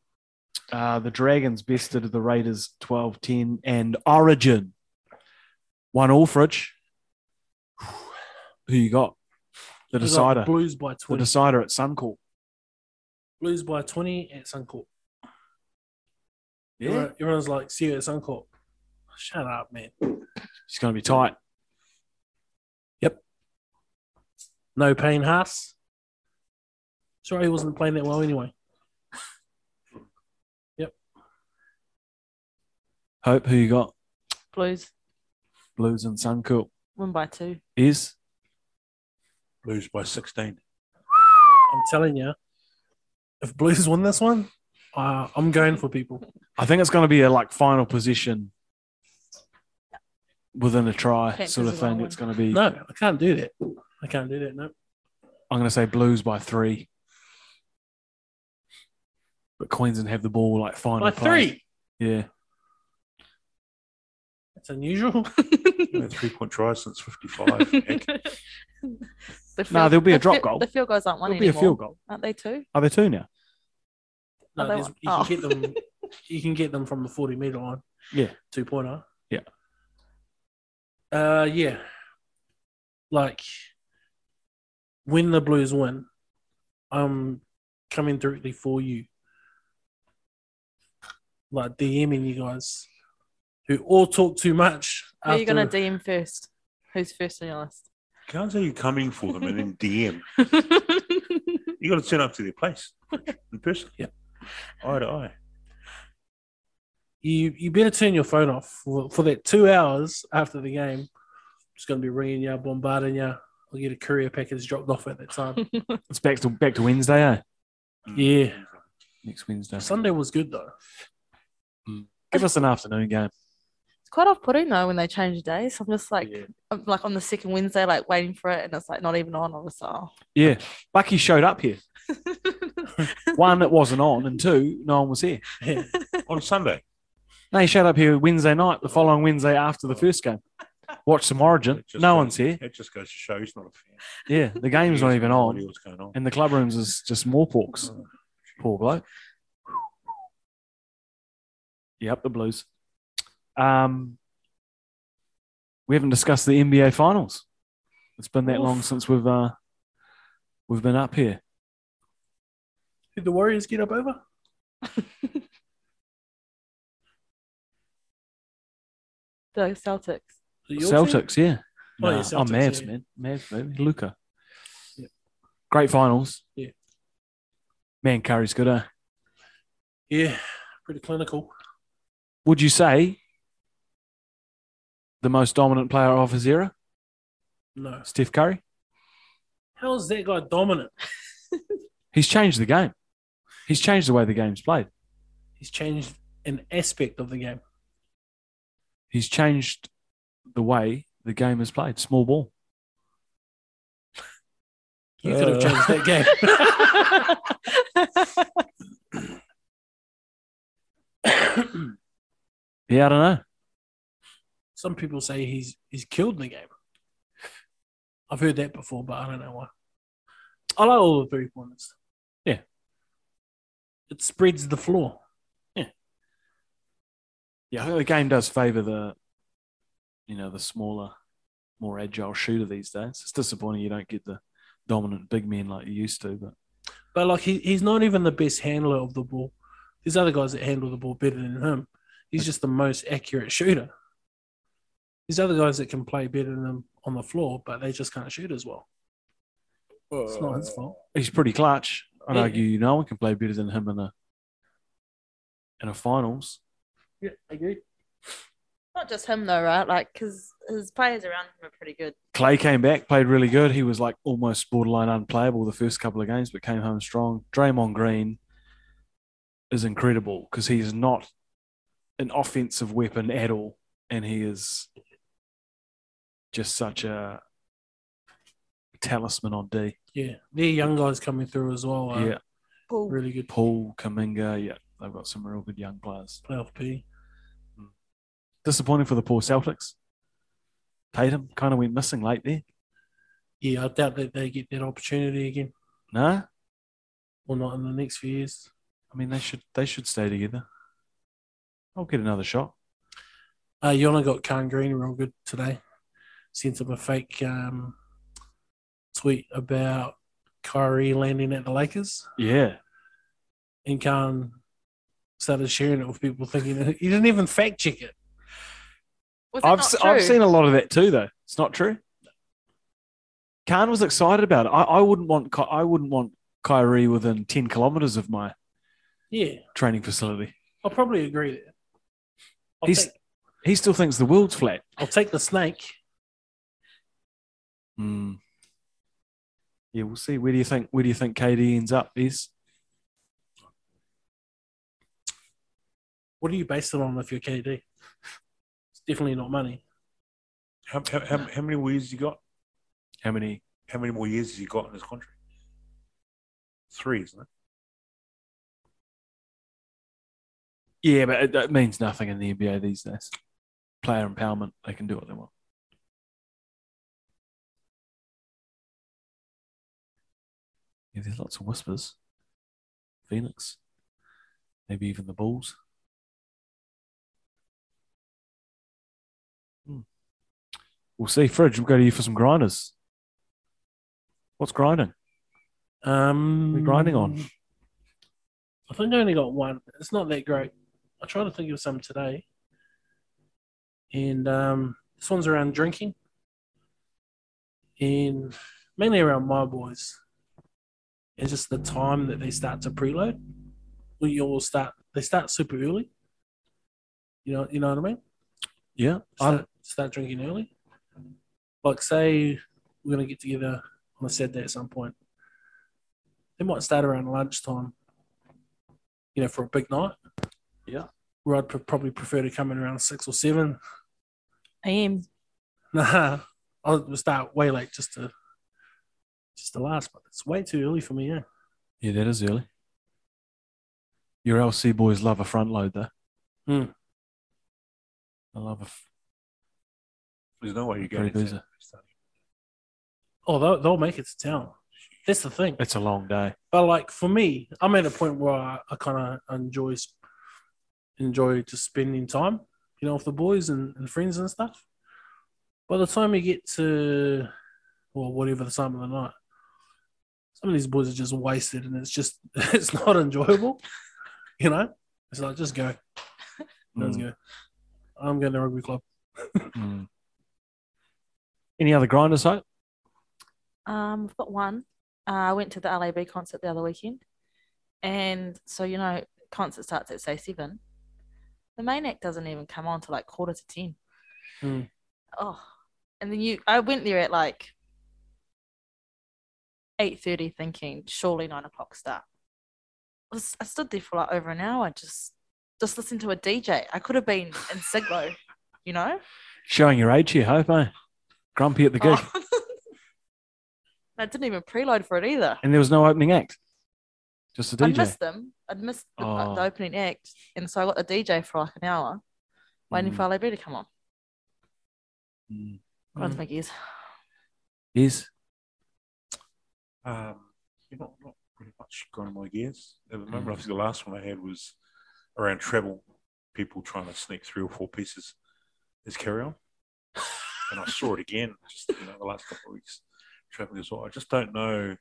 Speaker 7: Uh, the Dragons bested the Raiders 12-10 and Origin one all. Fridge. Who you got? The
Speaker 8: It was like
Speaker 7: decider.
Speaker 8: Blues by
Speaker 7: The
Speaker 8: twenty.
Speaker 7: decider at Suncorp.
Speaker 8: Blues by twenty at Suncorp.
Speaker 7: Yeah,
Speaker 8: Everyone- Everyone's like, "See you at Suncorp." Shut up, man.
Speaker 7: it's going to be tight.
Speaker 8: No pain, Haas. Sorry, he wasn't playing that well anyway.
Speaker 7: Hope who you got?
Speaker 2: (laughs) Blues
Speaker 7: Blues and Suncorp
Speaker 2: win by two.
Speaker 7: (laughs) is
Speaker 10: Lose by 16.
Speaker 8: I'm telling you, if Blues win this one, uh, I'm going for people.
Speaker 7: I think it's going to be a like final position within a try
Speaker 2: Can't
Speaker 7: sort of
Speaker 2: just allow
Speaker 7: thing.
Speaker 2: one.
Speaker 7: It's going to be.
Speaker 8: No, I can't do that. I can't do that. No.
Speaker 7: I'm going to say Blues by three, but Queensland have the ball like final
Speaker 8: By
Speaker 7: play.
Speaker 8: three.
Speaker 7: Yeah,
Speaker 8: It's unusual.
Speaker 10: You know, three point try
Speaker 8: (laughs)
Speaker 10: since 55. Heck,
Speaker 2: The
Speaker 7: Nah, there'll be a
Speaker 2: the
Speaker 7: drop
Speaker 2: field-
Speaker 7: goal.
Speaker 2: The field goals aren't one
Speaker 7: it'll be a
Speaker 2: anymore.
Speaker 7: field goal.
Speaker 2: Aren't they two?
Speaker 7: Are there two now?
Speaker 8: No,
Speaker 2: Oh, they
Speaker 8: there's-
Speaker 2: won't.
Speaker 8: you
Speaker 2: Oh.
Speaker 8: can
Speaker 2: (laughs)
Speaker 8: get them. you can get them from the forty meter line.
Speaker 7: Yeah.
Speaker 8: two pointer.
Speaker 7: Yeah.
Speaker 8: Uh, yeah. Like when the Blues win, I'm coming directly for you. Like DMing you guys, who all talk too much.
Speaker 2: Who are you going
Speaker 8: after-
Speaker 2: to DM first? Who's first on your list?
Speaker 10: Can't say you're coming for them and then DM.
Speaker 2: (laughs)
Speaker 10: You got to turn up to
Speaker 8: (laughs)
Speaker 10: their place in person.
Speaker 8: Yeah.
Speaker 10: Eye to eye.
Speaker 8: you you better turn your phone off for, for that two hours after the game. Just going to be ringing you, bombarding you. I'll get a courier package dropped off at that time.
Speaker 7: It's back to back to Wednesday, eh?
Speaker 8: yeah,
Speaker 7: Next Wednesday.
Speaker 8: Sunday was good though.
Speaker 7: Give us an afternoon game.
Speaker 2: It's quite off-putting though when they change the days. I'm just like,
Speaker 7: Yeah.
Speaker 2: I'm like on the second Wednesday, like waiting for it, and it's like not even on. I was like, oh. (laughs)
Speaker 7: Yeah, Bucky showed up here. One, it wasn't on, and two, no one was here.
Speaker 10: On Sunday.
Speaker 7: No, he showed up here Wednesday night, the following Wednesday after the first game. Watch some Origin.
Speaker 10: It just
Speaker 7: No
Speaker 10: goes-
Speaker 7: one's here.
Speaker 10: It just goes to show he's not a fan.
Speaker 7: Yeah, the game's
Speaker 10: He
Speaker 7: not
Speaker 10: has
Speaker 7: even
Speaker 10: no idea
Speaker 7: on,
Speaker 10: What's going on?
Speaker 7: and the club rooms is just more porks. Poor bloke. Yep, the Blues. Um, we haven't discussed the NBA Finals. It's been that long since we've uh, we've been up here.
Speaker 8: Did the Warriors get up over?
Speaker 2: The
Speaker 7: (laughs)
Speaker 2: Celtics. (laughs)
Speaker 8: Is it your team?
Speaker 7: Celtics, yeah.
Speaker 8: Oh, yeah,
Speaker 7: Nah,
Speaker 8: Celtics,
Speaker 7: Mavs,
Speaker 8: yeah.
Speaker 7: man. Mavs, baby. Luca.
Speaker 8: Yeah.
Speaker 7: Great finals.
Speaker 8: Yeah.
Speaker 7: Man, Curry's good, eh?
Speaker 8: Yeah, pretty clinical.
Speaker 7: Would you say the most dominant player of his era,
Speaker 8: No,
Speaker 7: Steph Curry?
Speaker 8: how is that guy dominant?
Speaker 7: He's changed the game. He's changed the way the game's played.
Speaker 8: He's changed an aspect of the game.
Speaker 7: He's changed the way the game is played. Small ball.
Speaker 8: You could have
Speaker 7: Uh.
Speaker 8: changed that game.
Speaker 7: (laughs) Yeah, I don't know.
Speaker 8: (coughs) Some people say he's he's killed the game. I've heard that before, but I don't know why. I like all the three pointers.
Speaker 7: Yeah.
Speaker 8: It spreads the floor.
Speaker 7: Yeah, I think the game does favour the, you know, the smaller, more agile shooter these days. It's disappointing you don't get the dominant big men like you used to, but
Speaker 8: But like he, he's not even the best handler of the ball. There's other guys that handle the ball better than him. He's just the most accurate shooter. There's other guys that can play better than him on the floor, but they just can't shoot as well. It's not his fault.
Speaker 7: He's pretty clutch. I'd
Speaker 8: Yeah.
Speaker 7: argue no one can play better than him in a in a finals.
Speaker 8: Yeah, agreed.
Speaker 9: Not just him though, right? Like, because his players around him are pretty good.
Speaker 7: Clay came back, played really good. He was like almost borderline unplayable the first couple of games, but came home strong. Draymond Green is incredible because he's not an offensive weapon at all, and he is just such a talisman on D.
Speaker 8: Yeah, their young guys coming through as well. Are
Speaker 7: Yeah,
Speaker 8: really good
Speaker 7: Paul Kaminga. Yeah, they've got some real good young players.
Speaker 8: playoff P.
Speaker 7: Disappointing for the poor Celtics. Tatum kind of went missing late there.
Speaker 8: Yeah, I doubt that they get that opportunity again,
Speaker 7: No,
Speaker 8: or not in the next few years.
Speaker 7: I mean they should they should stay together. I'll get another shot.
Speaker 8: Uh, Yona got Khan Green real good today. Sent him a fake um, tweet about Kyrie landing at the Lakers,
Speaker 7: Yeah.
Speaker 8: and Khan started sharing it with people, thinking he didn't even fact check it.
Speaker 9: Was it
Speaker 7: I've,
Speaker 9: not
Speaker 7: se-
Speaker 9: true?
Speaker 7: I've seen a lot of that too, though. It's not true. Khan was excited about it. I, I wouldn't want Ky- I wouldn't want Kyrie within ten kilometers of my
Speaker 8: Yeah,
Speaker 7: training facility.
Speaker 8: I'll probably agree there. I'll,
Speaker 7: He's-
Speaker 8: take,
Speaker 7: He still thinks the world's flat.
Speaker 8: I'll take the snake.
Speaker 7: Hmm. Yeah, we'll see. Where do you think Where do you think KD ends up? Is
Speaker 8: What do you base it on if you're KD? It's definitely not money.
Speaker 10: How, how, how, how many more years has he got?
Speaker 7: how many?
Speaker 10: How many more years has he got in his contract? Three, isn't it?
Speaker 7: Yeah, but it, it means nothing in the NBA these days. Player empowerment. They can do what they want. Yeah, there's lots of whispers. Phoenix, maybe even the Bulls. Hmm. We'll see. Fridge, we'll go to you for some grinders. What's grinding?
Speaker 8: Um,
Speaker 7: We're grinding on.
Speaker 8: I think I only got one. It's not that great. I tried to think of some today. And um, this one's around drinking. And mainly around my boys. It's just the time that they start to preload. We all start they start super early. You know you know what I mean?
Speaker 7: Yeah, I,
Speaker 8: Start, start drinking early. Like say we're gonna get together on a Saturday at some point. They might start around lunchtime, you know, for a big night.
Speaker 7: Yeah.
Speaker 8: Where I'd pr- probably prefer to come in around six or seven. (laughs)
Speaker 2: I am.
Speaker 8: Nah, I'll start way late just to just to last, but it's way too early for me. Yeah,
Speaker 7: yeah, that is early. Your LC boys love a front load, though.
Speaker 8: Hmm.
Speaker 7: I love a f-
Speaker 10: There's no way you're
Speaker 7: Pretty
Speaker 10: going
Speaker 7: busy.
Speaker 10: to
Speaker 8: oh, they'll, they'll make it to town. That's the thing.
Speaker 7: It's a long day.
Speaker 8: But like for me, I'm at a point where I, I kind of enjoy s- enjoy just spending time, you know, with the boys and, and friends and stuff. By the time you get to, well, whatever the time of the night, some of these boys are just wasted, and it's just (laughs) it's not enjoyable, you know. It's like just go, let's
Speaker 7: Mm,
Speaker 8: go. I'm going to rugby club.
Speaker 7: mm. Any other grinders, hope?
Speaker 2: Um, I've got one. Uh, I went to the LAB concert the other weekend, and so you know, concert starts at say seven. The main act doesn't even come on till like quarter to ten.
Speaker 8: Hmm.
Speaker 2: Oh, and then you, I went there at like eight thirty, thinking surely nine o'clock start. I, was, I stood there for like over an hour, just just listening to a DJ. I could have been in Siglo, you know.
Speaker 7: Showing your age here, hope, eh? Grumpy at the gig.
Speaker 2: Oh. (laughs) I didn't even preload for it either.
Speaker 7: And there was no opening act. Just a
Speaker 2: I
Speaker 7: DJ.
Speaker 2: missed them. I missed the, uh, the
Speaker 7: Oh.
Speaker 2: opening act, and so I got the DJ for like an hour, waiting
Speaker 7: Mm,
Speaker 2: for LAB to come on.
Speaker 7: mm.
Speaker 2: Runs
Speaker 8: Mm.
Speaker 2: my gears.
Speaker 7: Yes.
Speaker 10: Um, you're not, not really much grinding my gears at the moment. I think the last one I had was around travel, people trying to sneak three or four pieces as carry on. And I saw it again just you know, the last couple of weeks traveling as well. I just don't know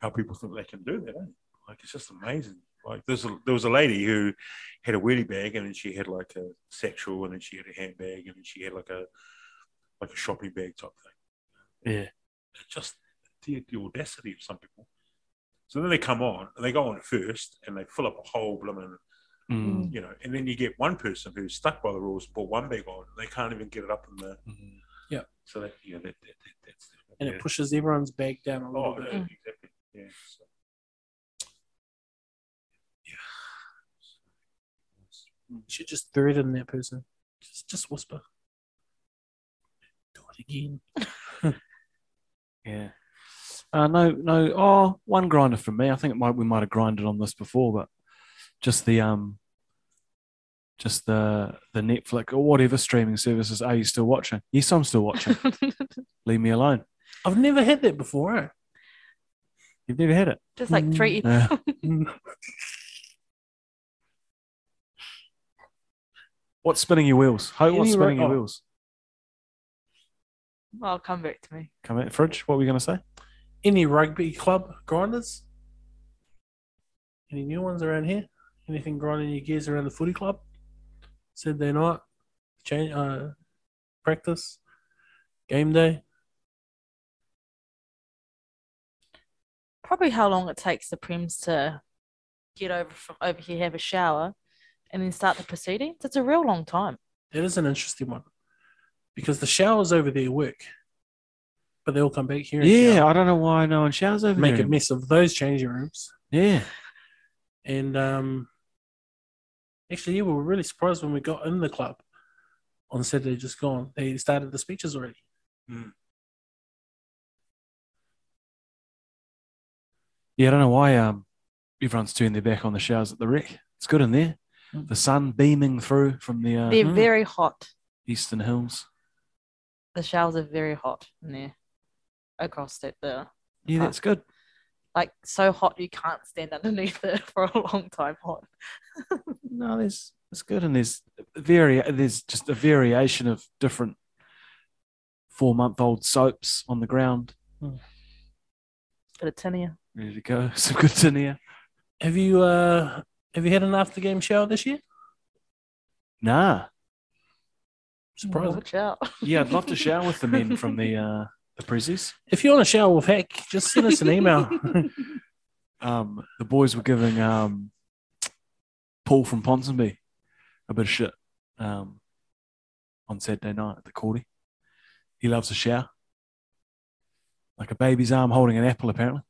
Speaker 10: how people think they can do that. eh? Like, it's just amazing Like there's a, there was a lady who had a wheelie bag and then she had like a satchel and then she had a handbag and then she had like a like a shopping bag type thing.
Speaker 7: Yeah.
Speaker 10: It's just the, the audacity of some people. So then they come on and they go on first and they fill up a whole blooming
Speaker 7: Mm.
Speaker 10: you know, and then you get one person who's stuck by the rules, put one bag on, and they can't even get it up in the.
Speaker 2: Hmm.
Speaker 7: Hmm.
Speaker 8: Yeah.
Speaker 10: So that you know that, that, that that's.
Speaker 8: and
Speaker 10: yeah.
Speaker 8: it pushes everyone's back down a little
Speaker 10: Oh,
Speaker 8: bit.
Speaker 10: yeah, exactly. Yeah. So.
Speaker 8: You should just thread in that person. Just, just whisper. Do it again.
Speaker 7: Yeah. Uh, no, no. Oh, one grinder from me. I think it might we might have grinded on this before, but just the um, just the the Netflix or whatever streaming services. Are you still watching? Yes, I'm still (laughs) watching. Leave me alone.
Speaker 8: I've never had that before. Eh?
Speaker 7: You've never had it.
Speaker 2: (laughs) Just like three.
Speaker 7: Yeah. (laughs) what's spinning your wheels? Ho, what's
Speaker 8: Any
Speaker 7: spinning
Speaker 8: ro-
Speaker 7: your
Speaker 8: oh.
Speaker 7: wheels?
Speaker 2: Well, Oh, come back to me.
Speaker 7: Come at fridge. What were we going to say?
Speaker 8: Any rugby club grinders? Any new ones around here? Anything grinding your gears around the footy club? Said they night, change uh, practice, game day.
Speaker 2: Probably how long it takes the prems to get over from over here, have a shower, and then start the proceedings. It's a real long time.
Speaker 8: That is an interesting one because the showers over there work, but they all come back here. and
Speaker 7: Yeah,
Speaker 8: shower.
Speaker 7: I don't know why no one showers over
Speaker 8: make
Speaker 7: there.
Speaker 8: a mess of those changing rooms.
Speaker 7: yeah,
Speaker 8: And um, actually, yeah, we were really surprised when we got in the club on Saturday just gone. They started the speeches already.
Speaker 7: yeah. I don't know why um, everyone's turned their back on the showers at the wreck. It's good in there. The sun beaming through from the uh,
Speaker 2: They're
Speaker 8: Mhm.
Speaker 2: very hot.
Speaker 7: eastern hills.
Speaker 2: The showers are very hot in there across that the
Speaker 7: Yeah,
Speaker 2: Ah.
Speaker 7: that's good.
Speaker 2: like so hot you can't stand (laughs) underneath it for a long time. Hot.
Speaker 7: No, there's it's good, and there's vari- there's just a variation of different four month old soaps on the ground
Speaker 2: Got a tin here.
Speaker 7: ready to go. (laughs) Some good tinea.
Speaker 8: Have you uh, have you had an after game shower this year?
Speaker 7: Nah,
Speaker 8: Surprising.
Speaker 2: Watch out.
Speaker 7: yeah, I'd love to shower with the men from the uh, the prezzies.
Speaker 8: If you want a shower with Heck, just send us an email. (laughs)
Speaker 7: Um, the boys were giving um, Paul from Ponsonby a bit of shit um, on Saturday night at the Cordy. He loves a shower, like a baby's arm holding an apple. Apparently,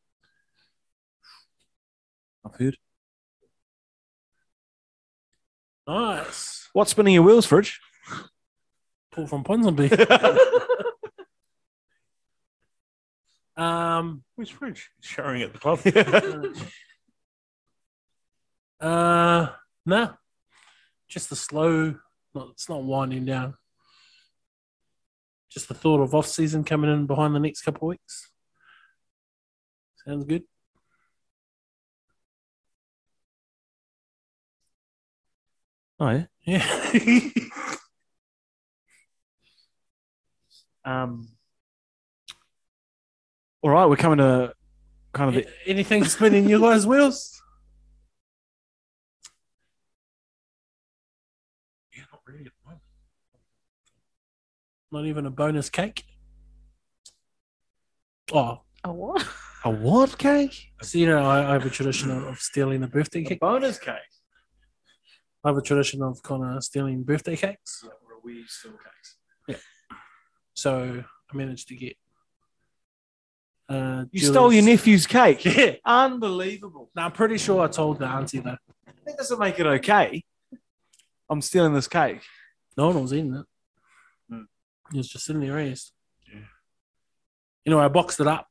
Speaker 7: I've heard.
Speaker 8: nice.
Speaker 7: What's spinning your wheels, Fridge?
Speaker 8: Paul from Ponsonby. um,
Speaker 10: Where's Fridge? Showering at
Speaker 8: (laughs)
Speaker 10: the club.
Speaker 8: uh, no, just the slow. Not, it's not winding down. Just the thought of off season coming in behind the next couple of weeks. Sounds good.
Speaker 7: Oh yeah.
Speaker 8: Yeah. (laughs)
Speaker 7: Um, all right, we're coming to kind of the
Speaker 8: Anything spinning you guys' wheels?
Speaker 10: yeah, not really at the moment.
Speaker 8: Not even a bonus cake. Oh,
Speaker 2: Oh what? (laughs)
Speaker 7: a what cake?
Speaker 8: So you know, I, I have a tradition of, of stealing a birthday cake.
Speaker 7: bonus cake.
Speaker 8: I have a tradition of kind of stealing birthday cakes.
Speaker 7: Or a wee still cakes.
Speaker 8: So I managed to get. Uh,
Speaker 7: You stole your
Speaker 8: Julie's-
Speaker 7: nephew's (laughs) cake.
Speaker 8: Yeah.
Speaker 7: Unbelievable.
Speaker 8: No, I'm pretty sure I told the auntie that
Speaker 7: That doesn't make it okay. I'm stealing this cake.
Speaker 8: no one was eating it.
Speaker 10: Hmm.
Speaker 8: It was just sitting there raised.
Speaker 10: Yeah.
Speaker 8: You know, I boxed it up.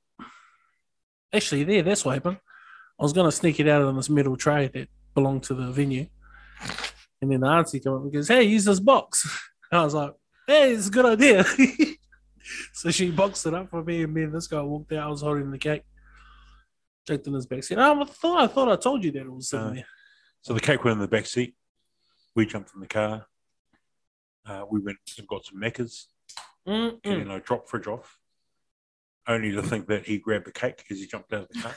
Speaker 8: Actually, there, that's what happened. I was going to sneak it out on this metal tray that belonged to the venue. And then the auntie came up and goes, Hey, use this box. (laughs) I was like, Hey, it's a good idea. (laughs) so she boxed it up for me, and me and this guy walked out. I was holding the cake, checked in his back, said, oh, I thought I thought I told you that it was sitting
Speaker 10: No.
Speaker 8: there.
Speaker 10: So the cake went in the back seat. We jumped in the car. Uh, we went and got some Macca's. and
Speaker 8: Mm-mm.
Speaker 10: then I dropped Fridge off, only to think that he grabbed the cake as he jumped out of the car.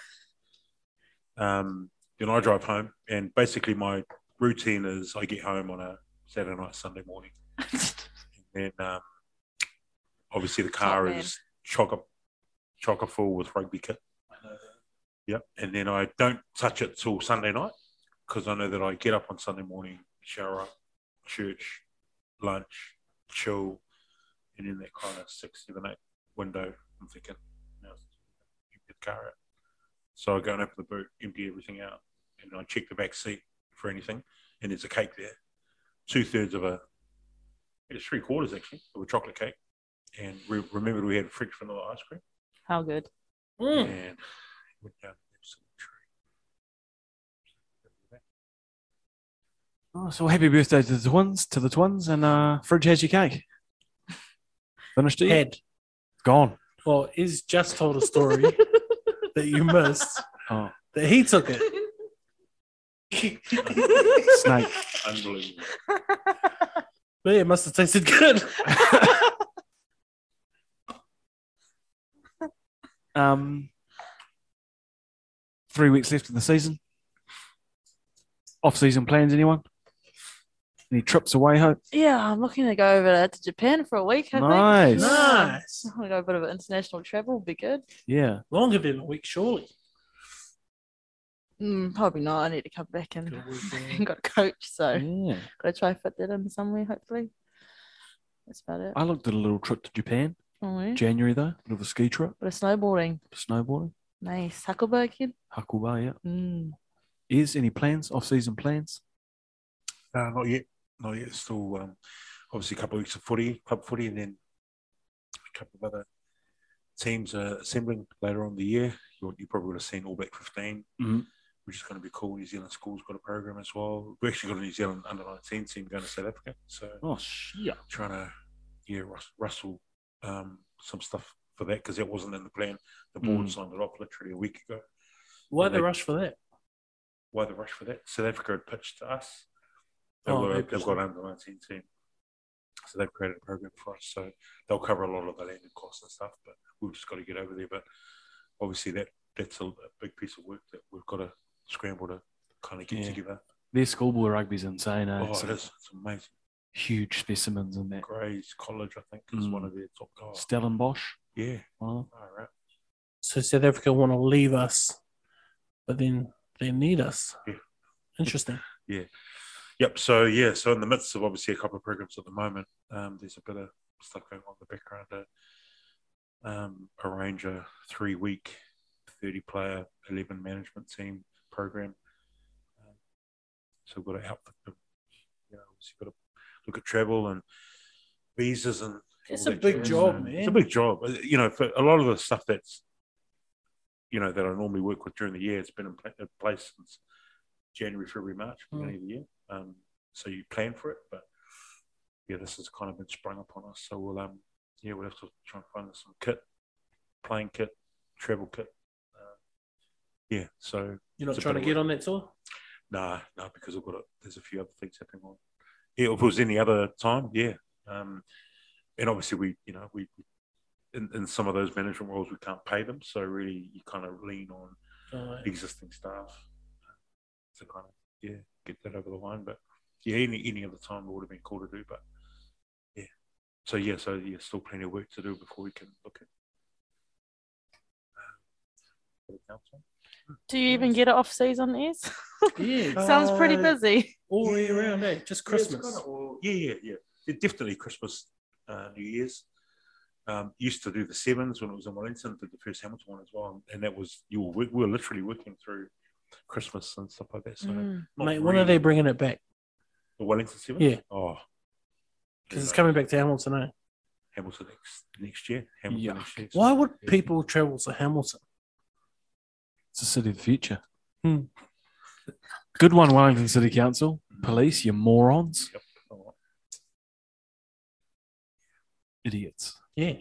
Speaker 10: Um, then I drive home, and basically my routine is I get home on a Saturday night, Sunday morning, and then um, obviously the car
Speaker 2: man.
Speaker 10: is chocker chocker full with rugby kit. Yep, and then I don't touch it till Sunday night because I know that I get up on Sunday morning, shower up, church, lunch, chill, and in that kind of six, seven, eight window, I'm thinking, now empty the car out. So I go and open the boot, empty everything out, and I check the back seat for anything, and there's a cake there, two thirds of a, it's three quarters actually of a chocolate cake, and we remembered we had French vanilla ice cream,
Speaker 2: How good.
Speaker 9: Hmm.
Speaker 10: (laughs) and went down the absolute tree.
Speaker 7: Oh, so happy birthday to the twins, to the twins, and uh, fridge has your cake. Finished it? yet?
Speaker 8: Had
Speaker 7: Gone.
Speaker 8: well, is just told a (laughs) story that you missed
Speaker 7: Oh,
Speaker 8: that he took it.
Speaker 7: snake. (laughs)
Speaker 10: Unbelievable.
Speaker 8: But yeah, it must have tasted good.
Speaker 7: Um, three weeks left of the season. Off-season plans, anyone? Any trips away? Hope
Speaker 2: (laughs) Yeah, I'm looking to go over to Japan for a week. I
Speaker 7: Nice.
Speaker 2: Think.
Speaker 8: Nice.
Speaker 2: I'm gonna go a bit of international travel. Would be good.
Speaker 7: yeah.
Speaker 8: Longer than a week, surely.
Speaker 2: Mm, probably not. I need to come back (laughs) and got a coach, so
Speaker 7: yeah.
Speaker 2: gotta try to fit that in somewhere. Hopefully, that's about it.
Speaker 7: I looked at a little trip to Japan,
Speaker 2: Oh, yeah.
Speaker 7: January though, a bit of a ski trip,
Speaker 2: Bit of snowboarding.
Speaker 7: snowboarding,
Speaker 2: Nice. Huckleberg kid.
Speaker 7: Hakuba. Yeah.
Speaker 2: Mm.
Speaker 7: Is any plans? Off-season plans?
Speaker 10: No, Uh, not yet. Not yet. Still, um, obviously, a couple of weeks of footy, club footy, and then a couple of other teams are assembling later on in the year. You, you probably would have seen All Black 15,
Speaker 7: Mhm.
Speaker 10: which is going to be cool. New Zealand school's got a program as well. We actually got a New Zealand under 19 team going to South Africa. So,
Speaker 7: Oh shit.
Speaker 10: trying to, yeah, rus- rustle um, some stuff for that because that wasn't in the plan. The
Speaker 7: Mm.
Speaker 10: board signed it off literally a week ago.
Speaker 8: Why the
Speaker 10: Like-
Speaker 8: rush for that?
Speaker 10: Why the rush for that? South Africa had pitched to us. They
Speaker 8: Oh,
Speaker 10: were,
Speaker 8: they
Speaker 10: they've
Speaker 8: pitched
Speaker 10: got an under 19 team. So they've created a program for us. So they'll cover a lot of the landing costs and stuff, but we've just got to get over there. But obviously, that that's a, a big piece of work that we've got to scramble to kind of get
Speaker 7: Yeah.
Speaker 10: together.
Speaker 7: Their schoolboy rugby's insane. Eh?
Speaker 10: Oh,
Speaker 7: It's
Speaker 10: it is. It's amazing.
Speaker 7: Huge specimens in that.
Speaker 10: Grays College, I think, is
Speaker 7: Mm.
Speaker 10: one of their top guys.
Speaker 7: Stellenbosch.
Speaker 10: Yeah.
Speaker 7: One of them.
Speaker 10: All right.
Speaker 8: So South Africa want to leave us, but then they need us.
Speaker 10: Yeah.
Speaker 8: Interesting.
Speaker 10: Yep. So yeah. So in the midst of obviously a couple of programs at the moment, um, there's a bit of stuff going on in the background to um, arrange a three-week, thirty-player, eleven management team program. Um, so we've got to outfit them. You know, obviously got to look at travel and visas and.
Speaker 8: It's
Speaker 10: all
Speaker 8: a
Speaker 10: that
Speaker 8: big
Speaker 10: jazz,
Speaker 8: job,
Speaker 10: man.
Speaker 8: man.
Speaker 10: It's a big job. Uh, You know, for a lot of the stuff that's, you know, that I normally work with during the year, it's been in pla- in place since January, February, March, beginning of the year. Um, so you plan for it, but yeah, this has kind of been sprung upon us. So we'll um yeah, we'll have to try and find us some kit, playing kit, travel kit. Uh, yeah, so
Speaker 8: You're not
Speaker 10: It's a
Speaker 8: trying to
Speaker 10: bit of
Speaker 8: get
Speaker 10: work.
Speaker 8: on that tour?
Speaker 10: nah, nah, because I've got a, there's a few other things happening on. Yeah, if it was any other time, yeah. Um, and obviously we, you know, we in, in some of those management roles we can't pay them, so really you kind of lean on (laughs)
Speaker 8: Uh,
Speaker 10: existing staff uh, to kind of yeah get that over the line. But yeah, any any other time it would have been cool to do. But yeah, so yeah, so yeah, still plenty of work to do before we can look at. uh, for the council.
Speaker 2: Do you even get it off season? Is
Speaker 8: yeah.
Speaker 2: (laughs) sounds pretty
Speaker 8: Uh,
Speaker 2: busy.
Speaker 8: All year round, eh? Just
Speaker 10: Yeah, it's
Speaker 8: Christmas.
Speaker 10: kinda all- Yeah, yeah, yeah. It definitely Christmas, uh, New Year's. Um, used to do the sevens when it was in Wellington, did the first Hamilton one as well, and that was you were we were literally working through Christmas and stuff like that. So,
Speaker 2: Mm.
Speaker 10: not
Speaker 8: Mate, when are
Speaker 10: really-
Speaker 8: they bringing it back?
Speaker 10: the Wellington sevens?
Speaker 8: Yeah.
Speaker 10: oh,
Speaker 8: Because it's
Speaker 10: Yeah.
Speaker 8: coming back to Hamilton, eh?
Speaker 10: Hamilton next next year. Hamilton
Speaker 7: Yuck.
Speaker 10: next year.
Speaker 8: Why would people travel to Hamilton?
Speaker 7: It's a city of the future.
Speaker 8: Hmm.
Speaker 7: Good one, Wellington City Council. Police, you morons.
Speaker 10: Oh,
Speaker 7: Idiots.
Speaker 8: Yeah.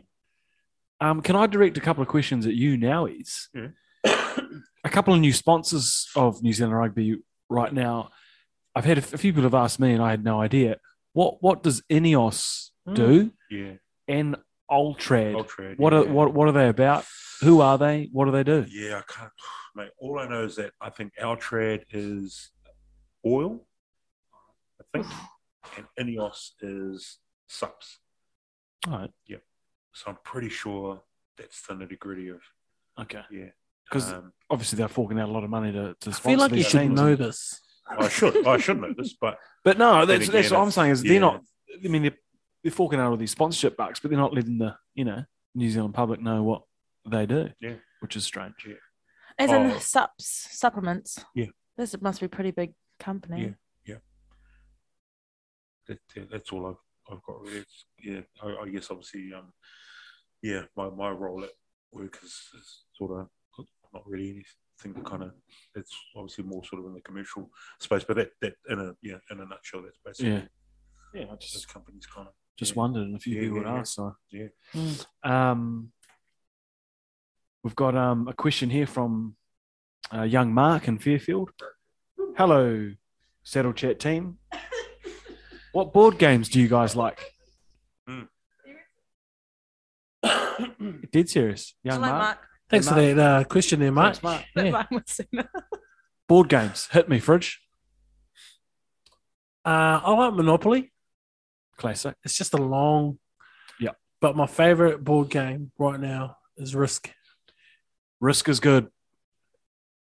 Speaker 7: Um, can I direct a couple of questions at you now, Is
Speaker 10: Yeah.
Speaker 7: a couple of new sponsors of New Zealand Rugby right now. I've had a, f- a few people have asked me, and I had no idea. What What does Ineos
Speaker 8: Hmm.
Speaker 7: do?
Speaker 10: Yeah,
Speaker 7: And Ultrad.
Speaker 10: Ultrad.
Speaker 7: what
Speaker 10: yeah.
Speaker 7: are what What are they about? Who are they? What do they do?
Speaker 10: Yeah, I can't. (sighs) mate. All I know is that I think our trad is oil, I think,
Speaker 7: (sighs)
Speaker 10: and Ineos is sups.
Speaker 7: All right.
Speaker 10: So I'm pretty sure that's the nitty gritty of
Speaker 7: Okay.
Speaker 10: yeah.
Speaker 7: Because
Speaker 10: um,
Speaker 7: obviously they're forking out a lot of money to, to
Speaker 8: I
Speaker 7: sponsor
Speaker 8: feel like you
Speaker 7: these
Speaker 8: should
Speaker 7: teams.
Speaker 8: know this.
Speaker 10: I should I should know this, but
Speaker 7: But no, (laughs)
Speaker 10: Then
Speaker 7: that's,
Speaker 10: again,
Speaker 7: that's what I'm
Speaker 10: it's-
Speaker 7: saying is
Speaker 10: yeah.
Speaker 7: they're not. I mean, they're, they're forking out all these sponsorship bucks, but they're not letting the you know New Zealand public know what they do.
Speaker 10: Yeah.
Speaker 7: which is strange.
Speaker 9: As
Speaker 10: Oh.
Speaker 9: in sups, supplements.
Speaker 10: Yeah.
Speaker 9: This must be a pretty big company.
Speaker 10: Yeah. that, that- that's all I've, I've got really. It's- yeah, I, I guess obviously, um, yeah, my, my role at work is, is sort of not really anything that kind of. It's obviously more sort of in the commercial space, but that, that in a yeah in a nutshell, that's basically
Speaker 7: Yeah. Yeah, I
Speaker 10: this company's kind of
Speaker 7: just
Speaker 10: yeah.
Speaker 7: wondered, and a few
Speaker 10: Yeah,
Speaker 7: people
Speaker 10: yeah,
Speaker 7: would
Speaker 10: yeah.
Speaker 7: ask. So,
Speaker 10: Yeah.
Speaker 7: um, we've got um, a question here from uh, young Mark in Fairfield. Hello, Saddle Chat team. what board games do you guys like?
Speaker 10: Hmm. (coughs)
Speaker 7: Dead serious, young
Speaker 9: Hello,
Speaker 7: Mark.
Speaker 9: Mark.
Speaker 8: Thanks for that uh, question there, Mark.
Speaker 7: Thanks, Mark.
Speaker 8: Yeah.
Speaker 9: Mine was sooner.
Speaker 7: Board games, hit me, fridge.
Speaker 8: Uh, I like Monopoly.
Speaker 7: Classic.
Speaker 8: It's just a long.
Speaker 7: Yeah.
Speaker 8: But my favorite board game right now is Risk.
Speaker 7: Risk is good.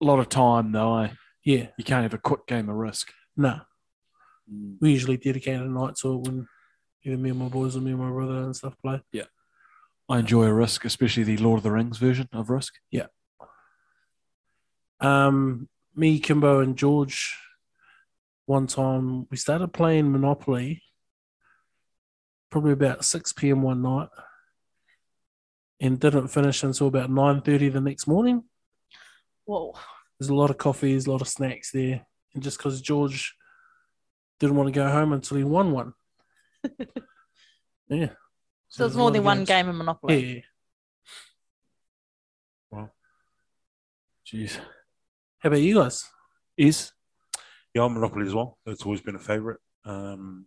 Speaker 7: A lot of time though. Eh?
Speaker 8: Yeah.
Speaker 7: You can't have a quick game of risk.
Speaker 8: No.
Speaker 7: Mm.
Speaker 8: We usually dedicate a night to it when either me and my boys or me and my brother and stuff play.
Speaker 7: I enjoy risk, especially the Lord of the Rings version of risk.
Speaker 8: Um, me, Kimbo, and George, one time we started playing Monopoly probably about 6 p.m. one night and didn't finish until about 9.30 the next morning.
Speaker 9: Whoa.
Speaker 8: There's a lot of coffees, a lot of snacks there. And just because George didn't want to go home until he won one. yeah.
Speaker 9: So there's
Speaker 8: a
Speaker 9: more
Speaker 8: lot
Speaker 9: than
Speaker 8: of
Speaker 9: one
Speaker 8: games.
Speaker 9: game in
Speaker 8: Yeah,
Speaker 9: Monopoly.
Speaker 8: yeah. yeah.
Speaker 7: Jeez.
Speaker 8: How about you guys?
Speaker 7: Is
Speaker 10: Yeah, I'm Monopoly as well. That's always been a favourite. Um,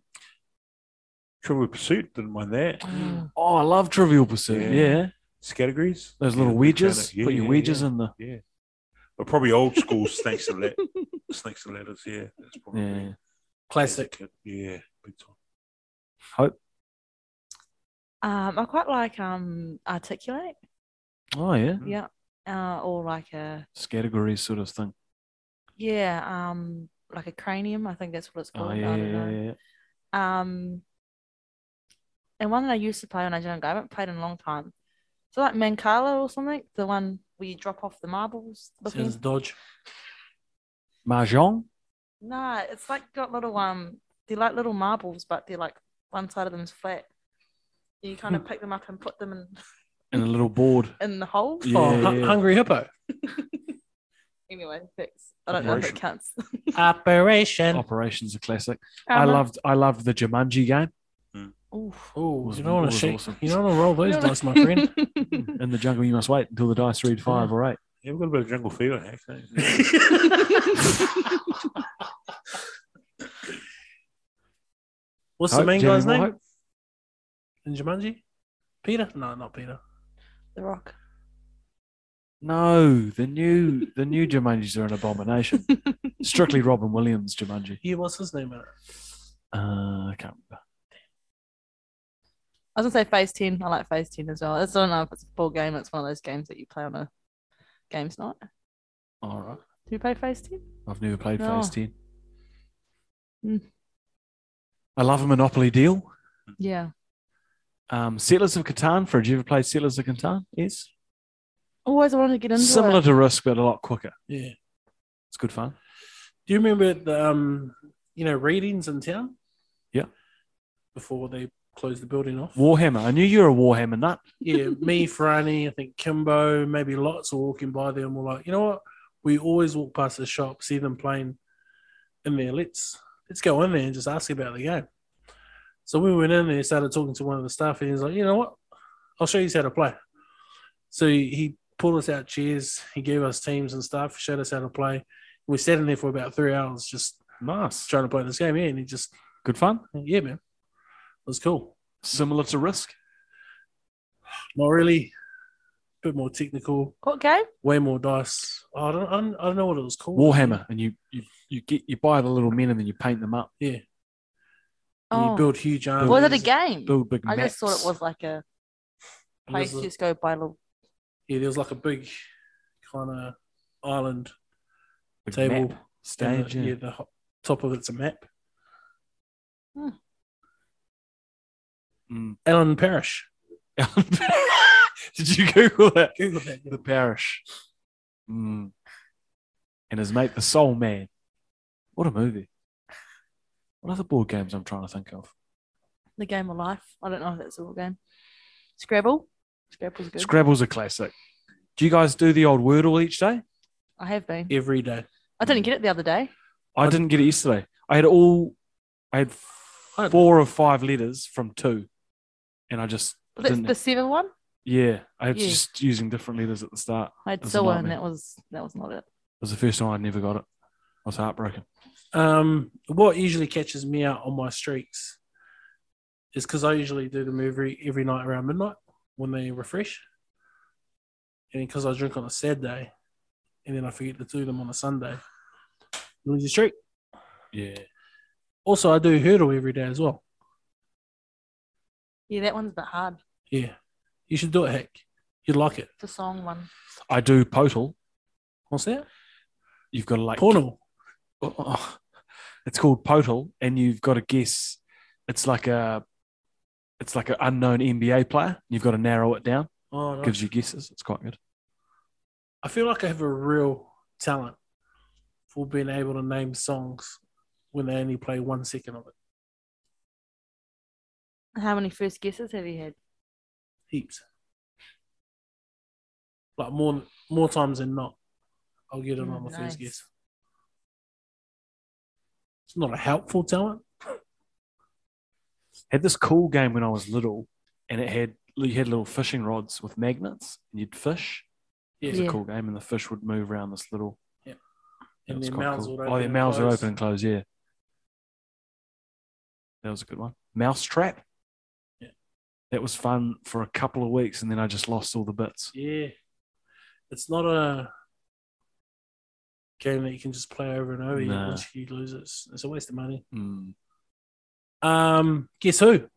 Speaker 10: Trivial Pursuit, didn't mind that.
Speaker 9: Mm.
Speaker 7: oh, I love Trivial Pursuit.
Speaker 10: Yeah.
Speaker 7: Yeah,
Speaker 10: Categories,
Speaker 7: those little
Speaker 10: Yeah,
Speaker 7: wedges.
Speaker 10: yeah,
Speaker 7: Put your
Speaker 10: yeah,
Speaker 7: wedges
Speaker 10: yeah.
Speaker 7: in the.
Speaker 10: but probably
Speaker 7: (laughs)
Speaker 10: old school snakes and la- snakes and ladders. Yeah, that's probably
Speaker 7: Yeah.
Speaker 8: Classic.
Speaker 10: Yeah, big time.
Speaker 9: Um, I quite like um articulate.
Speaker 7: Oh yeah,
Speaker 9: Yeah. Uh, or like a
Speaker 7: categories sort of thing.
Speaker 9: yeah, um, like a cranium. I think that's what it's
Speaker 7: Oh
Speaker 9: called.
Speaker 7: yeah,
Speaker 9: I don't
Speaker 7: yeah,
Speaker 9: know.
Speaker 7: yeah, yeah.
Speaker 9: Um, and one that I used to play when I was younger. I haven't played in a long time. So like Mancala or something, the one where you drop off the marbles. Looking.
Speaker 8: Sounds dodge.
Speaker 7: Mahjong.
Speaker 9: Nah, it's like got little um, they're like little marbles, but they're like one side of them's flat. You kind of pick them up and put them in
Speaker 7: and a little board.
Speaker 9: in the hole.
Speaker 7: Yeah,
Speaker 8: oh,
Speaker 7: yeah,
Speaker 8: hu-
Speaker 7: yeah.
Speaker 8: Hungry Hippo.
Speaker 9: Anyway, thanks. I don't know if it
Speaker 10: Operation.
Speaker 9: counts.
Speaker 8: (laughs) Operation.
Speaker 7: Operations a classic. I loved, I loved the Jumanji game
Speaker 9: Oof.
Speaker 8: Oh,
Speaker 7: Was-
Speaker 8: you don't want
Speaker 7: was
Speaker 8: to shake.
Speaker 7: awesome.
Speaker 8: You don't want to roll (laughs) those dice, my
Speaker 7: (laughs)
Speaker 9: (laughs)
Speaker 8: friend.
Speaker 7: in the jungle. You must wait until the dice read five or eight.
Speaker 10: Yeah, we've got a bit of jungle fever, actually. (laughs)
Speaker 8: What's the
Speaker 7: Hope,
Speaker 8: main
Speaker 7: Jeremy
Speaker 8: guy's name?
Speaker 7: Moore.
Speaker 8: In Jumanji? Peter? No, not Peter.
Speaker 9: the Rock.
Speaker 7: No, the new the new Jumanjis are an
Speaker 9: (laughs)
Speaker 7: abomination. Strictly Robin Williams Jumanji.
Speaker 8: Yeah, what's his name in it?
Speaker 7: Uh, I can't remember.
Speaker 9: I was gonna say Phase Ten. I like Phase Ten as well. It's I don't know if it's a board game. It's one of those games that you play on a games night. Do
Speaker 7: All right,
Speaker 9: you play Phase Ten?
Speaker 7: I've never played
Speaker 9: No.
Speaker 7: Phase Ten.
Speaker 9: Mm.
Speaker 7: I love a Monopoly deal.
Speaker 9: Yeah.
Speaker 7: Um, Settlers of Catan. Fridge. You ever played Settlers of Catan? Yes.
Speaker 9: Always wanted to get into
Speaker 7: Similar
Speaker 9: it.
Speaker 7: to Risk, but a lot quicker.
Speaker 8: Yeah.
Speaker 7: It's good fun.
Speaker 8: Do you remember the um, you know, readings in town?
Speaker 7: Yeah.
Speaker 8: Before they closed the building off.
Speaker 7: Warhammer. I knew you were a Warhammer nut.
Speaker 8: yeah, me, Franny, I think Kimbo, maybe lots were walking by there and we're like, you know what? We always walk past the shop, see them playing in there. Let's let's go in there and just ask about the game. So we went in there, started talking to one of the staff, and he's like, you know what? I'll show you how to play. So he, he pulled us out chairs, he gave us teams and stuff, showed us how to play. We sat in there for about three hours just
Speaker 7: Nice.
Speaker 8: trying to play this game. Yeah, and he just
Speaker 7: Good fun.
Speaker 8: yeah, man. It was cool.
Speaker 7: Similar to Risk.
Speaker 8: Not really bit more technical,
Speaker 9: What game?
Speaker 8: way more dice. Oh, I don't, I don't, I don't know what it was called.
Speaker 7: Warhammer, and you you you get you buy the little men and then you paint them up.
Speaker 8: Yeah. And You
Speaker 9: Oh,
Speaker 8: build huge armies.
Speaker 9: was it a game?
Speaker 7: Build big
Speaker 9: I
Speaker 7: maps.
Speaker 9: just thought it was like a
Speaker 8: And there's
Speaker 9: place
Speaker 8: a-
Speaker 9: you just go by little.
Speaker 8: yeah, there was like a big kind of island
Speaker 7: Big
Speaker 8: table
Speaker 7: map,
Speaker 8: and
Speaker 7: stage.
Speaker 8: the,
Speaker 7: yeah.
Speaker 8: yeah, the ho- top of it's a map.
Speaker 7: Mm.
Speaker 8: Alan Parrish.
Speaker 7: (laughs) Did you Google that?
Speaker 8: Google that.
Speaker 7: The parish. Mm. And his mate, the Soul Man. What a movie! What other board games I'm trying to think of?
Speaker 9: The game of life. I don't know if that's a real game. Scrabble. Scrabble's good.
Speaker 7: Scrabble's a classic. Do you guys do the old Wordle each day?
Speaker 9: I have been.
Speaker 8: Every day.
Speaker 9: I didn't get it the other day.
Speaker 7: I didn't get it yesterday. I had all, I had
Speaker 8: I don't
Speaker 7: four or five letters from two, and I just
Speaker 9: Was it
Speaker 7: didn't.
Speaker 9: the seven one?
Speaker 7: yeah, I was
Speaker 9: Yeah.
Speaker 7: just using different letters at the start.
Speaker 9: I had
Speaker 7: That's
Speaker 9: Silla,
Speaker 7: not
Speaker 9: and
Speaker 7: me.
Speaker 9: that was that was not it.
Speaker 7: It was the first time I never got it. I was heartbroken.
Speaker 8: Um, what usually catches me out on my streaks is because I usually do the movie every night around midnight when they refresh, and because I drink on a Saturday, and then I forget to do them on a Sunday. Lose your streak.
Speaker 7: Yeah,
Speaker 8: Also, I do hurdle every day as well.
Speaker 9: Yeah, that one's a bit hard.
Speaker 8: Yeah, you should do it, Hick. You'd like it.
Speaker 9: The song one.
Speaker 7: I do Potal.
Speaker 8: What's that?
Speaker 7: You've got to like
Speaker 8: Portal.
Speaker 7: oh, oh. (laughs) it's called Potal, and you've got to guess. It's like a, it's like an unknown NBA player. You've got to narrow it down.
Speaker 8: Oh, no.
Speaker 7: Gives you guesses. It's quite good.
Speaker 8: I feel like I have a real talent for being able to name songs when they only play one second of it.
Speaker 9: How many first guesses have you had?
Speaker 8: heaps. Like more more times than not, I'll get it
Speaker 9: Mm,
Speaker 8: on the
Speaker 9: nice.
Speaker 8: first guess. It's not a helpful talent.
Speaker 7: had this cool game when I was little, and it had you had little fishing rods with magnets, and you'd fish. It was
Speaker 9: Yeah.
Speaker 7: a cool game, and the fish would move around this little.
Speaker 8: Yeah.
Speaker 7: That
Speaker 8: And
Speaker 7: was
Speaker 8: their
Speaker 7: quite
Speaker 8: mouths
Speaker 7: cool.
Speaker 8: would
Speaker 7: Oh,
Speaker 8: open
Speaker 7: their
Speaker 8: and
Speaker 7: mouths would
Speaker 8: close.
Speaker 7: open and close. Yeah, that was a good one. Mouse trap.
Speaker 8: Yeah.
Speaker 7: That was fun for a couple of weeks, and then I just lost all the bits.
Speaker 8: Yeah, it's not a game that you can just play over and over. You-
Speaker 7: Nah.
Speaker 8: Once you lose it, it's, it's a waste of money.
Speaker 7: Mm.
Speaker 8: Um, guess who?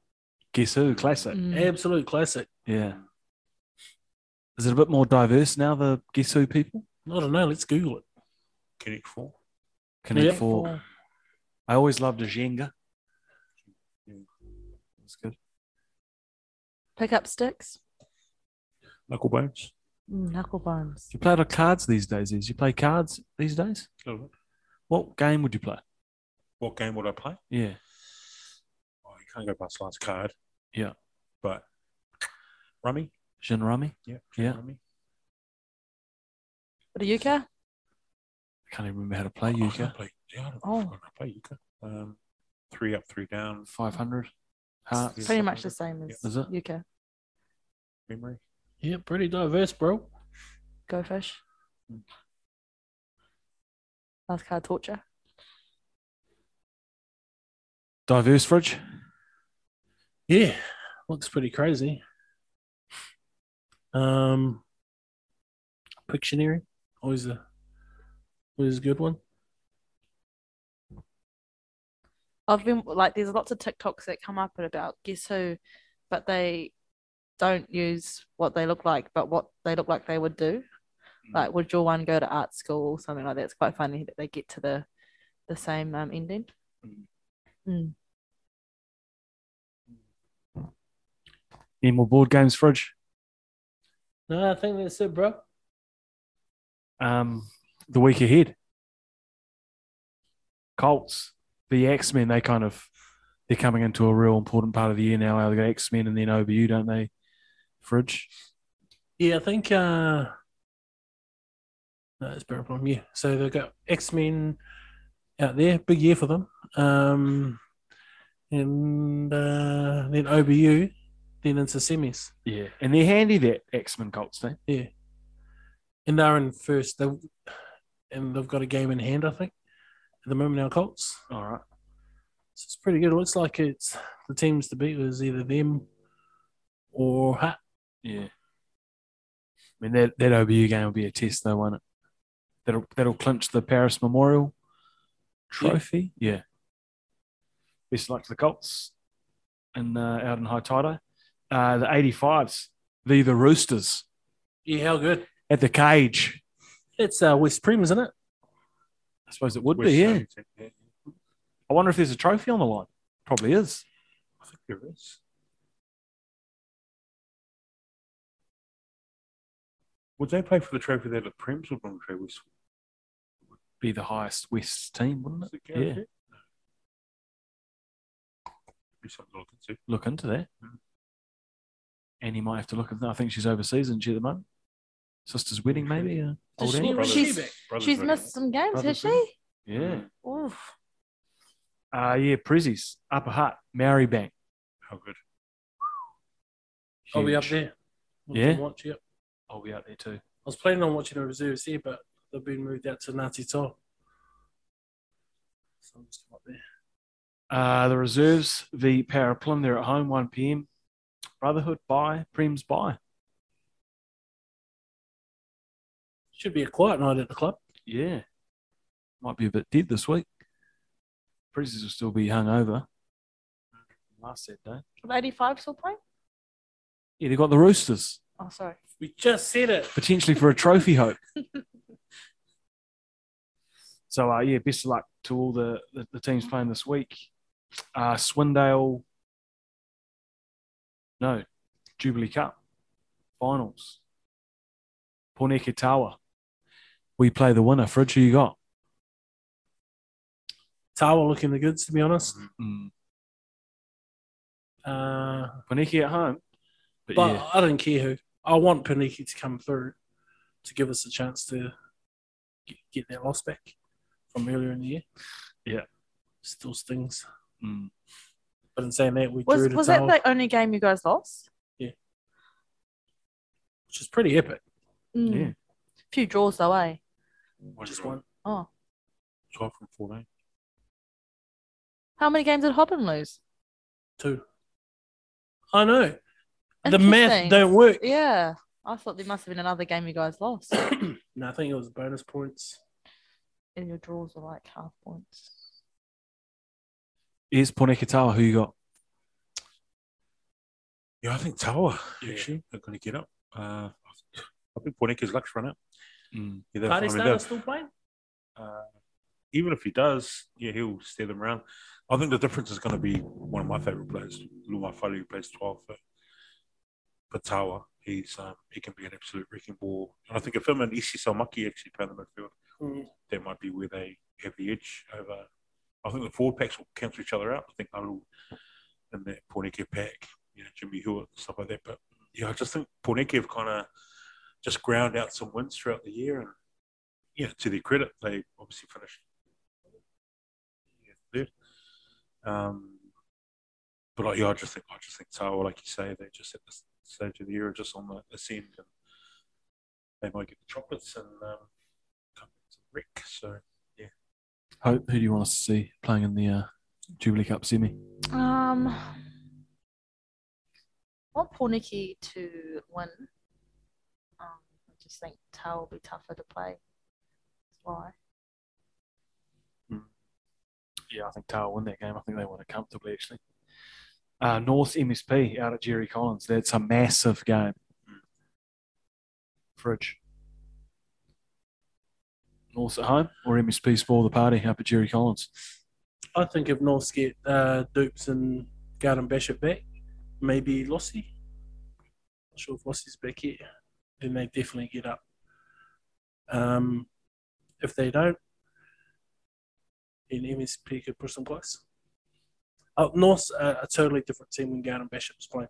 Speaker 7: Guess who? Classic.
Speaker 9: Mm.
Speaker 8: Absolute classic.
Speaker 7: Yeah. Is it a bit more diverse now? The guess who people.
Speaker 8: I don't know. Let's Google it.
Speaker 10: Connect Four.
Speaker 7: Connect
Speaker 8: Yeah.
Speaker 7: Four. I always loved a Jenga. That's good.
Speaker 9: Pick up sticks.
Speaker 10: Knuckle bones.
Speaker 9: Mm, knuckle bones.
Speaker 7: Do you play a lot of cards these days? Is you play cards these days?
Speaker 10: Little bit.
Speaker 7: What game would you play?
Speaker 10: What game would I play?
Speaker 7: Yeah,
Speaker 10: Oh, you can't go past last card.
Speaker 7: Yeah.
Speaker 10: But rummy.
Speaker 7: Shin Rami.
Speaker 10: Yeah.
Speaker 7: Yeah.
Speaker 10: Rummy.
Speaker 9: What a yucca?
Speaker 7: I can't even remember how to play
Speaker 10: Oh, I can't
Speaker 7: Yuka.
Speaker 10: play- Yeah, I don't
Speaker 9: Oh.
Speaker 10: I can't play Yuka. Um, three up, three down.
Speaker 7: Five hundred hearts.
Speaker 9: Pretty much the same as
Speaker 7: Is it?
Speaker 9: yucca.
Speaker 10: Memory.
Speaker 8: Yeah, pretty diverse, bro.
Speaker 9: Go fish.
Speaker 7: Mm.
Speaker 9: Last card torture.
Speaker 7: Diverse fridge.
Speaker 8: Yeah, looks pretty crazy. Um, Pictionary, always a always a good one.
Speaker 9: I've been like, there's lots of TikToks that come up about guess who, but they don't use what they look like, but what they look like they would do.
Speaker 8: Mm.
Speaker 9: Like, would your one go to art school or something like that? It's quite funny that they get to the the same um, ending. Mm.
Speaker 7: Any more board games, fridge?
Speaker 8: No, I think that's it, bro.
Speaker 7: Um, the week ahead. Colts, the X Men. They kind of they're coming into a real important part of the year now. They got X Men and then OBU, don't they? Fridge.
Speaker 8: Yeah, I think uh, no, it's better problem. Yeah, so they've got X Men out there, big year for them. Um, and uh, then OBU, then into semis.
Speaker 7: Yeah, and they're handy that X Men Colts eh? team.
Speaker 8: Yeah. And they're in first. They and they've got a game in hand, I think, at the moment. Our Colts.
Speaker 7: All right.
Speaker 8: So it's pretty good. It looks like it's the teams to beat was either them or Hut.
Speaker 7: Yeah. mean, that, that OBU game will be a test, though, won't it? That'll, that'll clinch the Paris Memorial Trophy. Yeah. Best luck to the Colts and uh, out in high tide. Uh, the 85s, the, the Roosters
Speaker 8: Yeah, how good.
Speaker 7: at the cage.
Speaker 8: It's uh, West Prem, isn't it?
Speaker 7: I suppose it would
Speaker 10: West
Speaker 7: be, yeah.
Speaker 10: Ham, yeah.
Speaker 7: I wonder if there's a trophy on the line. Probably is.
Speaker 10: I think there is. Would they pay for the trophy that the Prems would win the trophy?
Speaker 7: Be the highest West team, wouldn't
Speaker 10: Is
Speaker 7: it?
Speaker 10: it guaranteed? Be something to look into.
Speaker 7: Look into that. And you might have to look at I think she's overseas, isn't she, at the moment? Sister's wedding, maybe? Uh, old
Speaker 9: Does she-
Speaker 7: aunt?
Speaker 9: Brothers-
Speaker 10: She's-
Speaker 8: She's-
Speaker 10: Brothers
Speaker 9: She's
Speaker 10: maybe.
Speaker 9: missed some games, has
Speaker 7: Brotherton.
Speaker 9: she?
Speaker 7: Yeah.
Speaker 9: Oof.
Speaker 7: Uh, yeah, Prezzies, Upper Hutt, Maori Bank.
Speaker 10: How good.
Speaker 8: I'll be up
Speaker 7: Huge.
Speaker 8: there. We'll
Speaker 7: Yeah.
Speaker 8: Watch, yep.
Speaker 7: I'll be out there too.
Speaker 8: I was planning on watching the reserves here, but they've been moved out to Ngāti Toa. So I'm just up there.
Speaker 7: Uh, the reserves, the Paraplum, they're at home, 1 p.m. Brotherhood, bye. Prems, bye.
Speaker 8: Should be a quiet night at the club.
Speaker 7: Yeah. Might be a bit dead this week. Prezzies will still be hung over. Last Saturday.
Speaker 9: Of 85 still playing?
Speaker 7: Yeah, they got the Roosters,
Speaker 9: Oh, sorry.
Speaker 8: We just said it.
Speaker 7: potentially for a trophy hope. so, uh, yeah, best of luck to all the, the, the teams playing this week. Uh, Swindale, no, Jubilee Cup finals. Porneke Tower. We play the winner. Fridge, who you got?
Speaker 8: Tower looking the goods, to be honest.
Speaker 7: Mm.
Speaker 8: Uh,
Speaker 7: Porneke at home. But,
Speaker 8: but
Speaker 7: yeah,
Speaker 8: I don't care who. I want Paniki to come through to give us a chance to get, get that loss back from earlier in the year.
Speaker 7: Yeah.
Speaker 8: Still stings.
Speaker 7: mm.
Speaker 8: But in saying that, we
Speaker 9: Was,
Speaker 8: drew to
Speaker 9: was
Speaker 8: Tower,
Speaker 9: that the only game you guys lost?
Speaker 8: which is pretty epic.
Speaker 9: Hmm.
Speaker 7: Yeah.
Speaker 9: Mm. Few draws though, eh?
Speaker 8: Just one.
Speaker 9: Oh.
Speaker 10: 12 from 14.
Speaker 9: How many games did Hobben lose?
Speaker 8: Two. I know. The math
Speaker 9: Interesting.
Speaker 8: don't work.
Speaker 9: Yeah. I thought there must have been another game you guys lost.
Speaker 8: No, I think it was bonus points.
Speaker 9: and your draws were like half points.
Speaker 7: here's Porneke Tower. Who you got?
Speaker 10: Yeah, I think Tower, actually, are going to get up. Uh, I think Pornika's luck's run out.
Speaker 7: Mm.
Speaker 10: Yeah, they'll- I
Speaker 8: Party
Speaker 10: mean,
Speaker 8: Star
Speaker 10: they'll-
Speaker 8: is still playing?
Speaker 10: uh, even if he does, yeah, he'll steer them around. I think the difference is going to be one of my favorite players, Luma Falu, who plays 12 for Patawa. He's um, he can be an absolute wrecking ball. And I think if him and Isi Salmaki actually play in the midfield,
Speaker 8: Mm.
Speaker 10: that might be where they have the edge over. I think the forward packs will cancel each other out. I think Alu and that Porneke pack, you know, Jimmy Hewitt, stuff like that. But yeah, I just think Porneke have kind of just ground out some wins throughout the year and yeah, to their credit, they obviously finished yeah, third. Um, but I, yeah, I just think I just think Tower, like you say, they just at this stage of the year are just on the ascend, and they might get the chocolates and um, come to wreck. So
Speaker 7: Hope, who do you want us to see playing in the uh, Jubilee Cup semi?
Speaker 9: Um, I want Pornicky to win. Um, I just think Tao will be tougher to play. That's why.
Speaker 7: Yeah, I think Tower win that game. I think they won it comfortably, actually. Uh, North MSP out at Jerry Collins. That's a massive game. Fridge. North at home or MSP spoil the party up at Jerry Collins?
Speaker 8: I think if North get uh, Dupes and Garden Bishop back, maybe Lossie. Not sure if Lossie's back here. Then they definitely get up. Um, if they don't, then MSP could push them close. Up North's a, a totally different team when Garden Bishop's playing.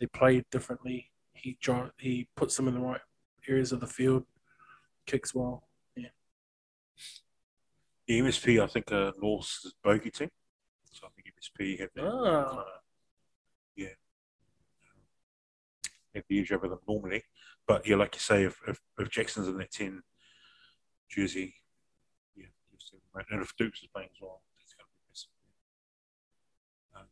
Speaker 8: They play differently. He draw, he puts them in the right areas of the field, kicks well.
Speaker 10: the MSP, I think uh, North's bogey team. So I think E MSP have that
Speaker 8: Ah.
Speaker 10: kind of yeah um, have the edge over them normally. But yeah, like you say, if if, if Jackson's in that ten jersey, yeah, you'll see them, right? and if Dukes is playing as well, that's going to be massive. Um,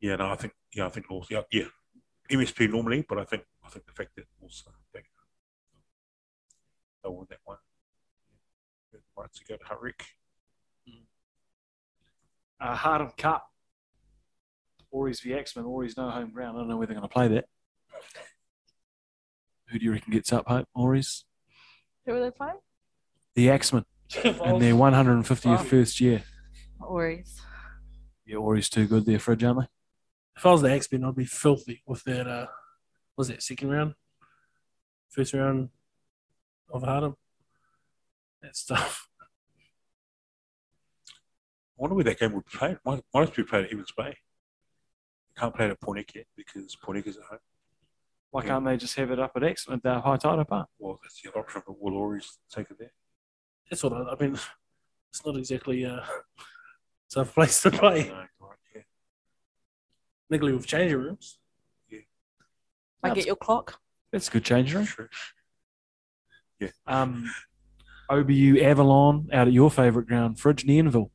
Speaker 10: yeah, no, I think yeah, I think North. Yeah, yeah, MSP normally, but I think I think the fact that uh, also they they won that one. Right to go to Harick.
Speaker 7: Uh, Harden Cup. Ori's v Axman. Ori's no home ground. I don't know where they're going to play that. Who do you reckon gets up, Hope? Ori's?
Speaker 9: Who are they playing?
Speaker 7: The Axman. in their 150th first year.
Speaker 9: Ori's.
Speaker 7: Yeah, Ori's too good there, Fridge, aren't they?
Speaker 8: If I was the X Men, I'd be filthy with that. Uh, was that second round, first round of Harden? That stuff. (laughs)
Speaker 10: I wonder where that game would be played. Might, might have to be played at Evans Bay. Can't play it at Pornic yet because Pornic is at home.
Speaker 7: Why can't they just have it up at X at the High Tide Park?
Speaker 10: Well, that's the other option, but will Ori's take it there?
Speaker 8: That's what I, I mean. It's not exactly uh, (laughs) it's a place to play.
Speaker 10: No, right, yeah.
Speaker 8: Niggly with changing rooms.
Speaker 9: I get your clock.
Speaker 7: That's a good change room.
Speaker 10: True.
Speaker 7: Um, OBU Avalon out at your favourite ground, Fridge Neanville.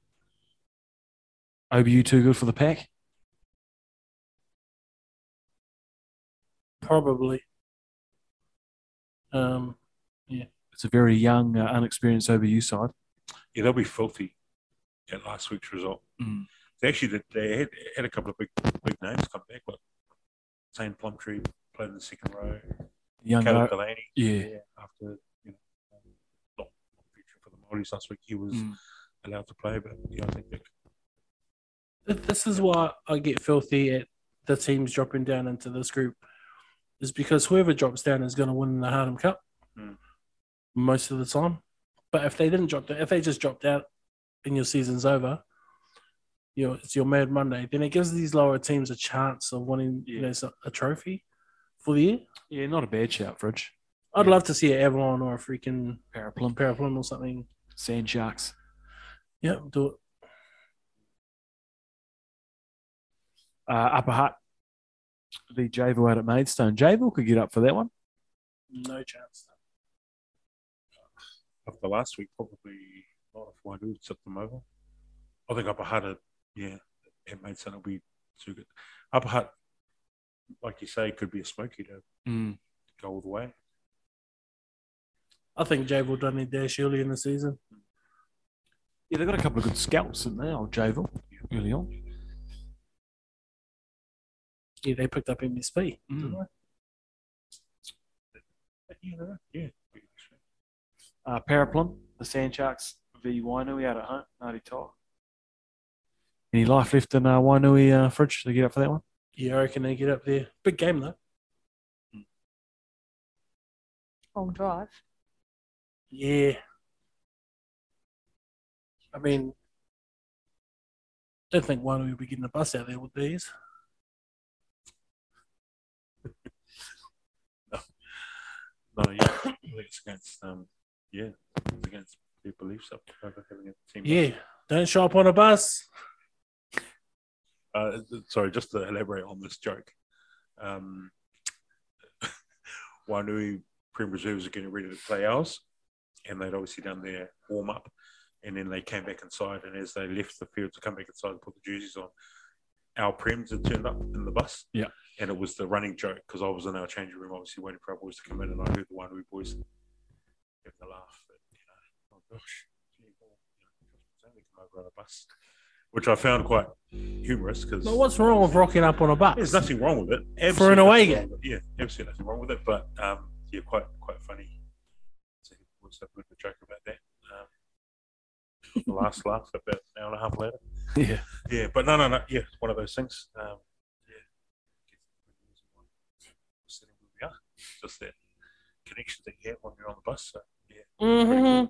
Speaker 7: OBU too good for the pack.
Speaker 8: Probably. Um,
Speaker 7: It's a very young, uh, unexperienced OBU side.
Speaker 10: Yeah, they'll be filthy at last week's result.
Speaker 7: Mm.
Speaker 10: They actually did, they had, had a couple of big big names come back, like Tane Plumtree played in the second row,
Speaker 7: Young,
Speaker 10: Caleb
Speaker 7: O-
Speaker 10: Delaney.
Speaker 7: yeah,
Speaker 10: after you know um, not, not featuring for the Maoris last week, he was
Speaker 7: Mm.
Speaker 10: allowed to play, but you know, I think that
Speaker 8: th- this is why I get filthy at the teams dropping down into this group, is because whoever drops down is going to win the Harlem Cup
Speaker 10: Hmm.
Speaker 8: most of the time. But if they didn't drop down, if they just dropped out and your season's over, you know, it's your Mad Monday, then it gives these lower teams a chance of winning, you know, so- a trophy for the year.
Speaker 7: yeah, not a bad shout, Fridge.
Speaker 8: I'd love to see an Avalon or a freaking
Speaker 7: Paraplum,
Speaker 8: Paraplume or something.
Speaker 7: Sand Sharks.
Speaker 8: Yeah, do it.
Speaker 7: uh, Upper Hutt, the Javille out at Maidstone. Javille could get up for that one.
Speaker 8: No chance.
Speaker 10: after last week, probably not if I do tip them over. I think Upper Hutt, are- yeah, it made sense. It'll be too good. Upper Hutt, like you say, could be a smoky to
Speaker 7: Hmm.
Speaker 10: go all the way.
Speaker 8: I think Jay will done it dash early in the season.
Speaker 7: Yeah, they've got a couple of good scouts in there, old Javille, early on.
Speaker 8: Yeah, they picked up MSP.
Speaker 7: Mm.
Speaker 10: But, you know, yeah,
Speaker 7: Uh, Paraplum, the Sand Sharks v Wainui out at home, Ngāti Toa. Any life left in uh, Wainui uh, fridge to get up for that one?
Speaker 8: Yeah, I reckon they get up there. Big game though.
Speaker 9: Long drive.
Speaker 8: Yeah. I mean, don't think one would be getting a bus out there with
Speaker 10: (laughs)
Speaker 8: these.
Speaker 10: no, yeah, I think it's against, um, yeah, it's against their beliefs up over having a team.
Speaker 8: Yeah, don't show up on a bus.
Speaker 10: Uh, sorry, just to elaborate on this joke. Um, (laughs) Wainui Prem Reserves are getting ready to play ours, and they'd obviously done their warm up, and then they came back inside. And as they left the field to come back inside and put the jerseys on, our Prems had turned up in the bus.
Speaker 7: Yeah.
Speaker 10: And it was the running joke because I was in our changing room, obviously waiting for our boys to come in, and I heard the Wainui boys having a laugh. And, you know, oh gosh, gee, well, you know, they come over on a bus, which I found quite humorous because
Speaker 8: Now, what's wrong with rocking up on a bus?
Speaker 10: there's nothing wrong with it.
Speaker 8: For an away
Speaker 10: nothing wrong with it. Yeah, absolutely nothing wrong with it. But um, yeah, quite quite funny. So he was a bit of a joke about that. Um, the last (laughs) laugh about an hour and a half later.
Speaker 7: Yeah.
Speaker 10: Yeah, but no, no, no. Yeah, it's one of those things. Um, yeah. Sitting where we are. Just that connection that you have when you're on the bus. So yeah.
Speaker 8: Mm-hmm.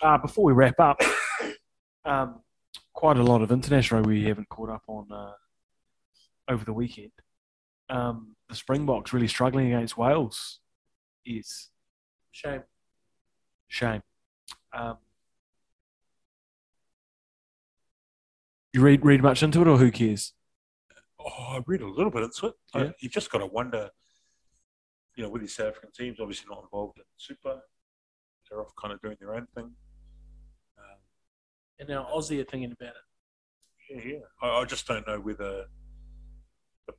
Speaker 7: Uh, before we wrap up, (coughs) um, quite a lot of international we haven't caught up on uh, over the weekend. Um, the Springboks really struggling against Wales is
Speaker 8: Shame.
Speaker 7: Shame. Um, you read read much into it, or who cares?
Speaker 10: Oh, I read a little bit into it. I-
Speaker 7: Yeah.
Speaker 10: you've just got to wonder, you know, with these South African teams, obviously not involved in Super, they're off kind of doing their own thing. Um,
Speaker 8: And now Aussie are thinking about it.
Speaker 10: Yeah, yeah. I, I just don't know whether the,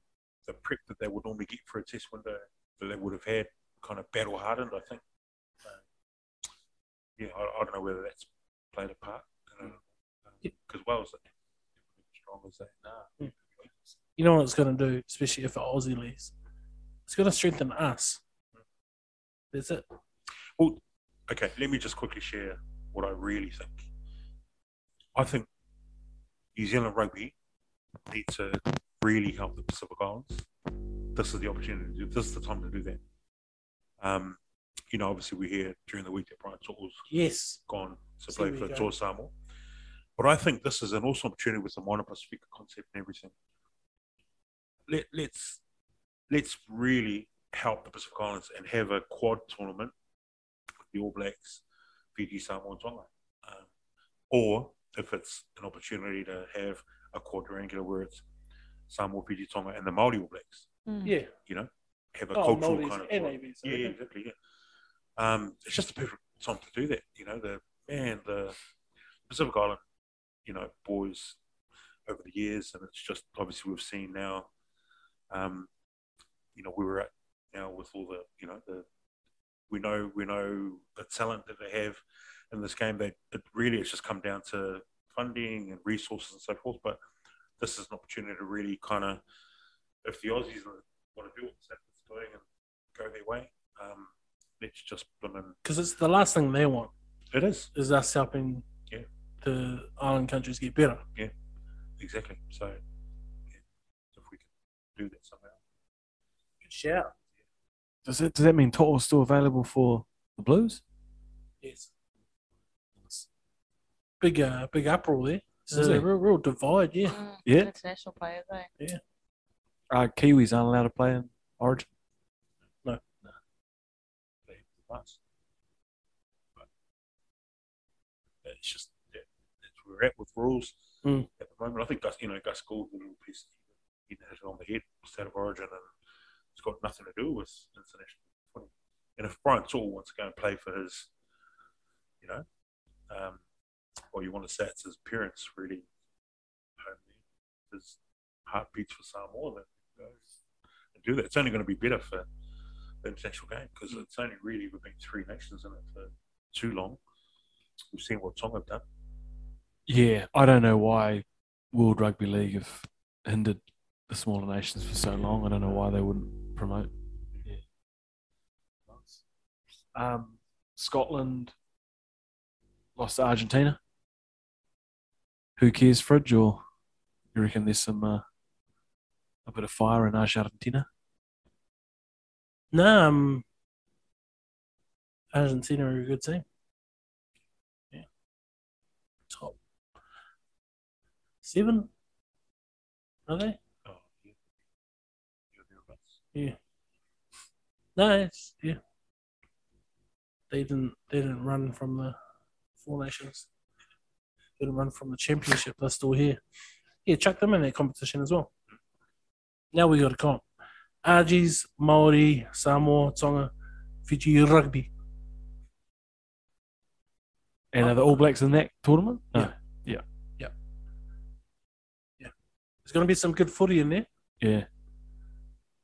Speaker 10: the prep that they would normally get for a test window that they would have had kind of battle hardened. I think. Uh, yeah, I, I don't know whether that's played a part because you know, um, Wales are strong as they are.
Speaker 8: You know what it's going to do, especially if it Aussie leaves? It's going to strengthen us. That's it.
Speaker 10: Well, okay, let me just quickly share what I really think. I think New Zealand rugby needs to really help the Pacific Islands. This is the opportunity. to do- This is the time to do that. Um, you know, obviously we're here during the week that Brian Torrell's
Speaker 8: Yes.
Speaker 10: gone to
Speaker 8: See
Speaker 10: play
Speaker 8: where
Speaker 10: for
Speaker 8: you
Speaker 10: Tor
Speaker 8: go.
Speaker 10: Samoa. But I think this is an awesome opportunity with the minor Pacific concept and everything. Let, let's let's really help the Pacific Islands and have a quad tournament with the All Blacks, Fiji, Samoa, and Tonga. Um, or if it's an opportunity to have a quadrangular where it's Samoa, Fiji, Tonga, and the Maori All Blacks
Speaker 7: Hmm.
Speaker 9: Hmm.
Speaker 8: Yeah.
Speaker 10: you know, have a
Speaker 8: Oh,
Speaker 10: cultural
Speaker 8: Maldives
Speaker 10: kind of
Speaker 8: and
Speaker 10: vibe.
Speaker 8: ABs,
Speaker 10: yeah,
Speaker 8: okay.
Speaker 10: yeah, exactly. Yeah, um, it's just the perfect time to do that. You know, the man, the Pacific Island, you know, boys over the years, and it's just obviously we've seen now, um, you know, we were at now with all the, you know, the we know we know the talent that they have in this game. They it really it's just come down to funding and resources and so forth. But this is an opportunity to really kind of if the Aussies want to do what the South is doing and go their way, um, let's just blooming.
Speaker 8: Because it's the last thing they want
Speaker 10: It is
Speaker 8: is us helping
Speaker 10: Yeah.
Speaker 8: the island countries get better.
Speaker 10: exactly. So yeah, if we can do that somehow,
Speaker 8: Good shout.
Speaker 7: Does it? Does that mean Toto's still available for the Blues?
Speaker 8: Yes. Big uh, big uproar there. So
Speaker 7: Is
Speaker 8: a
Speaker 7: it?
Speaker 8: real, real divide, yeah.
Speaker 9: Mm,
Speaker 7: Yeah.
Speaker 9: International players, eh?
Speaker 7: Uh, Kiwis aren't allowed to play in Origin.
Speaker 10: they have us. But it's just that, that's where we're at with rules
Speaker 8: Mm.
Speaker 10: at the moment. I think Gus, you know, Gus Gould will piece he hit it on the head, state of origin, and it's got nothing to do with international football. And if Brian Saul wants to go and play for his, you know, um, or you want to say it's his parents really home there, his heartbeats for Samoa, then go and do that. It's only going to be better for the international game because
Speaker 8: Mm.
Speaker 10: it's only really we've been three nations in it for too long. We've seen what Tonga have done.
Speaker 7: Yeah, I don't know why World Rugby League have hindered the smaller nations for so long. I don't know why they wouldn't promote. Yeah. Um, Scotland lost to Argentina. Who cares, Fridge? Or you reckon there's some uh, a bit of fire in Argentina?
Speaker 8: No, um, Argentina are a good team. Yeah. Top seven, are they?
Speaker 10: Oh, yeah. You're thereabouts.
Speaker 8: Yeah. No, it's, yeah. They didn't. They didn't run from the Four Nations. They didn't run from the championship. They're still here. Yeah, chuck them in that competition as well. Now we got a comp. Argies, Maori, Samoa, Tonga, Fiji rugby.
Speaker 7: And are the All Blacks in that tournament? No.
Speaker 8: Yeah. There's going to be some good footy in there,
Speaker 7: Yeah.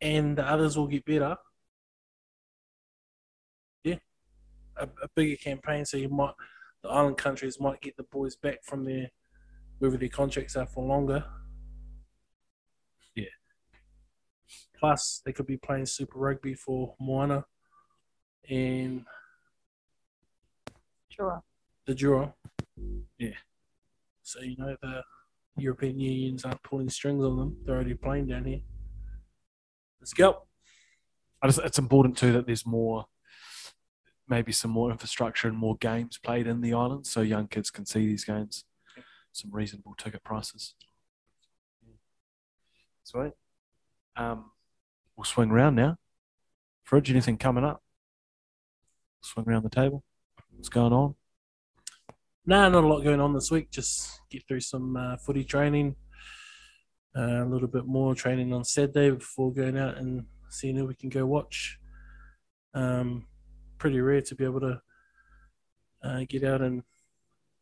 Speaker 8: and the others will get better. Yeah, a, a bigger campaign, so you might the island countries might get the boys back from their wherever their contracts are for longer.
Speaker 7: Yeah.
Speaker 8: Plus, they could be playing Super Rugby for Moana and
Speaker 9: Sure.
Speaker 8: the Jura.
Speaker 7: Yeah.
Speaker 8: So you know the European unions aren't pulling strings on them. They're already playing down here. Let's go.
Speaker 7: I just, it's important too that there's more, maybe some more infrastructure and more games played in the island, so young kids can see these games, some reasonable ticket prices. Sweet. Um, we'll swing round now. Fridge, anything coming up? Swing round the table. What's going on?
Speaker 8: Nah, not a lot going on this week. Just get through some uh, footy training, uh, a little bit more training on Saturday before going out and seeing who we can go watch. Um, pretty rare to be able to uh, get out and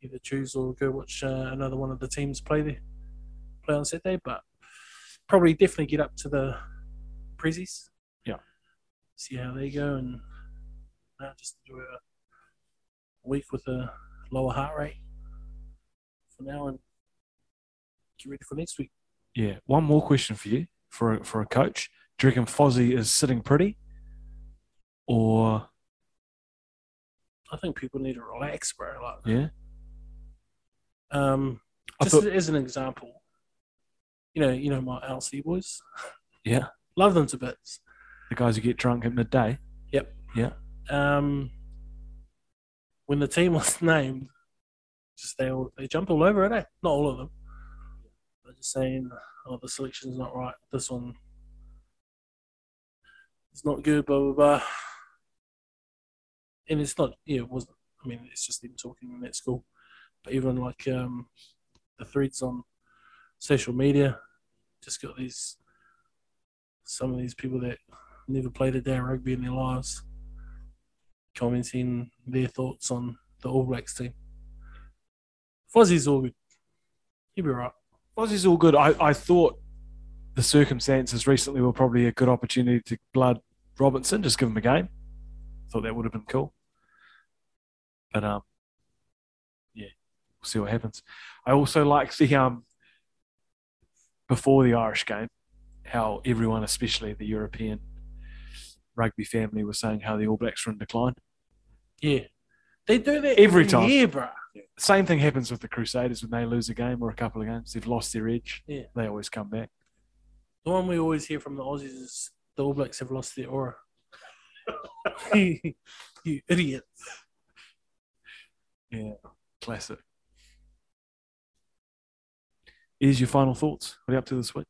Speaker 8: either choose or go watch uh, another one of the teams play there. play on Saturday, but probably definitely get up to the Prezzies.
Speaker 7: Yeah.
Speaker 8: See how they go and uh, just enjoy a week with a lower heart rate for now and get ready for next week.
Speaker 7: Yeah. One more question for you for a, for a coach. Do you reckon Fozzie is sitting pretty, or
Speaker 8: I think people need to relax, bro. Like,
Speaker 7: yeah?
Speaker 8: um,
Speaker 7: I
Speaker 8: just
Speaker 7: thought-
Speaker 8: as an example, you know, you know my LC boys,
Speaker 7: Yeah.
Speaker 8: (laughs) love them to bits.
Speaker 7: The guys who get drunk at midday.
Speaker 8: Yep.
Speaker 7: Yeah.
Speaker 8: Um, when the team (laughs) was named, just they all they jumped all over it. Eh? Not all of them. They're just saying, "Oh, the selection's not right. This one is not good." Blah blah blah. And it's not. Yeah, it wasn't. I mean, it's just them talking, and that's cool. But even like um, the threads on social media, just got these some of these people that never played a day of rugby in their lives, commenting their thoughts on the All Blacks team. Fozzie's all good. He'll be right.
Speaker 7: Fozzie's all good. I, I thought the circumstances recently were probably a good opportunity to blood Robinson, just give him a game. Thought that would have been cool. But um, yeah, we'll see what happens. I also like the um before the Irish game, how everyone, especially the European rugby family, was saying how the All Blacks were in decline.
Speaker 8: Yeah. They do that
Speaker 7: Every time.
Speaker 8: year, bro.
Speaker 7: Same thing happens with the Crusaders when they lose a game or a couple of games. They've lost their edge.
Speaker 8: Yeah.
Speaker 7: They always come back.
Speaker 8: The one we always hear from the Aussies is the All Blacks have lost their
Speaker 7: (laughs)
Speaker 8: aura. you idiot.
Speaker 7: Yeah, classic. Is your final thoughts? What are you up to this week?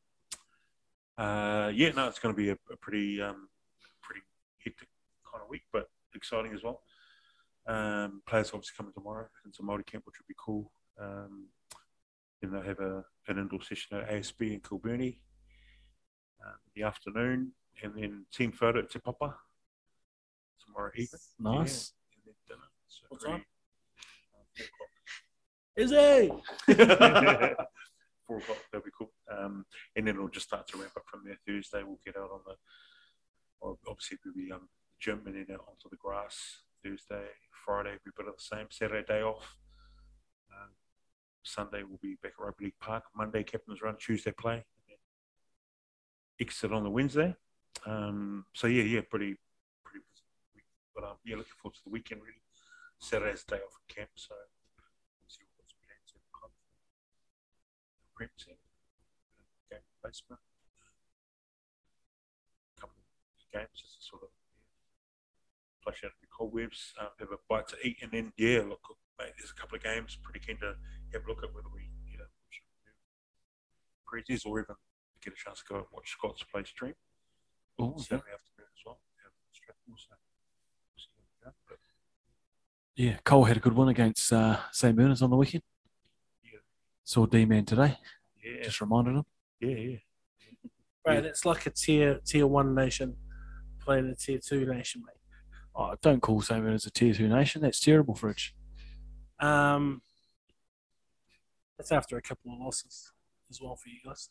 Speaker 10: Uh, yeah, no, it's going to be a, a pretty, um, pretty hectic kind of week, but exciting as well. Um, players obviously coming tomorrow into Māori camp, which would be cool. Um, then they'll have a, an indoor session at ASB in Kilburnie um, in the afternoon, and then team photo at Te Papa tomorrow evening.
Speaker 7: Nice.
Speaker 10: Yeah, and then dinner. So
Speaker 8: What
Speaker 10: pretty-
Speaker 8: time? Is he?
Speaker 10: four o'clock. That'll be cool. Um, and then it'll just start to ramp up from there. Thursday we'll get out on the ob- obviously we'll be um gym and then out onto the grass. Thursday, Friday we will be a bit of the same. Saturday day off. Um, Sunday we'll be back at Rugby League Park. Monday captain's run. Tuesday play. And then exit on the Wednesday. Um, so yeah, yeah, pretty pretty busy week. But um, yeah, looking forward to the weekend really. Saturday's the day off at camp, so. we'll see what those plans are kind of prep team, game placement, couple of games just to sort of flush out the cobwebs, um, have a bite to eat, and then yeah, look, mate, there's a couple of games. Pretty keen to have a look at whether we you know should do Prezies or even get a chance to go and watch Scott's play stream
Speaker 7: Oh, yeah.
Speaker 10: Saturday afternoon as well. Yeah, it's straight also. So, yeah, but
Speaker 7: yeah, Cole had a good one against uh, St. Bernard's on the weekend.
Speaker 10: Yeah.
Speaker 7: Saw D Man today.
Speaker 10: yeah,
Speaker 7: Just reminded him.
Speaker 10: yeah, yeah.
Speaker 8: Right, it's like a tier tier one nation playing a tier two nation, mate.
Speaker 7: Oh, don't call St. Bernard's a tier two nation. That's terrible, Fridge.
Speaker 8: Um, that's after a couple of losses as well for you guys.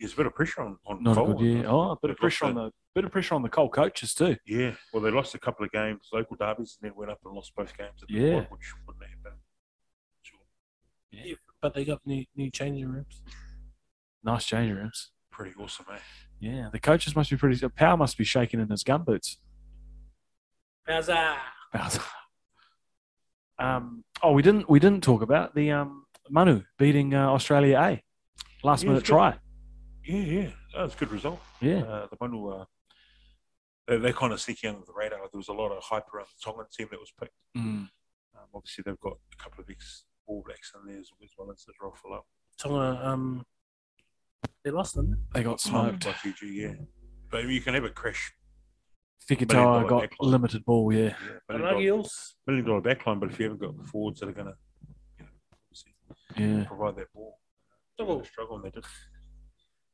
Speaker 10: There's a bit of pressure on on
Speaker 7: Not a
Speaker 10: Cole.
Speaker 7: good year. Oh, a bit of
Speaker 10: They've
Speaker 7: pressure
Speaker 10: lost
Speaker 7: on the bit of pressure on the Cole coaches too.
Speaker 10: Yeah, well, they lost a couple of games, local derbies, and then went up and lost both games. At the
Speaker 7: Yeah.
Speaker 10: point, which wouldn't happen. Sure,
Speaker 8: But they got new new changing rooms.
Speaker 7: Nice change rooms.
Speaker 10: pretty awesome, eh?
Speaker 7: Yeah, the coaches must be pretty. Power must be shaking in his gumboots.
Speaker 8: How's that?
Speaker 7: about. (laughs) Um, oh, we didn't we didn't talk about the um, Manu beating uh, Australia A last
Speaker 10: Yeah,
Speaker 7: minute
Speaker 10: it's good.
Speaker 7: try.
Speaker 10: Yeah, yeah, that was a good result.
Speaker 7: Yeah,
Speaker 10: Uh, the one who, uh, they, they kind of sneaky under the radar. There was a lot of hype around the Tongan team that was picked.
Speaker 7: Mm.
Speaker 10: Um, obviously, they've got a couple of ex All Blacks in there as as well as Israel Folau.
Speaker 8: Tonga, um, they lost them.
Speaker 7: they got smoked.
Speaker 10: By Fiji, yeah. But you can have it crash.
Speaker 7: Figatoa
Speaker 10: Million dollar
Speaker 7: got
Speaker 10: backline.
Speaker 7: limited ball. Yeah,
Speaker 10: Yeah,
Speaker 8: The
Speaker 10: million, dollar,
Speaker 8: Eels.
Speaker 10: million dollar backline, but if you haven't got forwards that are going to you know, obviously
Speaker 7: yeah.
Speaker 10: provide that ball.
Speaker 8: Double.
Speaker 10: They struggle and they did.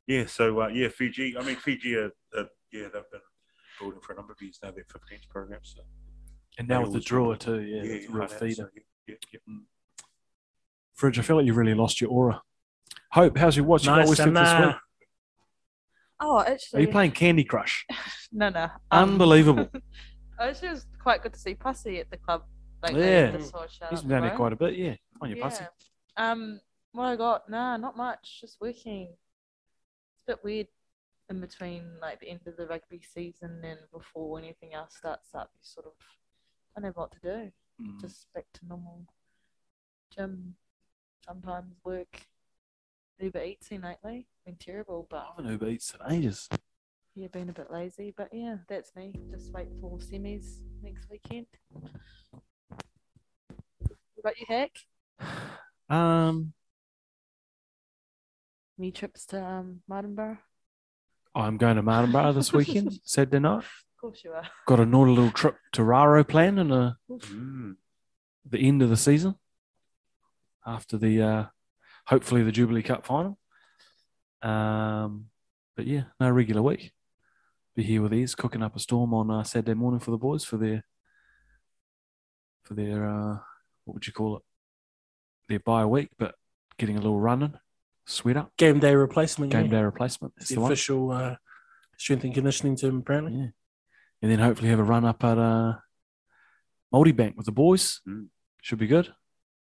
Speaker 10: Yeah, so uh, yeah, Fiji. I mean, Fiji. Are, are, yeah, they've been building for a number of years now. Their 15th program. So
Speaker 7: And now with the
Speaker 10: Wales.
Speaker 7: drawer too. Yeah, that's a
Speaker 10: right
Speaker 7: real
Speaker 10: now,
Speaker 7: feeder.
Speaker 10: so, yeah, yeah, yeah.
Speaker 7: Fridge, I feel like you really lost your aura. Hope, how's your watch?
Speaker 8: Nice
Speaker 7: you got
Speaker 8: and,
Speaker 7: West Ham this
Speaker 8: uh,
Speaker 7: week?
Speaker 9: Oh,
Speaker 7: Are
Speaker 9: actually,
Speaker 7: you playing Candy Crush?
Speaker 9: No, no. Um,
Speaker 7: Unbelievable.
Speaker 9: Actually, it was quite good to see Pussy at the club. Like,
Speaker 7: Yeah.
Speaker 9: yeah, this sort of shout
Speaker 7: He's
Speaker 9: out
Speaker 7: been down
Speaker 9: for
Speaker 7: there
Speaker 9: him.
Speaker 7: quite a bit, yeah. On your pussy.
Speaker 9: Yeah. Um, what I got? Nah, not much. Just working. It's a bit weird in between like the end of the rugby season and before anything else starts up. You sort of I don't know what to do.
Speaker 7: Mm.
Speaker 9: Just back to normal gym. Sometimes work. Uber Eats in lately. Been terrible, but
Speaker 7: I haven't Uber Eats in ages.
Speaker 9: yeah, been a bit lazy. But yeah, that's me. Just wait for semis next weekend. What about you, Hack?
Speaker 7: Um,
Speaker 9: Any trips to um, Martinborough?
Speaker 7: I'm going to Martin Bar this weekend, Saturday night.
Speaker 9: Of course you are.
Speaker 7: Got a naughty little trip to Raro planned and a
Speaker 10: Mm-hmm.
Speaker 7: the end of the season after the uh, hopefully the Jubilee Cup final. Um, but yeah, no regular week. Be here with these, cooking up a storm on uh, Saturday morning for the boys for their for their uh, what would you call it? Their bye week, but getting a little running, sweat up,
Speaker 8: Game day replacement.
Speaker 7: game
Speaker 8: yeah.
Speaker 7: day replacement. That's
Speaker 8: the
Speaker 7: the one.
Speaker 8: official uh, strength and conditioning team, apparently.
Speaker 7: Yeah. and then hopefully have a run up at uh, Moldy Bank with the boys.
Speaker 10: Mm.
Speaker 7: Should be good.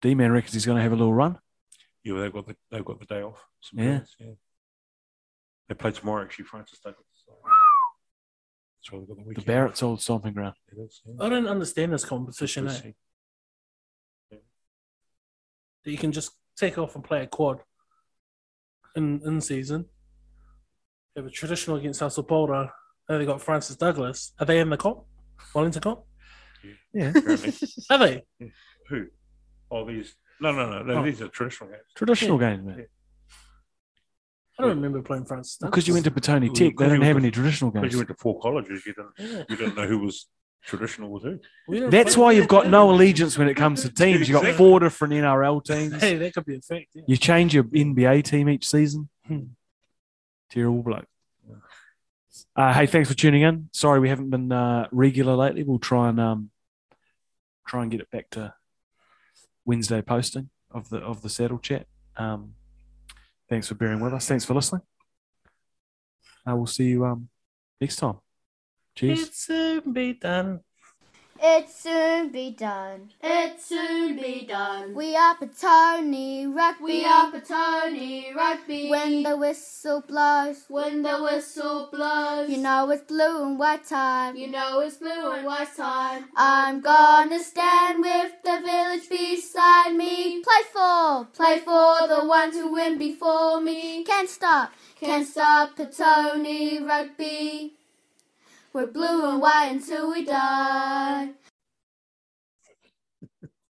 Speaker 7: D man reckons he's going to have a little run.
Speaker 10: Yeah, well, they've got the they've got the day off. Some
Speaker 7: Yeah.
Speaker 10: days, yeah. They play tomorrow actually, Francis Douglas. So. That's why they've got the
Speaker 7: The
Speaker 10: weekend.
Speaker 7: Barrett's Oh, old stomping ground.
Speaker 10: It is, yeah.
Speaker 8: I don't understand this competition. Eh?
Speaker 10: Pussy.
Speaker 8: That you can just take off and play a quad in in season. They have a traditional against Hustle Boulder. Now they got Francis Douglas. Are they in the comp? Wellington comp?
Speaker 7: Yeah.
Speaker 10: Apparently.
Speaker 7: (laughs)
Speaker 8: Are they?
Speaker 10: Who? Oh, these. No, no, no. no
Speaker 7: Oh.
Speaker 10: These are traditional games.
Speaker 7: Traditional game, man.
Speaker 8: I don't remember playing Francis Douglas.
Speaker 7: Because you went to Petone
Speaker 10: Well,
Speaker 7: Tech, they
Speaker 10: because
Speaker 7: don't
Speaker 10: you
Speaker 7: have
Speaker 10: went
Speaker 7: any traditional
Speaker 10: Because
Speaker 7: games.
Speaker 10: you went to four colleges, you didn't
Speaker 8: Yeah.
Speaker 10: you didn't know who was traditional with who.
Speaker 8: We don't
Speaker 7: That's
Speaker 8: play-
Speaker 7: why
Speaker 8: (laughs)
Speaker 7: you've got no allegiance when it comes to teams. You've got
Speaker 10: Exactly.
Speaker 7: four different NRL teams.
Speaker 8: Hey, that could be a fact. Yeah.
Speaker 7: You change your NBA team each season. Terrible bloke. Uh, hey, thanks for tuning in. Sorry we haven't been uh, regular lately. We'll try and um, try and get it back to Wednesday posting of the of the saddle chat. Um, thanks for bearing with us. Thanks for listening. I will see you um, next time. Cheers.
Speaker 8: It's soon be done.
Speaker 11: It soon be done.
Speaker 12: It soon be done.
Speaker 11: We are Petone Rugby.
Speaker 12: We are Petone Rugby.
Speaker 11: When the whistle blows,
Speaker 12: when the whistle blows,
Speaker 11: you know it's blue and white time.
Speaker 12: you know it's blue and white time.
Speaker 11: I'm gonna stand with the village beside me. Play for, play for the ones who win before me. Can't stop, can't stop Petone Rugby. We're blue and white until we die.